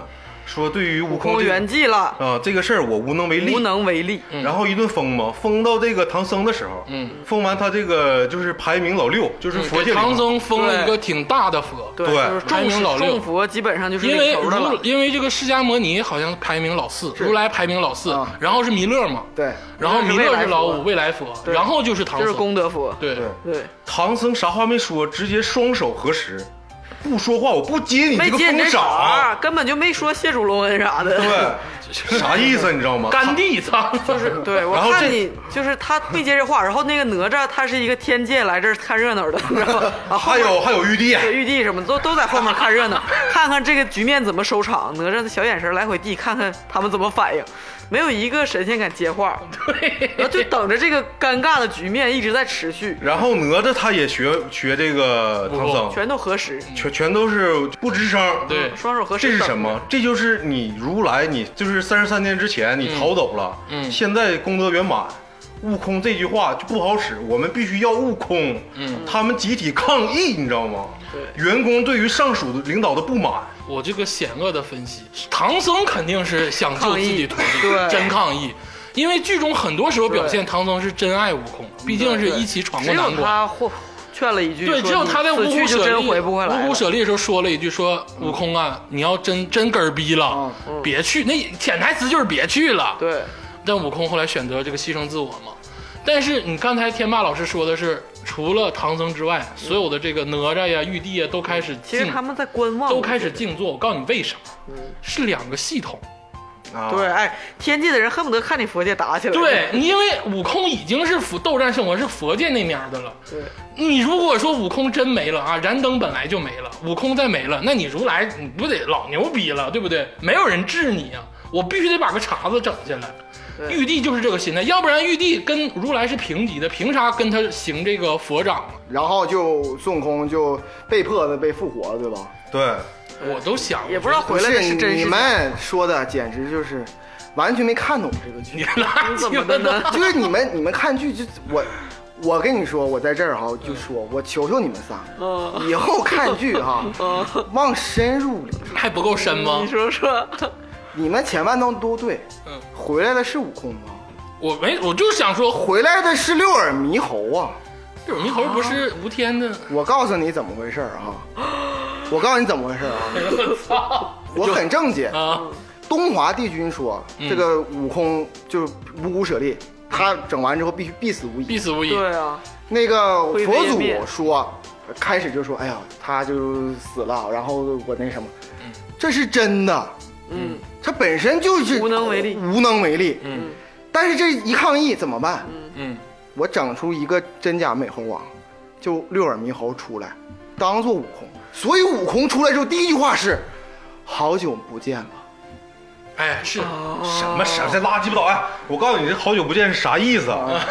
Speaker 5: 说对于悟
Speaker 4: 悟
Speaker 5: 空
Speaker 4: 空
Speaker 5: 这个
Speaker 4: 圆寂了，
Speaker 5: 啊、这个事儿我无能为力，
Speaker 4: 无能为力。
Speaker 5: 然后一顿封嘛，封到这个唐僧的时候，
Speaker 2: 嗯，
Speaker 5: 封完他这个就是排名老六，就是佛界
Speaker 2: 给
Speaker 5: 里面
Speaker 2: 唐僧封了
Speaker 4: 对
Speaker 2: 一个挺大的佛，
Speaker 4: 对，
Speaker 5: 对
Speaker 4: 就是
Speaker 2: 排
Speaker 4: 众
Speaker 2: 名老六
Speaker 4: 众佛基本上就是
Speaker 2: 因为
Speaker 4: 领头的了
Speaker 2: 如。因为这个释迦摩尼好像排名老四，如来排名老四
Speaker 4: 嗯
Speaker 3: 啊，
Speaker 2: 然后是弥勒嘛，
Speaker 3: 对，
Speaker 2: 然后弥勒是老五，
Speaker 4: 弥
Speaker 2: 未来佛，然后就是唐
Speaker 4: 就
Speaker 2: 僧，
Speaker 4: 是功德佛，
Speaker 2: 对
Speaker 5: 对
Speaker 4: 对，
Speaker 5: 唐僧啥话没说，直接双手合十，不说话，我不接你
Speaker 4: 没
Speaker 5: 这个
Speaker 4: 接你
Speaker 5: 封
Speaker 4: 这茬
Speaker 5: 赏
Speaker 2: 啊
Speaker 4: 儿，，根本就没说谢主隆恩啥的。
Speaker 5: 对，啥意思啊你知道吗？
Speaker 2: 甘地操，
Speaker 4: 就是对我
Speaker 5: 然后
Speaker 4: 看
Speaker 5: 这
Speaker 4: 你，就是他没接这话，然后那个哪吒他是一个天界来这儿看热闹的，你 知道吧？啊，后
Speaker 5: 还
Speaker 4: 面
Speaker 2: 哎
Speaker 5: 有还有玉帝，
Speaker 4: 玉帝什么都都在后面看热闹，看看这个局面怎么收场。哪吒的小眼神来回递，看看他们怎么反应，没有一个神仙敢接话， 然后就等着这个尴尬的局面一直在持续，
Speaker 5: 然后哪吒他也学学这个唐僧，
Speaker 4: 全都核实，
Speaker 5: 全全都是不吱声。
Speaker 2: 对
Speaker 4: 双手合十。
Speaker 5: 这是什？么？这就是你如来，你就是三十三天之前你逃走了，
Speaker 2: 嗯
Speaker 5: 现在功德圆满。悟空这句话就不好使，我们必须要悟空。嗯，他们集体抗议，你知道吗？对，员工对于上属的领导的不满，
Speaker 2: 我这个险恶的分析，唐僧肯定是想救自己徒弟，
Speaker 4: 抗议对
Speaker 2: 真抗议。因为剧中很多时候表现唐僧是真爱悟空，毕竟是一起闯
Speaker 4: 只
Speaker 2: 过
Speaker 4: 有
Speaker 2: 难关。
Speaker 4: 他或劝了一句，
Speaker 2: 对，
Speaker 4: 说
Speaker 2: 只有他在
Speaker 4: 你
Speaker 2: 五
Speaker 4: 死
Speaker 2: 虎
Speaker 4: 去就
Speaker 2: 舍
Speaker 4: 真
Speaker 2: 利
Speaker 4: 回不回来了。嗯
Speaker 2: 五虎舍利的时候说了一句说：“悟空啊，你要真真根儿逼了，别去。”那潜台词就是别去了。
Speaker 4: 对，
Speaker 2: 但悟空后来选择这个牺牲自我嘛。但是你刚才天霸老师说的是，除了唐僧之外，所有的这个哪吒呀、玉帝呀都开始
Speaker 4: 其实
Speaker 2: 静，
Speaker 4: 他们在观望，
Speaker 2: 都开始静坐。我告诉你为啥，
Speaker 4: 嗯
Speaker 2: 是两个系统。
Speaker 5: 啊，
Speaker 4: 对，，哎，天界的人恨不得看你佛界打起来。
Speaker 2: 对，你因为悟空已经是佛斗战胜佛是佛界那面儿的了。
Speaker 4: 对，
Speaker 2: 你如果说悟空真没了啊，燃灯本来就没了，悟空再没了，那你如来你不得老牛逼了，对不对？没有人治你啊，我必须得把个茬子整下来。玉帝就是这个心态，要不然玉帝跟如来是平级的，凭啥跟他行这个佛掌啊？
Speaker 3: 然后就孙悟空就被迫的被复活了，对吧？
Speaker 5: 对，
Speaker 2: 我都想，
Speaker 4: 也不知道
Speaker 3: 不
Speaker 4: 回来
Speaker 3: 是
Speaker 4: 的是真
Speaker 3: 你
Speaker 4: 是假。
Speaker 3: 们说的，简直就是完全没看懂这个 剧。
Speaker 2: 你拉
Speaker 4: 怎么 的呢？
Speaker 3: 就是你们你们看剧就我。我跟你说，我在这儿哈就说，我求求你们仨，以后看 剧哈，
Speaker 2: 哦
Speaker 3: 往深入里，
Speaker 2: 还不够深吗
Speaker 4: 你？说说，
Speaker 3: 你们前半段都对
Speaker 2: 嗯，
Speaker 3: 回来的是悟空吗？
Speaker 2: 我没，我就想说，
Speaker 3: 回来的是六耳猕猴啊！
Speaker 2: 这猕猴不是吴天 的？
Speaker 3: 我告诉你怎么回事儿 啊！我告诉你怎么回事儿啊！
Speaker 2: 我操嗯
Speaker 3: 我很正经。
Speaker 2: 啊！
Speaker 3: 东华帝君说，这个悟空就是五谷舍利，他整完之后必须必死无
Speaker 2: 嗯必
Speaker 3: 疑。
Speaker 2: 死无疑。
Speaker 4: 对啊，
Speaker 3: 那个
Speaker 4: 灰飞
Speaker 3: 佛
Speaker 4: 烟
Speaker 3: 祖
Speaker 4: 灭
Speaker 3: 说，开始就说，
Speaker 2: 嗯
Speaker 3: 哎呀，他就死了，然后我那什么，这是真的。
Speaker 4: 嗯，
Speaker 3: 他本身就是
Speaker 4: 无能为力
Speaker 3: 无能为力。嗯，但是这一抗议怎么办？
Speaker 2: 嗯，
Speaker 3: 我整出一个真假美猴王，就六耳猕猴出来，当做悟空。所以悟空出来之后，第一句话是：“好久不见了。
Speaker 2: 哎，是
Speaker 5: 什么什么
Speaker 2: 哦
Speaker 5: 这拉鸡巴倒哎！我告诉你，这好久不见是啥意思啊？
Speaker 2: 哦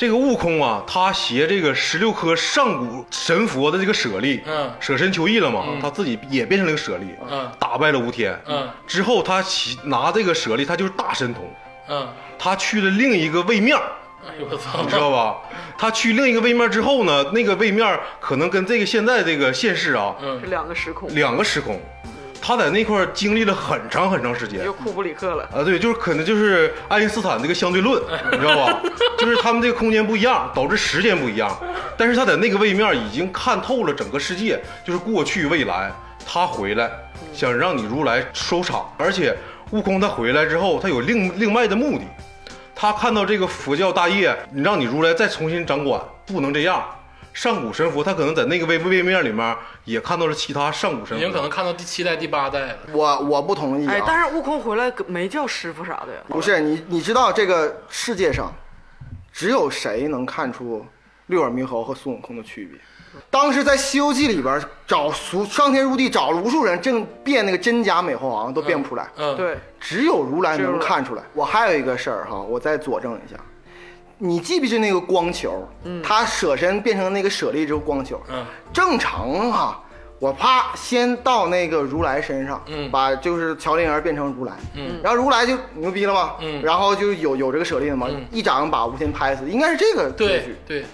Speaker 5: 这个悟空啊，他携这个十六颗上古神佛的这个舍利，
Speaker 2: 嗯
Speaker 5: 舍身求义了嘛，他自己也变成了个舍利，
Speaker 2: 嗯
Speaker 5: 打败了吴天，
Speaker 2: 嗯
Speaker 5: 之后他骑拿这个舍利，他就是大神通，
Speaker 2: 嗯，
Speaker 5: 他去了另一个位面儿，
Speaker 2: 哎呦我操，
Speaker 5: 你知道吧？他去另一个位面之后呢，那个位面可能跟这个现在这个现世啊，
Speaker 2: 嗯
Speaker 4: 是两个时空，
Speaker 5: 两个时空，他在那块儿经历了很长很长时间
Speaker 4: 又。库布里克了。
Speaker 5: 啊，对，就是可能就是爱因斯坦这个相对论，你知道吧？ 就是他们这个空间不一样，导致时间不一样。但是他在那个位面已经看透了整个世界，就是过去未来。他回来想让你如来收场，而且悟空他回来之后，他有另另外的目的。他看到这个佛教大业，你让你如来再重新掌管，不能这样。上古神佛，他可能在那个位位面里面也看到了其他上古神
Speaker 2: 已
Speaker 5: 佛，
Speaker 2: 经可能看到第七代、第八代了。
Speaker 3: 我我不同意
Speaker 2: 嗯
Speaker 3: 啊！
Speaker 4: 哎，但是悟空回来没叫师傅啥的呀？
Speaker 3: 不是你，你知道这个世界上，只有谁能看出六耳猕猴和孙悟空的区别？当时在《西游记》里边找俗上天入地找了无数人，正变那个真假美猴王都变不出来，
Speaker 2: 嗯，，
Speaker 4: 对，
Speaker 3: 只有如来
Speaker 4: 只有如
Speaker 3: 能
Speaker 4: 来
Speaker 3: 看出来。我还有一个事儿哈，我再佐证一下。你记不记得那个光球？他舍身变成那个舍利之后光球，
Speaker 2: 嗯
Speaker 3: 正常哈、我啪先到那个如来身上，
Speaker 2: 嗯
Speaker 3: 把就是乔灵儿变成如来，嗯，然后如来就牛逼了嘛，
Speaker 2: 嗯
Speaker 3: 然后就有有这个舍利了嘛，一掌把吴天拍死，应该是这个顺
Speaker 2: 对
Speaker 3: 序。
Speaker 2: 对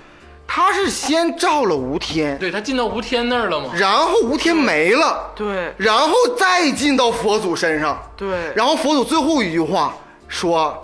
Speaker 3: 他是先照了吴天，
Speaker 2: 对，他进到吴天那儿了嘛？
Speaker 3: 然后吴天没了，
Speaker 4: 对，
Speaker 3: 然后再进到佛祖身上，
Speaker 4: 对
Speaker 3: 然后佛祖最后一句话说：“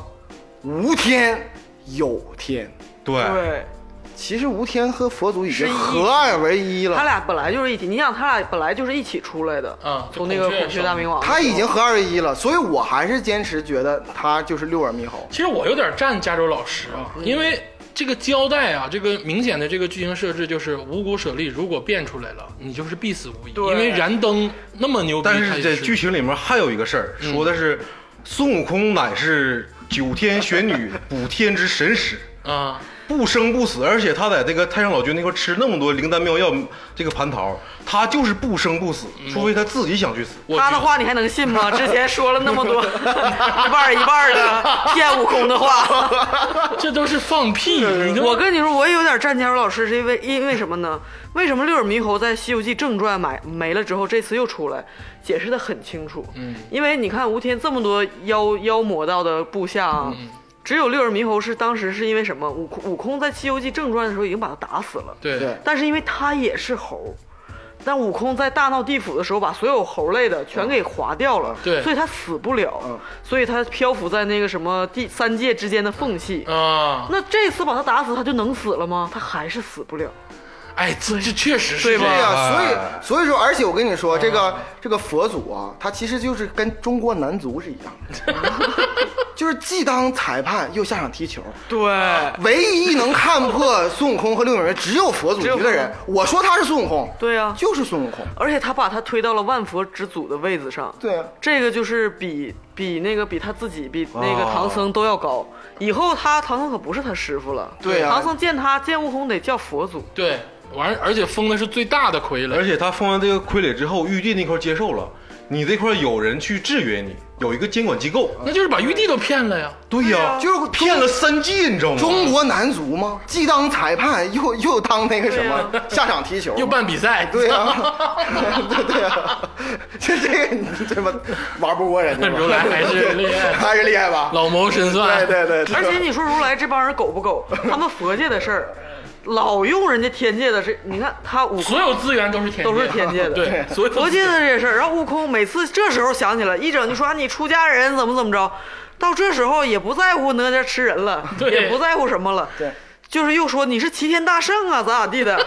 Speaker 3: 无天有天。”
Speaker 5: 对
Speaker 4: 对，
Speaker 3: 其实吴天和佛祖已
Speaker 4: 是
Speaker 3: 经
Speaker 4: 一
Speaker 3: 合二为一了，
Speaker 4: 他俩本来就是一体。你想，他俩本来就是一起出来的，
Speaker 2: 啊
Speaker 4: 从那个
Speaker 2: 孔雀
Speaker 4: 孔雀大明王，
Speaker 3: 他已经合二为一了，所以我还是坚持觉得他就是六耳猕猴。
Speaker 2: 其实我有点站加州老师啊，
Speaker 4: 嗯
Speaker 2: 因为这个交代啊，这个明显的这个剧情设置就是五谷舍利如果变出来了，你就是必死无疑，
Speaker 4: 对
Speaker 2: 因为燃灯那么牛逼，
Speaker 5: 但
Speaker 2: 他也
Speaker 5: 是在
Speaker 2: 是
Speaker 5: 剧情里面还有一个事儿，说的是孙悟空乃是九天玄女补天之神 使，
Speaker 2: 啊，
Speaker 5: 不生不死，而且他在这个太上老君那块吃那么多灵丹妙药，这个蟠桃，他就是不生不死，除非他自己想去死。
Speaker 2: 我
Speaker 4: 他的
Speaker 2: 觉得
Speaker 4: 话你还能信吗？之前说了那 么多 一半儿一半儿的骗悟空的话，
Speaker 2: 这都是放屁，你都
Speaker 4: 我跟你说，我也有点站加入老师，是因为因为什么呢？为什么六耳猕猴在《西游记正传》买没了之后，这次又出来，解释的很清楚。嗯，因为你看吴天这么多妖妖魔道的部下
Speaker 2: 嗯
Speaker 4: 啊，只有六耳猕猴是当时是因为什么？悟空悟空在《西游记正传》的时候已经把他打死了，
Speaker 2: 对
Speaker 3: 对
Speaker 4: 但是因为他也是猴。但悟空在大闹地府的时候，把所有猴类的全给划掉了，
Speaker 2: 对嗯
Speaker 4: 所以他死不了，所以他漂浮在那个什么地三界之间的缝隙，
Speaker 2: 啊，
Speaker 4: 那这次把他打死，他就能死了吗？他还是死不了。
Speaker 2: 哎，这这确实是
Speaker 4: 对吧
Speaker 2: 这
Speaker 3: 对
Speaker 2: 样
Speaker 3: 呀、
Speaker 5: 哎
Speaker 3: 所以所以说，而且我跟你说，这个这个佛祖啊，他其实就是跟中国男足是一样的， 就是既当裁判又下场踢球。
Speaker 4: 对，
Speaker 3: 唯一能看破孙悟空和六耳人只有佛祖
Speaker 4: 有
Speaker 3: 一个人。我说他是孙悟空，
Speaker 4: 对啊呀
Speaker 3: 就是孙悟空。
Speaker 4: 而且他把他推到了万佛之祖的位子上。
Speaker 3: 对啊
Speaker 4: 这个就是比比那个比他自己比那个
Speaker 5: 哦
Speaker 4: 唐僧都要高。以后他唐僧可不是他师傅了。
Speaker 3: 对啊呀
Speaker 4: 唐僧见他见悟空得叫佛祖。
Speaker 2: 对，完而且封的是最大的傀儡
Speaker 5: 而，且他封完这个傀儡之后，玉帝那块接受了，你这块有人去制约你，有一个监管机构。
Speaker 2: 那就是把玉帝都骗了呀。
Speaker 5: 对呀，
Speaker 3: 就是
Speaker 5: 骗了三界，你知道吗？
Speaker 3: 中国男足吗？既当裁判又 又当那个什么、
Speaker 4: 对
Speaker 3: 下场踢球，
Speaker 2: 又办比赛，
Speaker 3: 对呀、 对对呀、 这这个你这么玩不过人家 吧，
Speaker 2: 如来还是厉害
Speaker 3: 还是厉害吧？
Speaker 2: 老谋深算，
Speaker 3: 对对对，对
Speaker 4: 而且你说如来这帮人狗不狗？他们佛界的事儿，老用人家天界的事。你看他悟空
Speaker 2: 所有资源都是天界
Speaker 4: 都是天界的
Speaker 2: 对，所有
Speaker 4: 佛界的这些事儿，然后悟空每次这时候想起来，一整就说啊你出家人怎么怎么着，到这时候也不在乎哪吒吃人了，
Speaker 2: 对
Speaker 4: 也不在乎什么了，
Speaker 3: 对，
Speaker 4: 就是又说你是齐天大圣啊，咋咋 地的，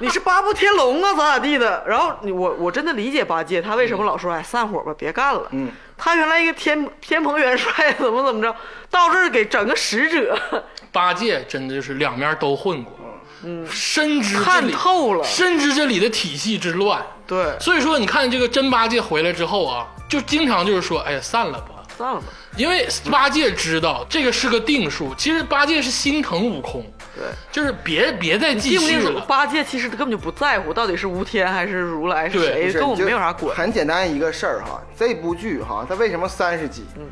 Speaker 4: 你是八部天龙啊，咋咋地的。然后你我我真的理解八戒他为
Speaker 2: 嗯
Speaker 4: 什么老说哎散伙吧，别干了，嗯，他原来一个天天蓬元帅怎么怎么着，到这儿给整个使者，
Speaker 2: 八戒真的就是两面都混过。深知这里
Speaker 4: 嗯看透了
Speaker 2: 深知这里的体系之乱。
Speaker 4: 对，
Speaker 2: 所以说，你看这个真八戒回来之后啊，就经常就是说，哎呀，散了吧。
Speaker 4: 算了吧。
Speaker 2: 因为八戒知道这个是个定数，其实八戒是心疼悟空，
Speaker 4: 对，
Speaker 2: 就是别别再继
Speaker 4: 定不
Speaker 2: 续
Speaker 4: 定主
Speaker 2: 了。
Speaker 4: 八戒其实根本就不在乎到底是吴天还是如来是
Speaker 2: 对
Speaker 4: 谁，
Speaker 3: 是
Speaker 4: 跟我
Speaker 3: 就
Speaker 4: 们没有啥关。
Speaker 3: 很简单一个事儿哈，这部剧哈，它为什么三十集？
Speaker 4: 嗯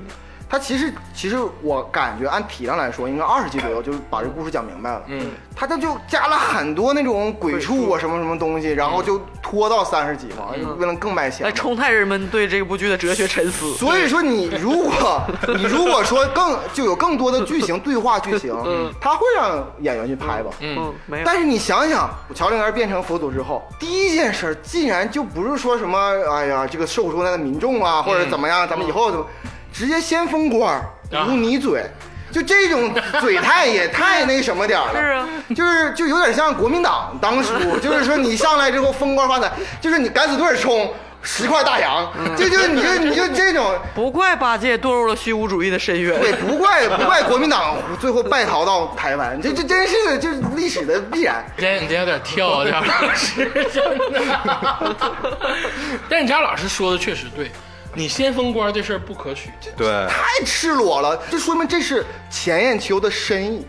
Speaker 3: 它其实其实我感觉按体量来说，应该二十集左右就把这故事讲明白了。嗯，它这就加了很多那种鬼畜啊什么什么东西，然
Speaker 4: 嗯
Speaker 3: 后就拖到三十集嘛，为了更卖钱
Speaker 4: 来
Speaker 3: 嘛。
Speaker 4: 冲太人们对这部剧的哲学沉思。
Speaker 3: 所以说， 你如果你如果说更就有更多的剧情对话剧情，他会让演员去拍吧。
Speaker 4: 嗯，没有。
Speaker 3: 但是你想想，乔灵儿变成佛祖之后，第一件事儿竟然就不是说什么，哎呀，这个受苦难的民众
Speaker 4: 嗯
Speaker 3: 啊，或者怎么样，咱们以后怎么，直接先封官儿，
Speaker 2: 啊
Speaker 3: 捂你嘴，就这种嘴态也太那什么点儿了。
Speaker 4: 是啊，
Speaker 3: 就是就有点像国民党当 初，就是说你上来之后封官发财，就是你敢死队儿冲十块大洋，
Speaker 4: 嗯
Speaker 3: 这就你就你就这种。
Speaker 4: 不怪八戒堕入了虚无主义的深渊。
Speaker 3: 对，不怪不怪国民党最后败逃到台湾，这这真是就是历史的必然。
Speaker 2: 今天你今天有点跳 啊，贾老师，真的。 但是贾老师说的确实对，你先封官这事儿不可取。
Speaker 5: 对，
Speaker 3: 太赤裸了，这说明这是前艳秋的深意。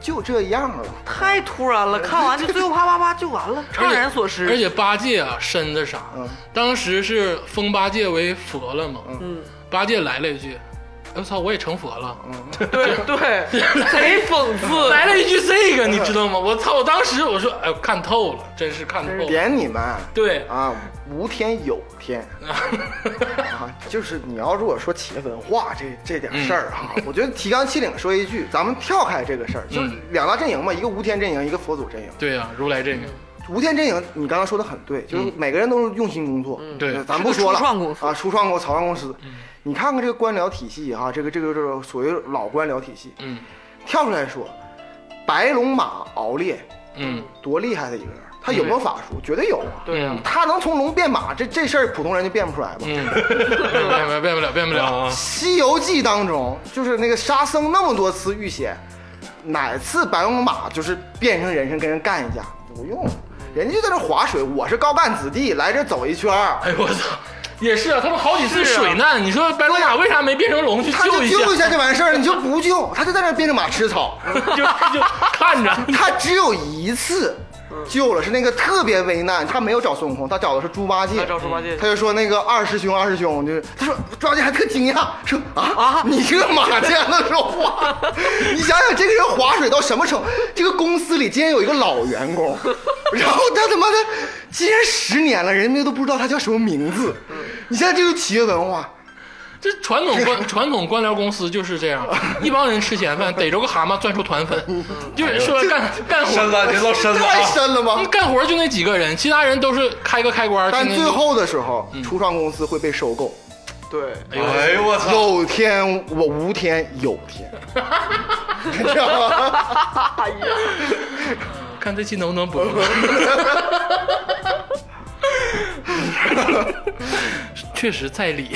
Speaker 3: 就这样了，
Speaker 4: 太突然了，看完就最后啪啪啪就完了，
Speaker 2: 而
Speaker 4: 怅
Speaker 2: 且
Speaker 4: 然所失。
Speaker 2: 而且八戒啊，深的啥？当时是封八戒为佛了嘛。嗯。八戒来了一句：“哎我操，我也成佛了。
Speaker 4: 对 对，贼讽刺。
Speaker 2: 来了一句这个，你知道吗？我操！我当时我说：“哎，看透了，真是看透了。
Speaker 3: 点你们”
Speaker 2: 对，
Speaker 3: 啊，无天有天啊，就是你要如果说企业文化这这点事儿哈、我觉得提纲挈领说一句，咱们跳开这个事儿，就是两大阵营嘛，一个无天阵营，一个佛祖阵营。
Speaker 2: 对呀、如来这个。
Speaker 3: 无天阵营，你刚刚说的很对，就是每个人都是用心工作，
Speaker 2: 对
Speaker 3: 咱不说了，
Speaker 4: 是个初创公司
Speaker 3: 啊，初创公草创公司，你看看这个官僚体系哈、这个这个这个所谓老官僚体系，
Speaker 2: 嗯
Speaker 3: 跳出来说，白龙马敖烈
Speaker 2: 嗯，
Speaker 3: 多厉害的一个人，他有没有法术？绝对有啊，
Speaker 2: 对呀、
Speaker 3: 他能从龙变马，这这事儿普通人就变不出来吧？
Speaker 2: 嗯，变不了，变不了，变不了。
Speaker 5: 啊，
Speaker 3: 西游记》当中，就是那个沙僧那么多次遇险，哪次白龙马就是变成人参跟人干一架？不用，人家就在那划水，我是高干子弟，来这走一 圈儿。
Speaker 2: 哎呦我操！也是啊，他们好几次水难，你说白龙马为啥没变成龙去
Speaker 3: 啊他就
Speaker 2: 一
Speaker 3: 救一
Speaker 2: 下？
Speaker 3: 下就完事儿了，你就不救，他就在那儿憋着马吃草。
Speaker 2: 就 就看着，
Speaker 3: 他只有一次
Speaker 4: 嗯
Speaker 3: 救了，是那个特别危难，他没有找孙悟空，他找的是猪八戒。
Speaker 4: 他找猪八戒
Speaker 3: 他就说那个二师兄，二师兄，就是他说猪八戒还特惊讶，说啊，你这个马竟然能说 话？你想想这个人划水到什么程度？这个公司里竟然有一个老员 工，然后他他妈的竟然十年了，人家都不知道他叫什么名字。
Speaker 4: 嗯
Speaker 3: 你现在这就是企业文化，
Speaker 2: 这传统官传统官僚公司就是这 样，一帮人吃闲饭，逮着个蛤蟆攥出团粉，
Speaker 3: 嗯
Speaker 2: 就是说
Speaker 3: 哎
Speaker 2: 干干
Speaker 5: 深
Speaker 2: 活，
Speaker 5: 了，您都
Speaker 4: 嗯
Speaker 5: 深了
Speaker 3: 太
Speaker 5: 啊！
Speaker 3: 深了吧？
Speaker 2: 干活就那几个人，其他人都是开个开关。
Speaker 3: 但
Speaker 2: 天天
Speaker 3: 最后的时候，初创公司会被收购。
Speaker 4: 嗯对，
Speaker 5: 哎呦我 操！
Speaker 3: 有天我无天有天， 你知道吗？
Speaker 2: 看这期能不能 播。确实在理，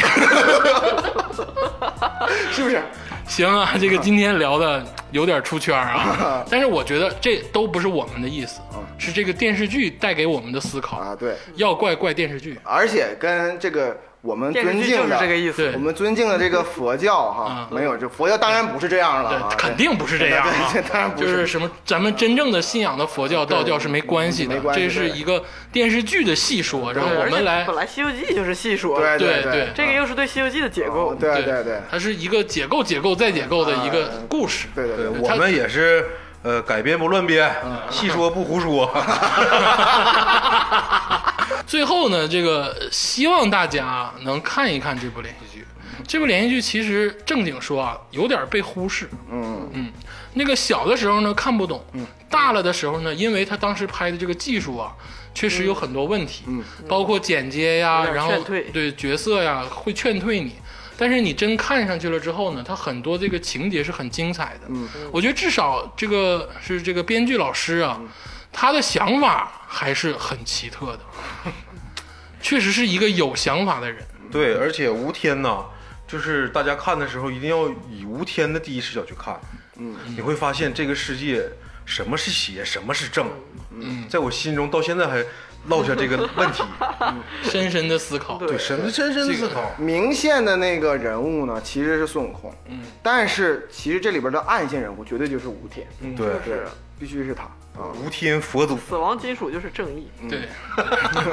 Speaker 3: 是不是？
Speaker 2: 行啊， 这个今天聊的有点出圈啊，但是我觉得这都不是我们的意思，是这个电视剧带给我们的思
Speaker 3: 嗯啊，
Speaker 2: 考，
Speaker 3: 对，
Speaker 2: 要怪怪电视剧。
Speaker 3: 而且跟这个我们
Speaker 4: 电视
Speaker 3: 尊
Speaker 4: 剧就
Speaker 3: 敬
Speaker 4: 是
Speaker 3: 的
Speaker 4: 这个意思
Speaker 2: 对
Speaker 3: 我们尊敬的这个佛教哈，没有，这佛教当然不是这样了啊，
Speaker 2: 对，肯定不是这样啊
Speaker 3: 对对对当然！不
Speaker 2: 就是是什么，咱们真正的信仰的佛教、道教是没关系的
Speaker 3: 没，关系
Speaker 2: 这是一个电视剧的戏说，然后我
Speaker 4: 而且
Speaker 2: 们来
Speaker 4: 本，来《西游记》就是细说，
Speaker 3: 对
Speaker 2: 对
Speaker 3: 对
Speaker 2: 对，
Speaker 4: 这个又是对《西游记》的解构。
Speaker 3: 哦对对啊对
Speaker 2: 它是一个解构、解构再解构的一个故事。
Speaker 3: 对对
Speaker 5: 对，
Speaker 3: 对，
Speaker 5: 我们也是呃，改编不乱编，细说不胡 说。
Speaker 2: 最后呢，这个呃希望大家能看一看这部连续剧。这部连续剧其实正经说啊，有点被忽视。
Speaker 3: 嗯
Speaker 2: 嗯，那个小的时候呢看不懂，
Speaker 4: 嗯
Speaker 2: 大了的时候呢，因为他当时拍的这个技术啊，确实有很多问题，包括剪接呀，
Speaker 4: 嗯有点
Speaker 2: 然后
Speaker 4: 劝退
Speaker 2: 对角色呀会劝退你。但是你真看上去了之后呢，它很多这个情节是很精彩的。嗯，我觉得至少这个是这个编剧老师啊，
Speaker 4: 嗯
Speaker 2: 他的想法还是很奇特的，确实是一个有想法的人。
Speaker 5: 对，而且吴天呐，就是大家看的时候一定要以吴天的第一视角去看，嗯，你会发现这个世界什么是邪，什么是正，嗯，在我心中到现在还落下这个 问题，
Speaker 2: 深深的思考。
Speaker 5: 对，深深深思考。
Speaker 3: 明线的那个人物呢，其实是孙悟空，嗯，但是其实这里边的暗线人物绝对就是吴天，嗯，
Speaker 5: 对，
Speaker 3: 对，必须是他啊。
Speaker 5: 无天佛祖，
Speaker 4: 死亡金属就是正义，
Speaker 2: 对，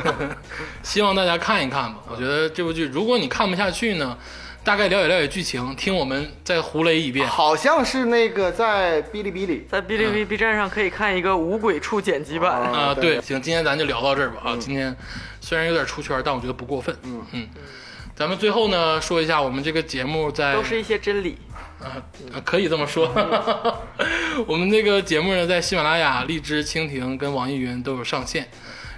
Speaker 2: 希望大家看一看吧。我觉得这部剧，如果你看不下去呢，大概了解了解剧情，听我们再胡雷一遍。
Speaker 3: 好像是那个在哔哩哔哩，
Speaker 4: 在哔哩哔
Speaker 2: 嗯
Speaker 4: 哩 B 站上可以看一个无鬼畜剪辑版。
Speaker 3: 啊
Speaker 2: 啊、
Speaker 3: 对
Speaker 2: 对，行，今天咱就聊到这儿吧啊。今天虽然有点出圈，但我觉得不过分。嗯嗯，咱们最后呢说一下，我们这个节目在
Speaker 4: 都是一些真理，
Speaker 2: 啊可以这么说， 我们这个节目呢在喜马拉雅、荔枝、蜻蜓跟网易云都有上线。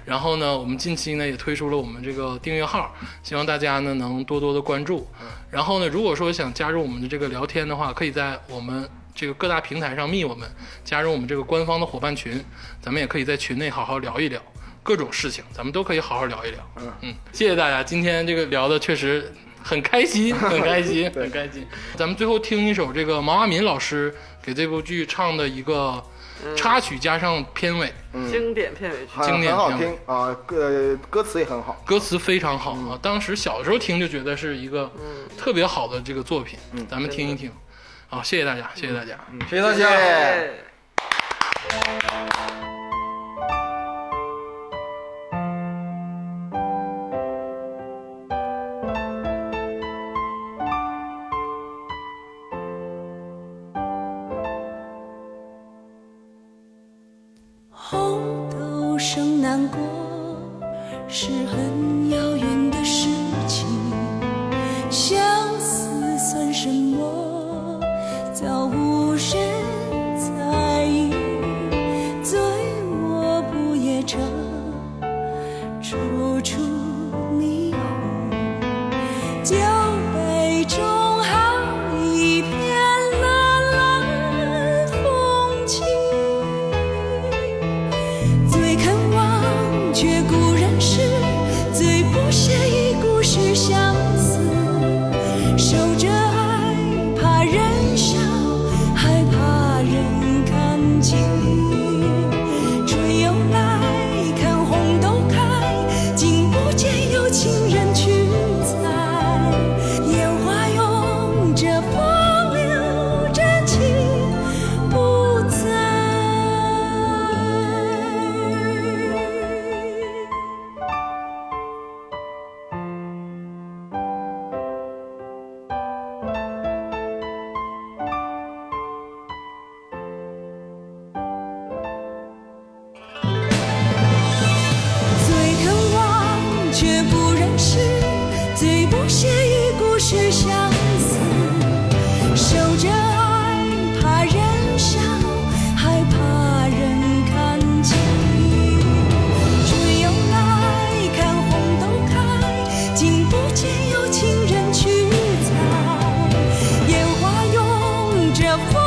Speaker 2: 然后呢，我们近期呢也推出了我们这个订阅号，希望大家呢能多多的关注。然后呢，如果说想加入我们的这个聊天的话，可以在我们这个各大平台上密我们，加入我们这个官方的伙伴群，咱们也可以在群内好好聊一聊各种事情，咱们都可以好好聊一聊。嗯嗯，谢谢大家，今天这个聊的确实很开心，很开心，很开心。咱们最后听一首这个毛阿敏老师给这部剧唱的一个插曲，加上片尾。
Speaker 4: 经典片尾曲。
Speaker 3: 很
Speaker 2: 经典
Speaker 3: 很好
Speaker 2: 经典
Speaker 3: 听啊，歌歌词也很好。
Speaker 2: 歌词非常好啊！当时小时候听就觉得是一个特别好的这个作品，咱们听一听。好，谢谢大家，谢谢大家。
Speaker 5: 谢谢大家。
Speaker 3: 对
Speaker 7: 红豆生南国是很遥远的事情，相思算什么？早无人在意，醉卧不夜城，处处霓虹。酒杯中好一片蓝蓝风景。最肯忘却故人事，最不屑一顾是相思。守着爱，怕人笑，还怕人看清。春又来，看红豆开，竟不见有情人去采。烟花拥着风流真情不在。最肯忘却不忍释，最不屑一顾是相思。守着爱，怕人笑，还怕人看清。春又来，看红豆开，竟不见有情人去采。烟花拥着风